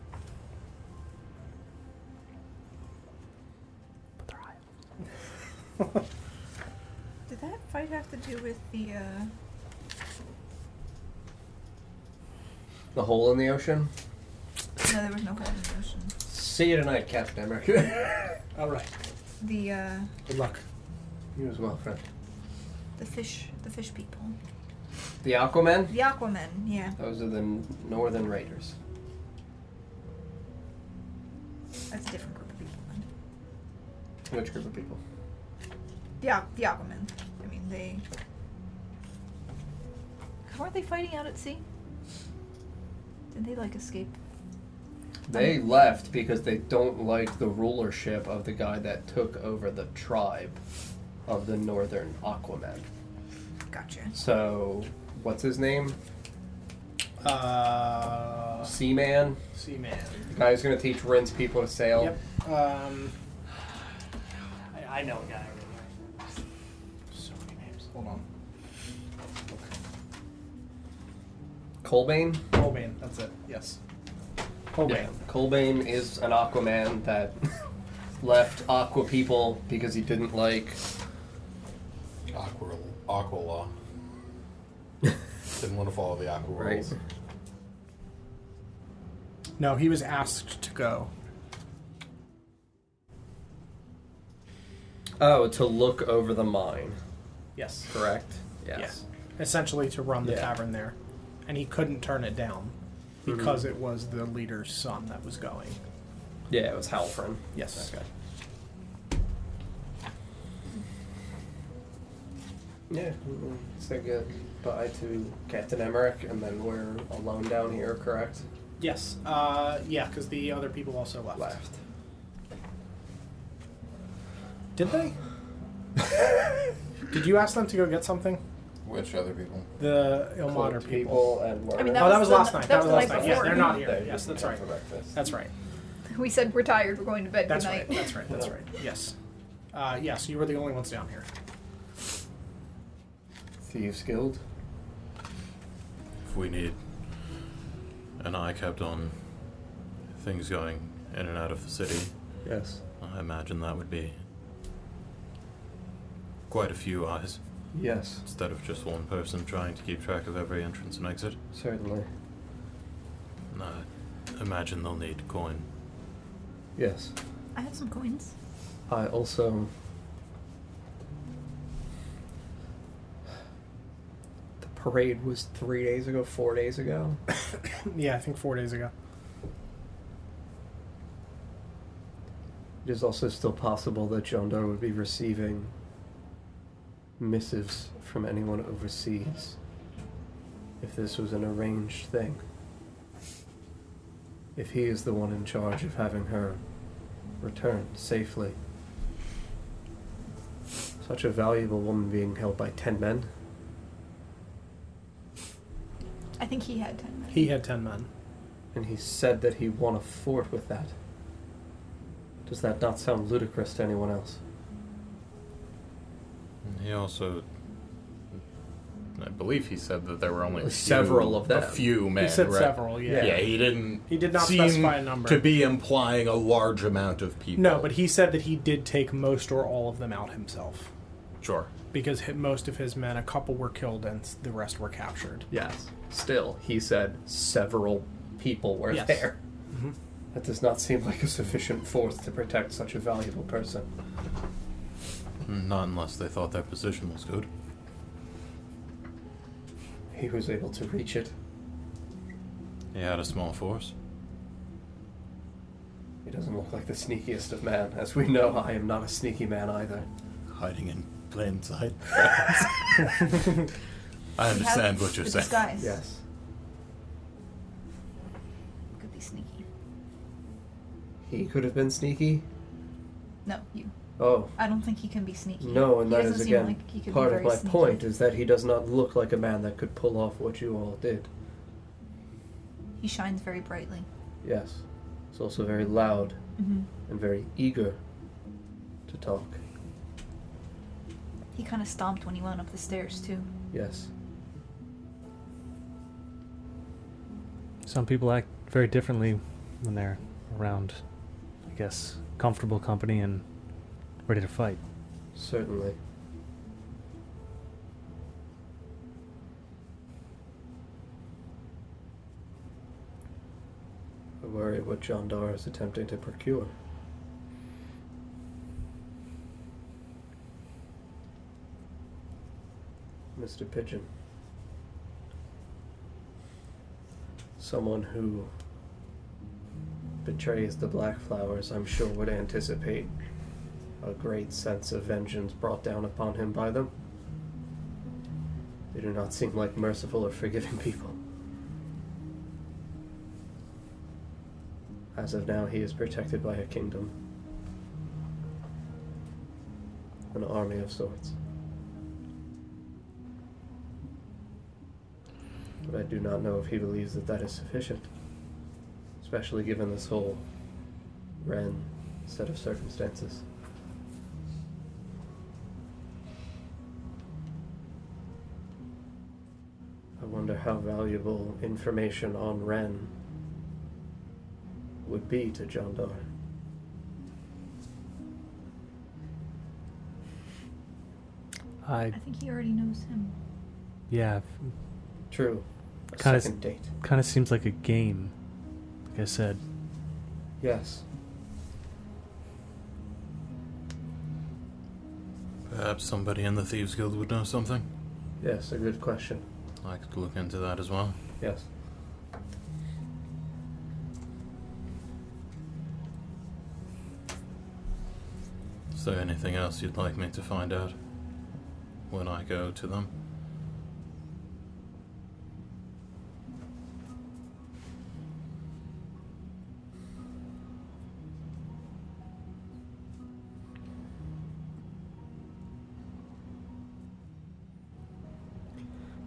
Did that fight have to do with the? uh... The hole in the ocean? No, there was no gold in the ocean. See you tonight, Captain America. All right. The uh, Good luck. You as well, friend. the fish, the fish people, The Aquaman? the Aquaman. Yeah, Those are the n- Northern Raiders. that's a different group of people. Then. Which group of people? The Aqu- the Aquaman. I mean, they weren't they fighting out at sea? Did they like escape? They left because they don't like the rulership of the guy that took over the tribe of the Northern Aquaman. Gotcha. So, what's his name? Uh, Seaman? Seaman. Oh. The guy who's going to teach Ren's people to sail? Yep. Um, I, I know a guy. So many names. Hold on. Colbane? Colbane, that's it. Yes. Colbane. Colbane is an Aquaman that left Aqua people because he didn't like Aqua, aqua law. Didn't want to follow the aqua rules. No, he was asked to go. Oh, to look over the mine. Yes. Correct? Yes. Essentially, to run the Yeah. Mm-hmm. tavern there, and he couldn't turn it down because it was the leader's son that was going. Yeah, it was Halfrin. Yes. Okay. Yeah, mm, say goodbye to Captain Emmerich, and then we're alone down here, correct? Yes. Uh, yeah, because the other people also left. Left. Did they? Did you ask them to go get something? Which other people? The Ilmater Cloaked people. and I mean, oh, that was was the- last night. that That was was the last night night. Yes, before. they're not They here. Yes, didn't that's come right. for breakfast. That's right. We said we're tired. We're going to bed. That's good right. night. That's right. That's right. Yes. Uh, yes, you were the only ones down here. Thieves Guild. If we need an eye kept on things going in and out of the city, yes, I imagine that would be quite a few eyes. Yes. Instead of just one person trying to keep track of every entrance and exit. Certainly. And I imagine they'll need coin. Yes. I have some coins. I also. The parade was three days ago, four days ago. yeah, I think four days ago. It is also still possible that John Doe would be receiving missives from anyone overseas if this was an arranged thing. If he is the one in charge of having her returned safely. Such a valuable woman being held by ten men. I think he had ten minutes. He had ten men. And he said that he won a fort with that. Does that not sound ludicrous to anyone else? And He also, I believe he said that there were only a few- Several of them. A few He men. said right? several, yeah. Yeah, he didn't. He did not seem specify a number. To be implying a large amount of people. No, but he said that he did take most or all of them out himself Sure. because hi- most of his men, a couple were killed and s- the rest were captured. Yes. Still, he said several people were Yes. there. That does not seem like a sufficient force to protect such a valuable person. not unless they thought their position was good. He was able to reach it. He had a small force. He doesn't look like the sneakiest of men. As we know, I am not a sneaky man either. Hiding in plain sight. I understand Have what you're the saying. Disguise. Yes. Could be sneaky. He could have been sneaky. No, you. Oh. I don't think he can be sneaky. No, and he that doesn't is seem again like he could part be of very my sneaky. point is that he does not look like a man that could pull off what you all did. He shines very brightly. Yes. He's also very loud hmm and very eager to talk. He kind of stomped when he went up the stairs too. Yes. Some people act very differently when they're around, I guess, comfortable company and ready to fight. Certainly. I worry what John Dar is attempting to procure. Mr. Pigeon. Someone who betrays the Black Flowers, I'm sure, would anticipate a great sense of vengeance brought down upon him by them. They do not seem like merciful or forgiving people. As of now, he is protected by a kingdom, an army of sorts. But I do not know if he believes that that is sufficient, especially given this whole Ren set of circumstances. how valuable information on Ren would be to John Dar. I I think he already knows him. yeah. True. A Kind second of date. kind of seems like a game. Like I said, Yes. Perhaps somebody in the Thieves Guild would know something. Yes, a good question. Like to look into that as well. Yes. Is there anything else you'd like me to find out when I go to them?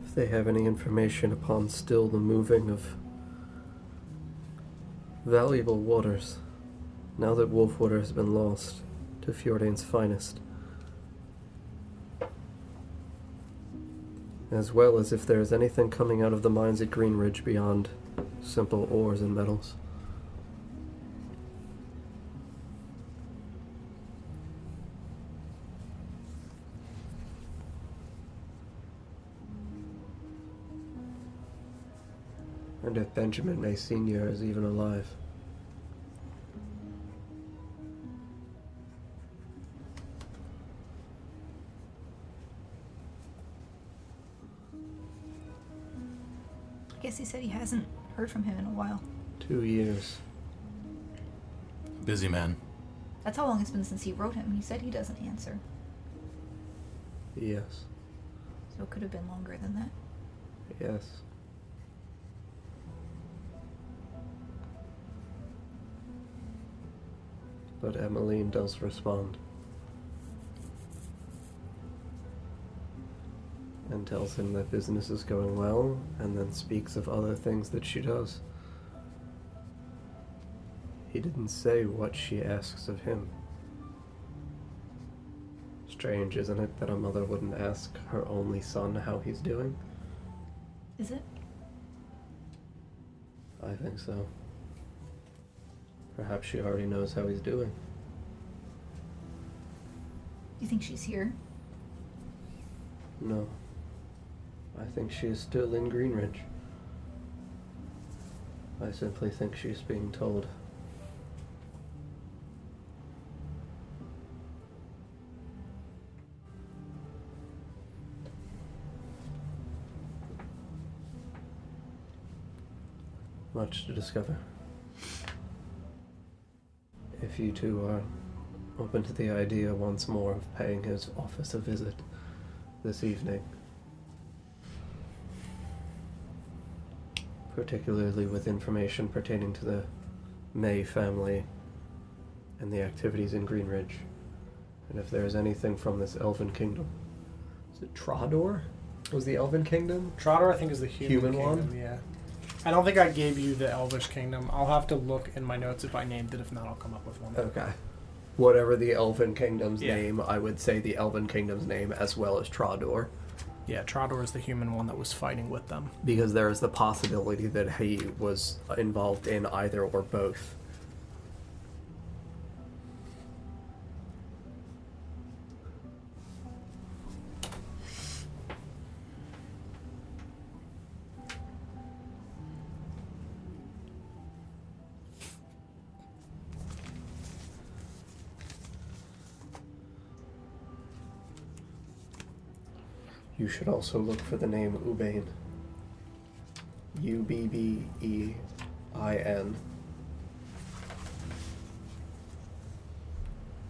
If they have any information upon still the moving of valuable waters, now that Wolfwater has been lost to Fjordane's finest, as well as if there is anything coming out of the mines at Greenridge beyond simple ores and metals. And if Benjamin May Sr. is even alive. I guess he said he hasn't heard from him in a while. Two years. Busy man. That's how long it's been since he wrote him. He said he doesn't answer, Yes. so it could have been longer than that. Yes. But Emmeline does respond. And tells him that business is going well, and then speaks of other things that she does. He didn't say what she asks of him. Strange, isn't it, that a mother wouldn't ask her only son how he's doing? Is it? I think so. Perhaps she already knows how he's doing. You think she's here? No. I think she is still in Greenridge. I simply think she's being told. Much to discover. If you two are open to the idea once more of paying his office a visit this evening, particularly with information pertaining to the May family and the activities in Greenridge, and if there is anything from this Elven Kingdom. Is it Trador? Was the Elven Kingdom? Trador, I think, is the Human human, kingdom, one? Yeah. I don't think I gave you the Elvish Kingdom. I'll have to look in my notes if I named it. If not, I'll come up with one. Okay. Whatever the Elven Kingdom's Yeah. name, I would say the Elven Kingdom's name as well as Trador. Yeah, Trador is the human one that was fighting with them. because there is the possibility that he was involved in either or both. You should also look for the name Ubain. U B B E I N.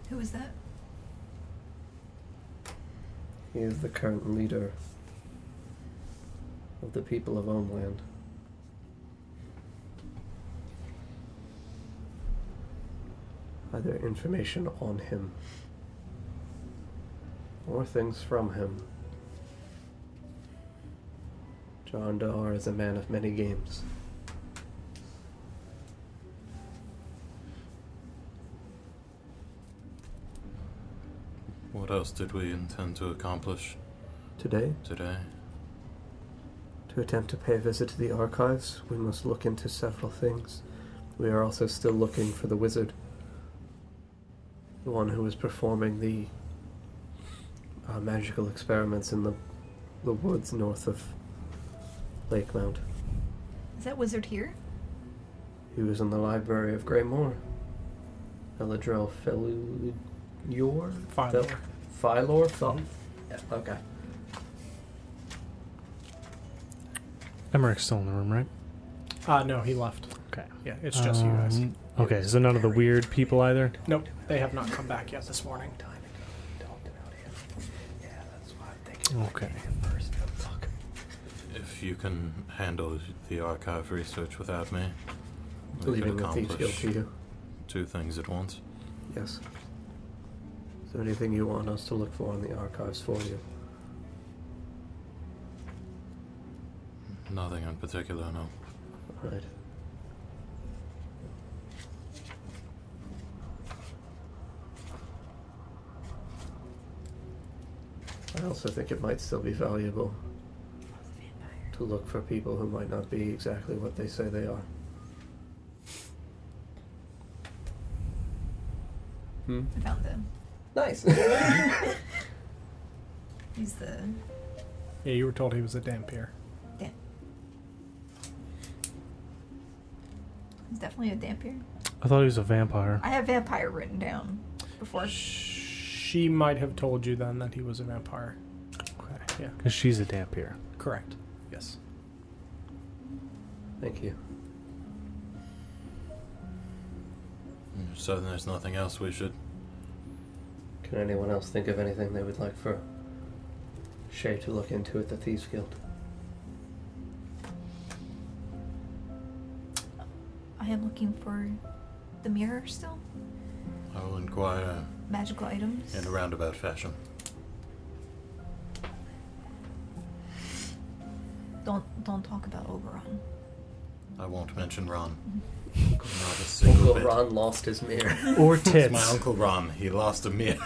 Who is that? He is the current leader of the people of Homeland. Either information on him or things from him. John Dar is a man of many games. What else did we intend to accomplish Today, today? To attempt to pay a visit to the archives, we must look into several things. We are also still looking for the wizard. The one who was performing the uh, magical experiments in the, the woods north of Lake Mount. Is that wizard here? He was in the library of Greymoor. Eladril Felurior? Phylor. Phylor? Fel- yeah, okay. Emmerich's still in the room, right? Uh, no, he left. Okay. Yeah, it's just you guys. Um, Okay, so none of the weird people either. Nope, they have not come back yet this morning. Okay. If you can handle the archive research without me, we could Leaving the Thieves' accomplish Guild to you. two things at once. Yes. Is there anything you want us to look for in the archives for you? Nothing in particular, no. Right. I also think it might still be valuable to look for people who might not be exactly what they say they are. I found them. Nice. He's the Yeah, you were told he was a dampier. he's definitely a dampier. I thought he was a vampire. I have vampire written down before. She might have told you then that he was a vampire. Okay. Yeah. Because she's a dampier. Correct. Yes. Thank you. So there's nothing else we should. Can anyone else think of anything they would like for Shay to look into at the Thieves Guild? I am looking for the mirror still. I will inquire Magical items. in a roundabout fashion. Don't don't talk about Oberon. I won't mention Ron. Not a Uncle single bit. Ron lost his mirror. Or It's tits. my Uncle Ron. He lost a mirror.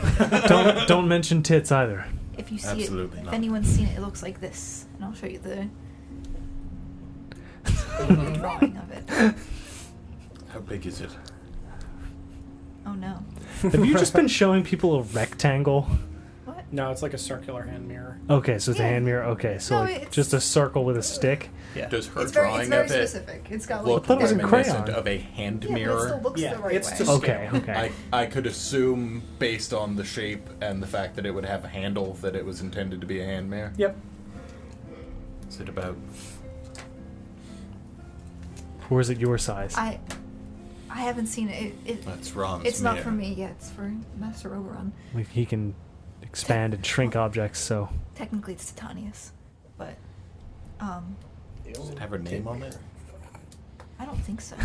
don't don't mention tits either. If you see Absolutely it, not. if anyone's seen it, it looks like this, and I'll show you the, the drawing of it. How big is it? Oh no. Have you just been showing people a rectangle? No, it's like a circular hand mirror. Okay, so it's a Yeah. hand mirror. Okay, so No, like it's- just a circle with a stick. Yeah. Does her It's very- it's drawing very of specific. it It's got, look like, I thought it was in reminiscent crayon. of a hand Yeah, but it mirror? still looks Yeah, the right it's way. to Okay, scale. okay. I, I could assume based on the shape and the fact that it would have a handle that it was intended to be a hand mirror. Yep. Is it about? Or is it your size? I I haven't seen it. it, it That's Ron's It's not mirror. for me yet. It's for Master Oberon. Like he can expand and shrink objects. So Technically, it's Titanius, but um, Does it have her name on it? I don't think so.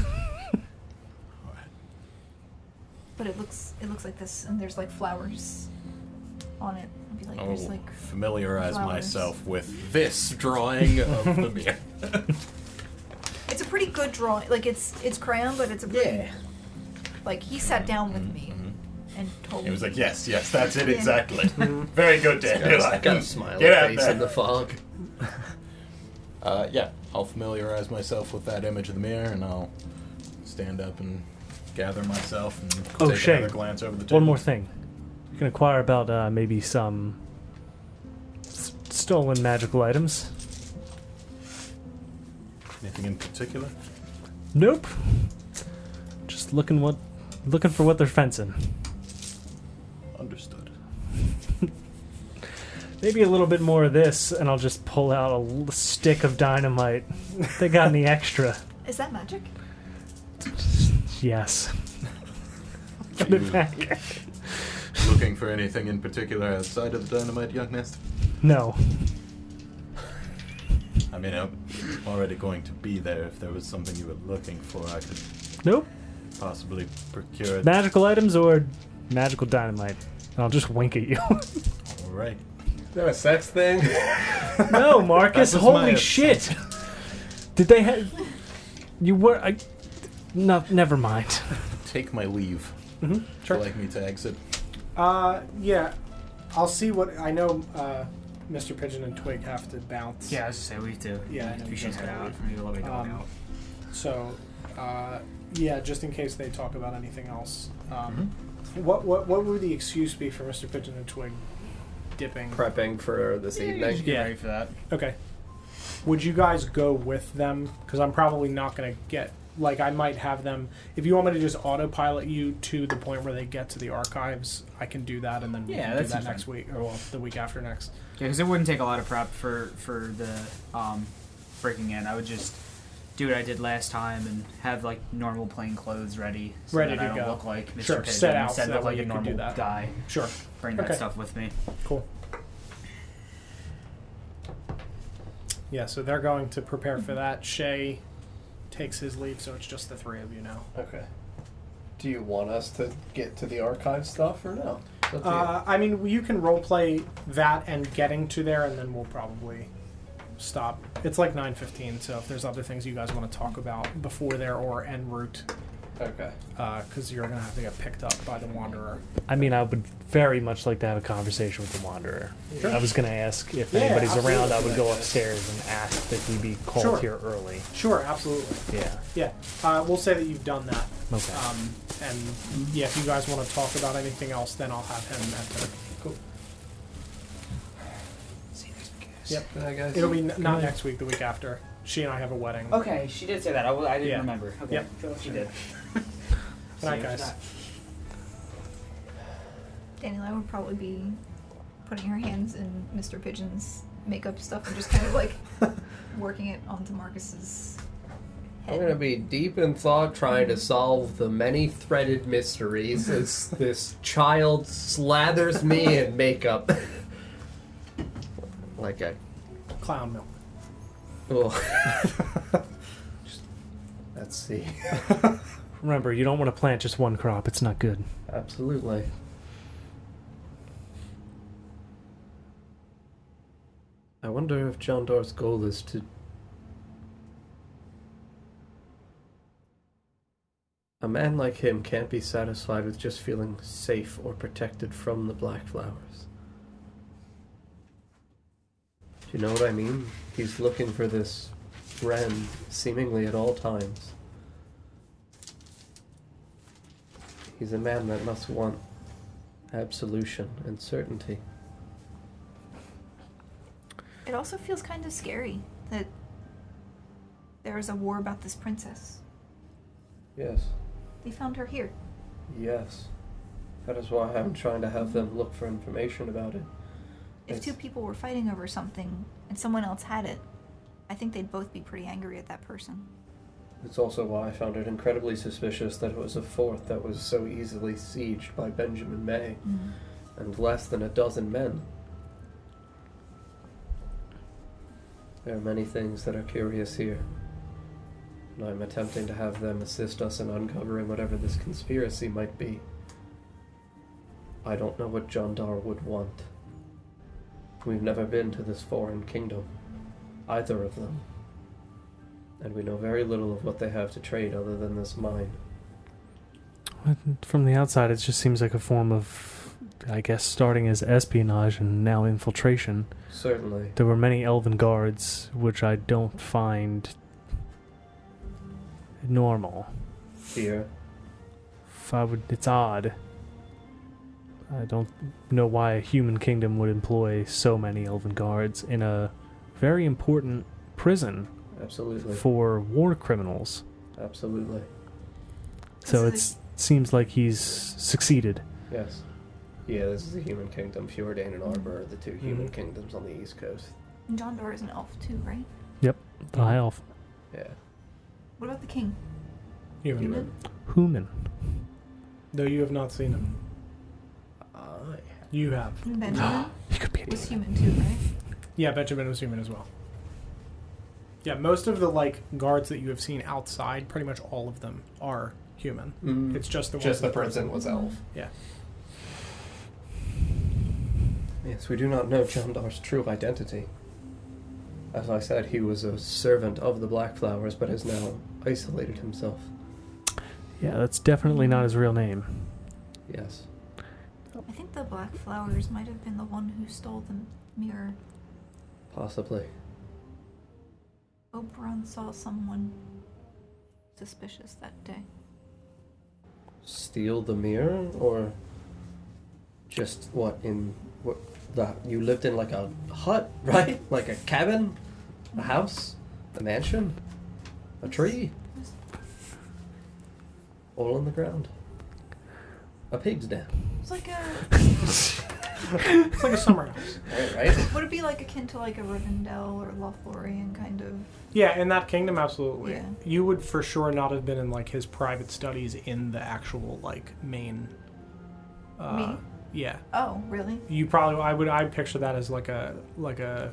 but it looks it looks like this, and there's like flowers on it. It'd be like I there's will like familiarize flowers. myself with this drawing of the mirror. It's a pretty good drawing. Like it's it's crayon, but it's a pretty, yeah. Like he sat down with me and told It was me. like, yes, yes, that's it Yeah. exactly. Very good, Dan. It's got- it's got a Mm, smiley get out face there. in the fog. Uh, yeah, I'll familiarize myself with that image of the mirror, and I'll stand up and gather myself and oh, take Shay. another glance over the table. One more thing. You can inquire about uh, maybe some s- stolen magical items. Anything in particular? Nope. Just looking what, looking for what they're fencing. Understood. Maybe a little bit more of this, and I'll just pull out a l- stick of dynamite. They got any extra? Is that magic? Yes. Put it back. Looking for anything in particular outside of the dynamite, young nest? No. I mean, I'm already going to be there. If there was something you were looking for, I could Nope. possibly procure it. Magical items or magical dynamite. And I'll just wink at you. All right. Is that a sex thing? no, Marcus. That was holy my- shit. Did they have? You were. I, no, never mind. Take my leave. Mhm, Would you like me to exit? Uh, yeah. I'll see what I know. Uh, Mr. Pigeon and Twig have to bounce. Yeah, I was just say we have to. Yeah, I know we should that's head gotta out. leave. We need to let my dog Um, out. So, uh, yeah, just in case they talk about anything else, um, Mm-hmm. what what what would the excuse be for Mr. Pigeon and Twig dipping? Prepping for this evening. for that. Okay. Would you guys go with them? Because I'm probably not going to get. Like, I might have them. If you want me to just autopilot you to the point where they get to the archives, I can do that, and then we Yeah, can that do that seems next week, or well, the week after next. Yeah, because it wouldn't take a lot of prep for for the um, breaking in. I would just do what I did last time and have like normal plain clothes ready, so Ready that to I don't go. look like Mr. Sure, Pigeon. set out instead so of that way like you a can do normal that. guy. Sure, bring that Okay. stuff with me. Cool. Yeah, so they're going to prepare for that. Shay takes his leave, so it's just the three of you now. Okay. Do you want us to get to the archive stuff or no? It's up to you. Uh, I mean, you can roleplay that and getting to there, and then we'll probably stop. It's like nine fifteen, so if there's other things you guys want to talk about before there or en route, okay, because you're gonna have to get picked up by the Wanderer. I mean, I would very much like to have a conversation with the Wanderer. Sure. I was going to ask if Yeah, anybody's around. absolutely. I would go upstairs and ask that we be called Sure. here early. Sure, absolutely. Yeah. Yeah, uh, we'll say that you've done that. Okay. Um, and yeah, if you guys want to talk about anything else, then I'll have him enter. Cool. Yep. Good night, guys. Oh, It'll be n- Good not night. next week. The week after. She and I have a wedding. Okay, she did say that. I, I didn't Yeah. remember. Okay, Yep. she did. Good night, guys. Daniel, I would probably be putting her hands in Mr. Pigeon's makeup stuff and just kind of like working it onto Marcus's I'm gonna be deep in thought trying to solve the many threaded mysteries as this child slathers me in makeup. like a Clown milk. oh. Let's see. Remember, you don't want to plant just one crop. It's not good. Absolutely. I wonder if John Dor's goal is to. A man like him can't be satisfied with just feeling safe or protected from the black flowers. Do you know what I mean? He's looking for this wren seemingly at all times. He's a man that must want absolution and certainty. It also feels kind of scary that there is a war about this princess. Yes, They found her here. yes. That is why I'm trying to have them look for information about it. If two people were fighting over something and someone else had it, I think they'd both be pretty angry at that person. It's also why I found it incredibly suspicious that it was a fort that was so easily sieged by Benjamin May Mhm. and less than a dozen men. There are many things that are curious here, and I'm attempting to have them assist us in uncovering whatever this conspiracy might be. I don't know what John Dar would want. We've never been to this foreign kingdom, either of them and we know very little of what they have to trade other than this mine. From the outside, it just seems like a form of, I guess, starting as espionage and now infiltration. Certainly. There were many elven guards, which I don't find normal. Fear. If I would, it's odd. I don't know why a human kingdom would employ so many elven guards in a very important prison Absolutely. for war criminals. Absolutely. So it seems like he's succeeded. Yes. Yeah, this is the human kingdom. Fjordan and Arbor are the two human kingdoms on the east coast. And John Dor is an elf too, right? Yep, the High Elf. Yeah. What about the king? Human. Human. Though you have not seen him. I. You have. And Benjamin? he could be was human too, right? Yeah, Benjamin was human as well. Yeah, most of the like guards that you have seen outside, pretty much all of them are human. Mm. It's just the Just ones in the prison was elf. Yeah. Yes, we do not know Chandar's true identity. As I said, he was a servant of the Black Flowers, but has now isolated himself. Yeah, that's definitely not his real name. Yes. I think the Black Flowers might have been the one who stole the mirror Possibly. Oberon saw someone suspicious that day. Steal the mirror, or just what in what the you lived in like a hut, right? Like a cabin, a house, a mansion, a tree, all on the ground, a pig's den. It's like a. it's like a summer house. Right, right? Would it be like akin to like a Rivendell or Lothlorien kind of? Yeah, in that kingdom, absolutely. Yeah. You would for sure not have been in like his private studies in the actual like main. Uh, Me? Yeah. Oh, really? You probably I would I would picture that as like a like a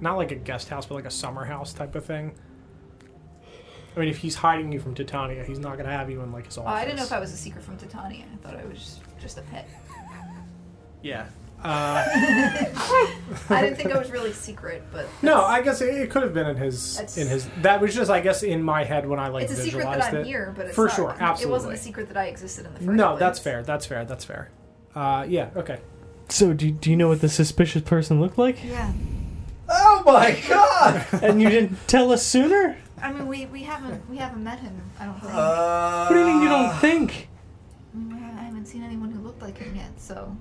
not like a guest house but like a summer house type of thing. I mean, if he's hiding you from Titania, he's not gonna have you in like his Oh, office. I didn't know if I was a secret from Titania. I thought I was just a pet. Yeah. Uh, I didn't think I was really secret, but no, I guess it, it could have been in his That's- in his. That was just I guess in my head when I like it's a secret visualized that I'm it. here. But it's for not- sure, absolutely. It wasn't a secret that I existed in the first. No, that's fair. That's fair. That's fair. Uh, yeah. Okay. So, do, do you know what the suspicious person looked like? Yeah. Oh my god! and you didn't tell us sooner? I mean, we, we haven't we haven't met him. I don't think. Uh, what do you mean you don't think? Mm, I haven't seen anyone who looked like him yet. So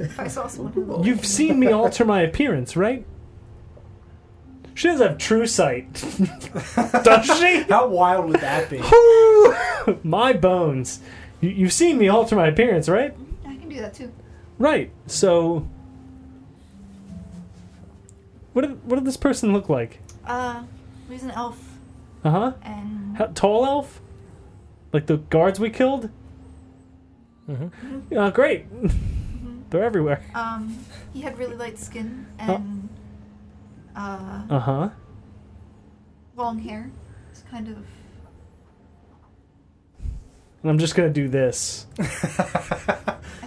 if I saw someone who looked, You've seen me alter my appearance, right? She doesn't have true sight. Does she? How wild would that be? my bones. You, you've seen me alter my appearance, right? I can do that too. Right. So. What did, what did this person look like? Uh, he was an elf Uh huh. and How, tall elf? Like the guards we killed? Uh, great. They're everywhere. um he had really light skin and uh Uh huh. long hair. It's kind of And I'm just gonna do this. I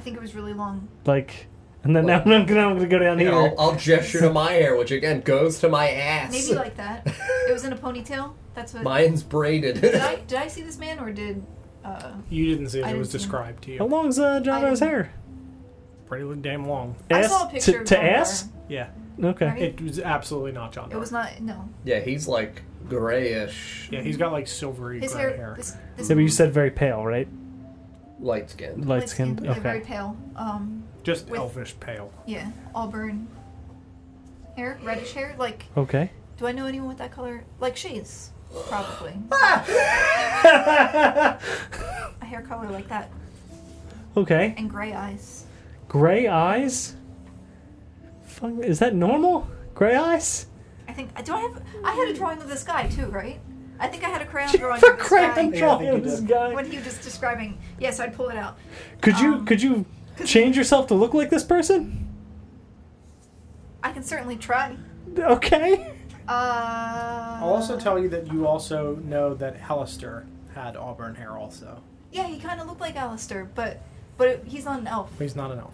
think it was really long. Like, and then now, I'm gonna- I'm gonna go down Yeah, here. I'll, I'll gesture to my hair, which again goes to my ass. Maybe like that. It was in a ponytail. That's what. Mine's braided. Did I did I see this man or did uh You didn't see it. I It didn't was see him. described to you. How long's uh, Java's hair? Pretty damn long. I saw a Ass- picture to- of to John Doerr. ass? Yeah. Okay. Right? It was absolutely not John. It was not no. Yeah, he's like grayish, Yeah, he's got like silvery His gray hair, hair. this, Yeah, this but you said very pale, right? light skinned. Light skinned. yeah, very Okay. pale. Um Just with- elfish pale. yeah, auburn hair, reddish hair. Like, Okay. do I know anyone with that color? Like shades, probably. Ah! a hair color like that Okay. and gray eyes. Gray eyes. Fuck, is that normal? Gray eyes? I think. Do I have? I had a drawing of this guy too, right? I think I had a crayon drawing For of this crayon guy. drawing Yeah, I think of you this did. guy. When he was just describing, yes, I'd pull it out. Could you um, could you change yourself to look like this person? I can certainly try. Okay. Uh. I'll also tell you that you also know that Hellister had auburn hair also. Yeah, he kind of looked like Alistair, but but it, he's not an elf, He's not an elf.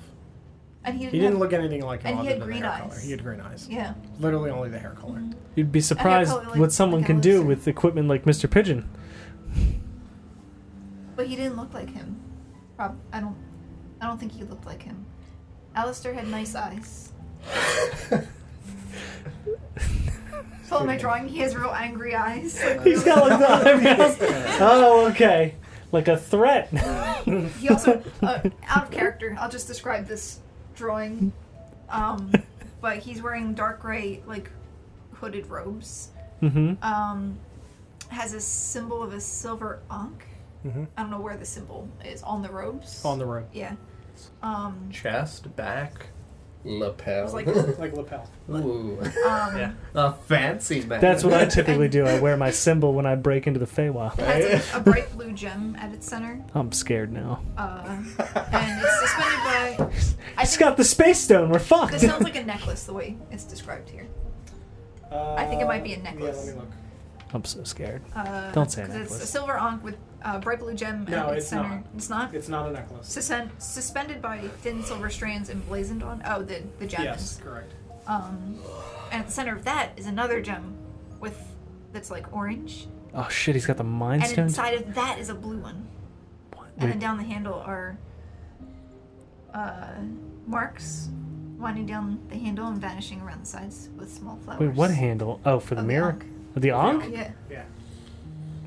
and he He didn't, didn't have- look anything like him and he other had than green the hair eyes. color. He had green eyes. Yeah. Literally only the hair color. You'd be surprised probably like- what someone like I can would do say. with equipment like Mr. Pigeon. But he didn't look like him. Prob- I don't. I don't think he looked like him. Alistair had nice eyes. Pull my drawing. He has real angry eyes. Like, He's got like the eyebrows. Oh, okay. Like a threat. He also uh, out of character. I'll just describe this drawing. Um, but he's wearing dark gray like hooded robes. mm-hmm. Um, has a symbol of a silver ankh. Mhm. I don't know where the symbol is on the robes. On the robe. Yeah. Um, Chest, back, lapel. It's like- Like lapel. Ooh, um, a fancy man. That's what I typically do. I wear my symbol when I break into the Feywild. has a, a bright blue gem at its center, I'm scared now. uh, and it's suspended by. I It's think got the space stone. We're fucked. this sounds like a necklace the way it's described here. Uh, I think it might be a Yeah, necklace. let me look. I'm so scared. Uh, Don't say 'cause It's a necklace. silver ankh with uh, bright blue gem No, at its it's center. not. It's not. It's not a necklace. Susen- suspended by thin silver strands emblazoned on. Oh, the the gem. Yes, is. correct. Um, and at the center of that is another gem, with that's like orange, Oh shit, he's got the mind and stone. inside of that is a blue one. And Wait. then down the handle are uh, marks. winding down the handle and vanishing around the sides with small flowers. Wait, what handle? Oh, for the mirror? The Ankh? Yeah. Yeah.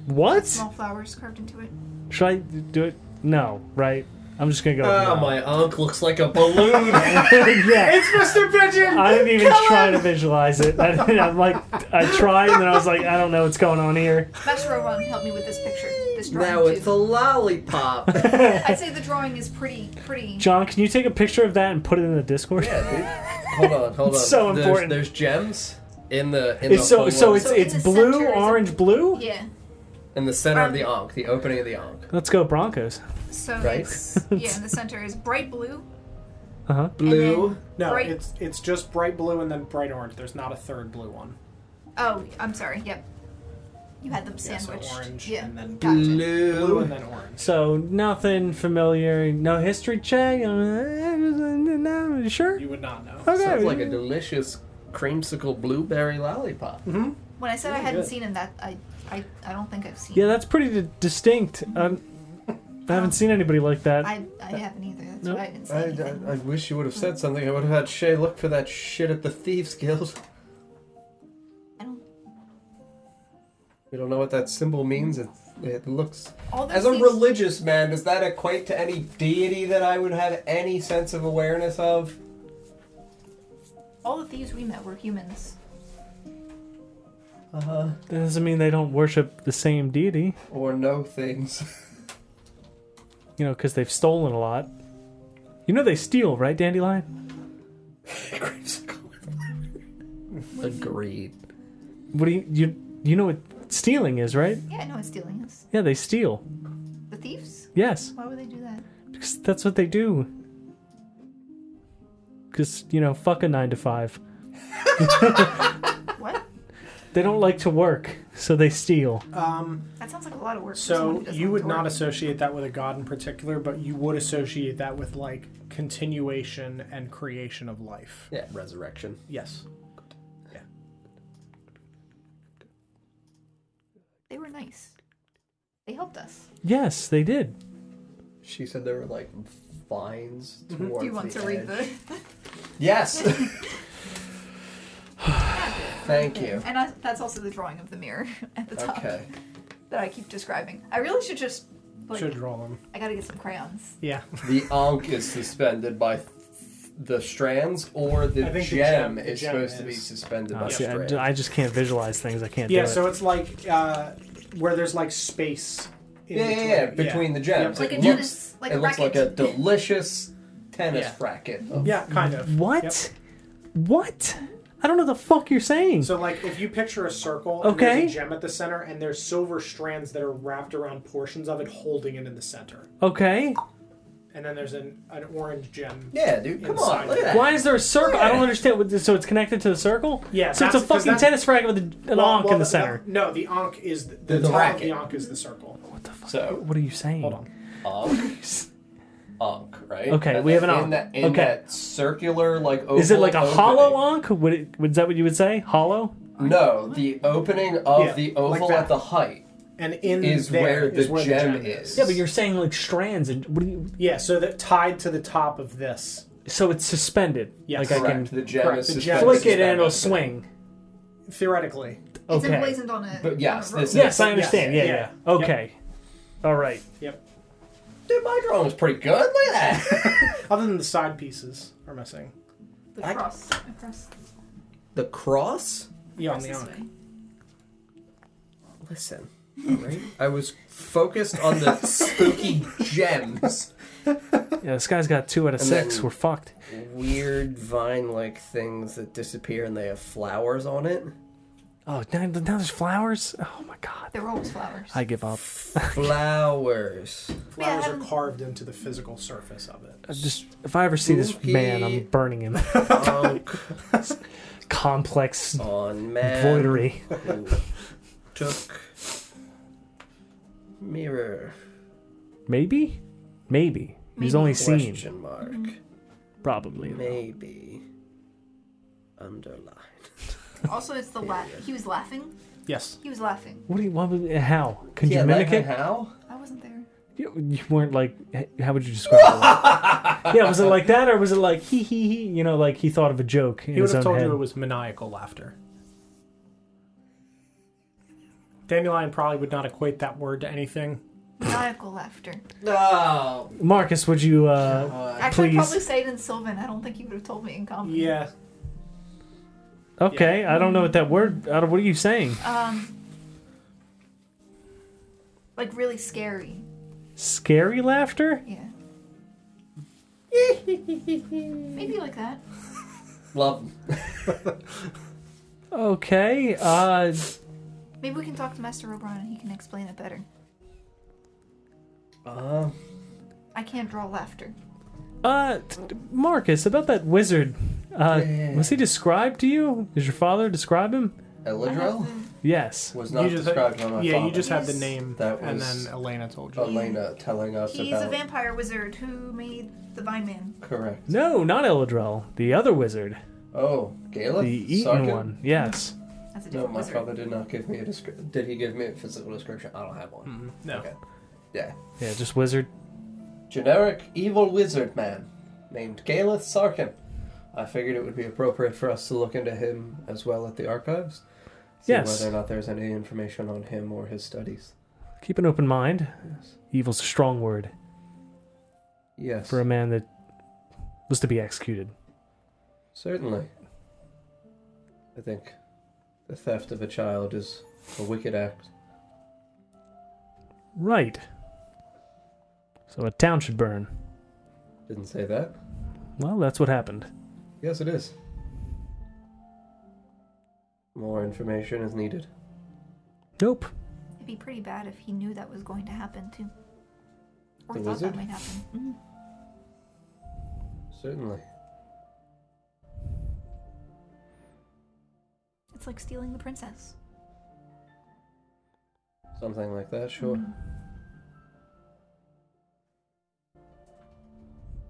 What? Small flowers carved into it. Should I do it? No, right? I'm just gonna go. Ah, no. my Ankh looks like a balloon. yeah. It's Mr. Pigeon! I didn't even Come try on! to visualize it. I, didn't- I'm like, I tried, and then I was like, I don't know what's going on here. Master Rowan helped me with this picture. This drawing. now too. it's a lollipop. I'd say the drawing is pretty, pretty. John, can you take a picture of that and put it in the Discord? hold on, hold on. It's so There's- important. There's, gems in the in the It's so whole so world. it's it's blue, orange, blue. Yeah. in the center of the Ankh, the opening of the Ankh. Let's go Broncos. So Right. it's yeah. In the center is bright blue. Uh huh. Blue. No, Bright- it's it's just bright blue and then bright orange. There's not a third blue one. Oh, I'm sorry. Yep. You had them Yeah, so sandwiched. orange yeah. and then Gotcha. blue and then orange. So nothing familiar, no history check. uh, Sure. You would not know. Okay. Sounds like a delicious creamsicle blueberry lollipop. Mm-hmm. When I said I Really hadn't good. seen him, that I, I, I don't think I've seen. Yeah, that's pretty d- distinct. Um, I haven't seen anybody like that. I, I haven't either. That's Nope. why I didn't say I, anything. I, I wish you would have said something. I would have had Shay look for that shit at the Thieves Guild. I don't- We don't know what that symbol means. It, it looks. All those As a thieves- religious man, does that equate to any deity that I would have any sense of awareness of? All the thieves we met were humans. Uh huh. That doesn't mean they don't worship the same deity, Or know things. you know, because they've stolen a lot. You know they steal, right, Dandelion? Agreed. What do you you you know what stealing is, right? Yeah, I know it's stealing us. Yeah, they steal The thieves? Yes. Why would they do that? because that's what they do. Because you know, fuck a nine to five. What? They don't like to work, so they steal. Um, That sounds like a lot of work. for someone so who doesn't you like would to not work. associate that with a god in particular, but you would associate that with like continuation and creation of life. Yeah, resurrection. Yes. They were nice. They helped us. Yes, they did. She said there were like vines Mm-hmm. Do towards you want the to read edge. the? Yes. Thank you. And I, that's also the drawing of the mirror at the top Okay. that I keep describing. I really should just. Like, Should draw them. I gotta get some crayons. Yeah. The Ankh is suspended by th- the strands, or the I gem, think the gem- the is gem supposed to be is- suspended Uh, by see, I, strands. d- I just can't visualize things. I can't. yeah, do so it. it's like uh, where there's like space. in yeah, yeah, between. yeah, between the gems. Yep. it looks, like it a looks like a racket. delicious tennis Yeah. racket. Oh, of- Yeah, kind of. What? What? I don't know the fuck you're saying. So, like, if you picture a circle, and Okay. there's a gem at the center, and there's silver strands that are wrapped around portions of it, holding it in the center. okay. And then there's an, an orange gem. Yeah, dude, come inside on, look at it. that. Why is there a circle? I don't Yeah. understand. What, so it's connected to the circle. Yeah, So it's a that's- 'cause fucking that's- tennis racket with a- an Well- onk well, in the center. no, the onk is the, the, The- the top of racket. the onk is the circle. So, What are you saying? Hold on. Ankh, Ankh, right? Okay, we have an in Ankh. That, in Okay. that circular, like, oval Is it like a opening. hollow onk? Would it? Would is that what you would say? Hollow? No, the opening of Yeah, the like oval that. at the height And in is there where the is where gem, the gem is. Yeah, but you're saying like strands and what do you? Yeah, so that tied to the top of this. So it's suspended. Yes. Like I Correct. can The gem correct, is the suspended. gem flick it suspended. and it'll swing. Theoretically, It's Okay. emblazoned on a. But yes, on a rope. this is- Yes, I understand. Yes. Yeah, Yeah. yeah. Okay. All right. Yep. Dude, my drawing was pretty good. Look at that. Other than the side pieces are missing. The I- cross. Across. the cross? Yeah, on across the this onk. way. Listen, alright? I was focused on the spooky gems. Yeah, this guy's got two out of And six. then- We're fucked. Weird vine like things that disappear and they have flowers on it. Oh, now, now there's flowers. Oh my god. They're always flowers. I give up. Flowers. Yeah, I Flowers are haven't- carved into the physical surface of it. I just if I ever see this Spooky. man, I'm burning him. Unk Complex on man. embroidery. who Took mirror. Maybe, maybe he's only seen Question mark. probably. Maybe. Underline. Also, it's the laugh. He was laughing. Yes. He was laughing. What do you? Why would, how? Can Yeah, you mimic like it? How? I wasn't there. You, you weren't like, h- how would you describe it? yeah, was it like that, or was it like he he he? You know, like he thought of a joke in He would his have own told head. you it was maniacal laughter. Dandelion probably would not equate that word to anything. Maniacal laughter. No. Marcus, would you uh, Actually, I'd please? probably say it in Sylvan. I don't think you would have told me in common. Yeah. Okay, I don't know what that word. I don't, what are you saying? Um. Like really scary. Scary laughter? Yeah. Maybe like that. Love. Okay. Uh, Maybe we can talk to Master O'Brien and he can explain it better. Uh, I can't draw laughter. uh, t- Marcus, about that wizard. Uh, was he described to you? Did your father describe him? Eladril? Yes. Was not described by my yeah, father. you just had the name, That and was then Elena told you. Elena telling us He's about. a vampire wizard who made the Vine Man. Correct. No, not Eladril. The other wizard. Oh, Galen? The eaten Sargon? one. Yes. That's a No, different my wizard. father did not give me a description. Did he give me a physical description? I don't have one. Mm-hmm. No. Okay. Yeah. Yeah, just wizard. Generic evil wizard man named Galeth Sarkin. I figured it would be appropriate for us to look into him as well at the archives. See Yes. whether or not there's any information on him or his studies. Keep an open mind. Evil's a strong word. Yes. For a man that was to be executed. Certainly. I think the theft of a child is a wicked act. Right. So a town should burn. Didn't say that. Well, that's what happened. Yes, it is. More information is needed. Nope. It'd be pretty bad if he knew that was going to happen too. Or The thought wizard? that might happen. Mhm. Certainly. It's like stealing the princess. Something like that, sure. Mm.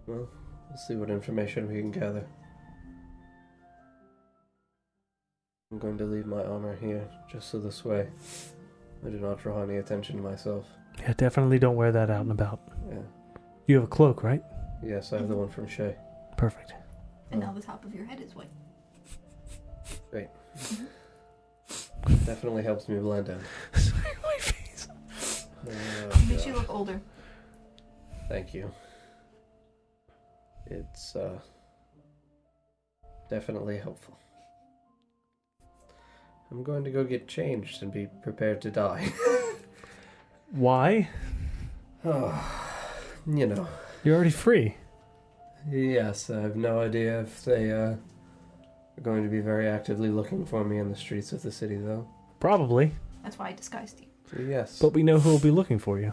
Well, let's see what information we can gather. I'm going to leave my armor here, just so this way I do not draw any attention to myself. Yeah, definitely don't wear that out and about. Yeah. You have a cloak, right? Yes, I have the one from Shay. Perfect. And Oh. now the top of your head is white. Great. Definitely helps me blend in. Mm-hmm. My face. Oh, It makes you gosh. look older. Thank you. It's uh, definitely helpful. I'm going to go get changed and be prepared to die. Why? oh, you know. You're already free. Yes, I have no idea if they uh, are going to be very actively looking for me in the streets of the city, though. Probably. That's why I disguised you. Yes. But we know who will be looking for you.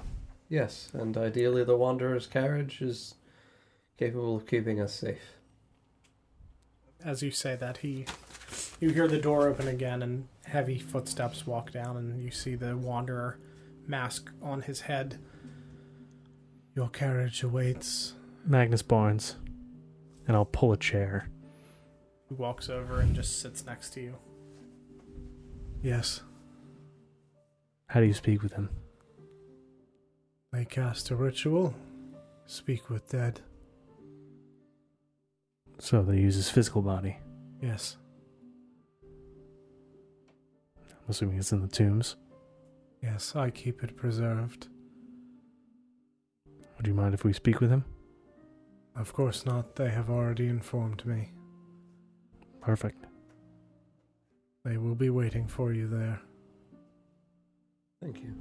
Yes, and ideally the Wanderer's carriage is capable of keeping us safe. As you say that, he, you hear the door open again, and heavy footsteps walk down, and you see the wanderer, mask on his head. Your carriage awaits. Magnus Barnes. And I'll pull a chair. He walks over and just sits next to you. Yes, How do you speak with him? they cast a ritual. Speak with dead. So they use his physical body. Yes, I'm assuming it's in the tombs. yes, I keep it preserved. Would you mind if we speak with him? Of course not, they have already informed me. Perfect. They will be waiting for you there. Thank you.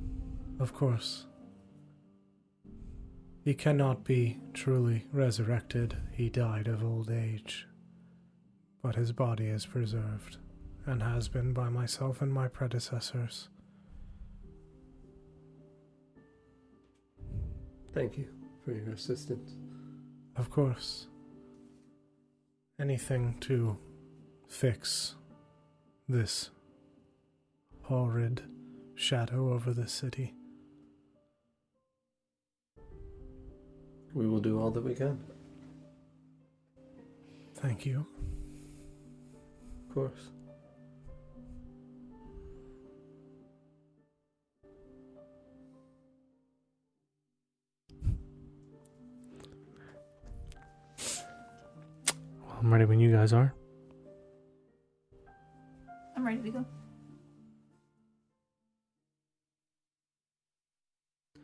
Of course. He cannot be truly resurrected. He died of old age. But his body is preserved, and has been by myself and my predecessors. Thank you for your assistance. Of course. Anything to fix this horrid shadow over the city. We will do all that we can. Thank you. Of course. I'm ready when you guys are. I'm ready to go.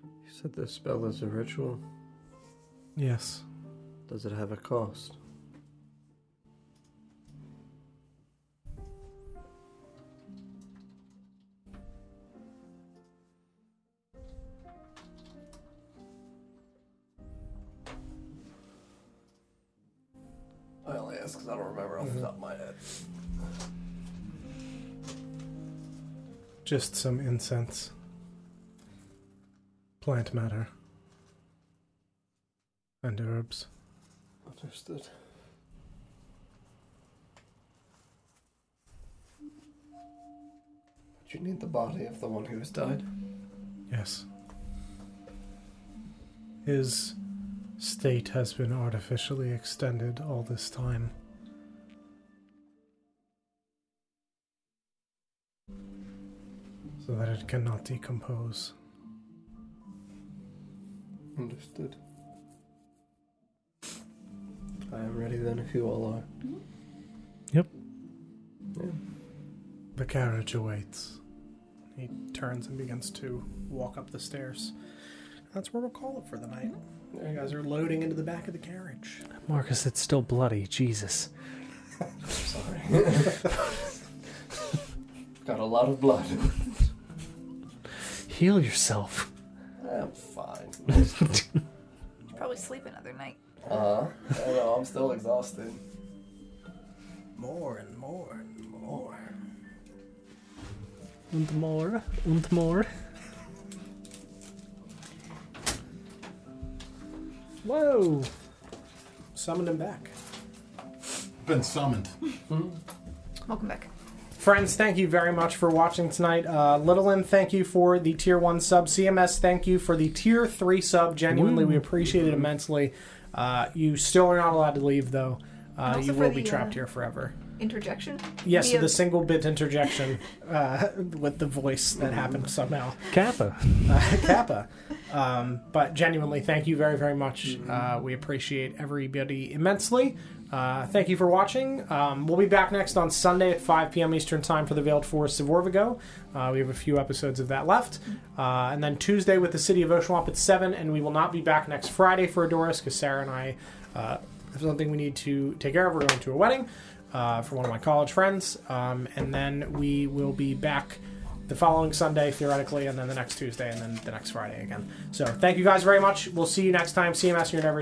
You said this spell is a ritual. Yes. Does it have a cost? I only ask because I don't remember off the top of my head. Just some incense. Plant matter. And herbs. Understood. But you need the body of the one who has died. Yes. His state has been artificially extended all this time. So that it cannot decompose. Understood. I am ready then if you all are. The carriage awaits. He turns and begins to walk up the stairs. That's where we'll call it for the night. You guys are loading into the back of the carriage. Marcus, it's still bloody. Jesus. Sorry. Got a lot of blood. Heal yourself. I'm fine. Should probably sleep another night. Uh, I know, I'm still exhausted. More and more and more. And more. And more. Whoa! Summoned him back. Been summoned. Welcome back. Friends, thank you very much for watching tonight. Uh, Littlin, thank you for the tier one sub. CMS, thank you for the tier three sub. Genuinely, we appreciate it immensely. Uh, you still are not allowed to leave, though. Uh, Also you for will be the, trapped uh, here forever. Interjection? Yes, Via- the single bit interjection uh, with the voice that happened somehow. Kappa. Uh, Kappa. Um, but genuinely, thank you very, very much. Uh, we appreciate everybody immensely. Uh, thank you for watching. Um, we'll be back next on Sunday at 5 p.m. Eastern Time for the Veiled Forest of Orvigo. Uh, we have a few episodes of that left. Uh, and then Tuesday with the City of Oshawamp at 7. And we will not be back next Friday for Adoris because Sarah and I uh, have something we need to take care of. We're going to a wedding uh, for one of my college friends. Um, and then we will be back the following Sunday, theoretically, and then the next Tuesday, and then the next Friday again. So thank you guys very much. We'll see you next time. CMS, your never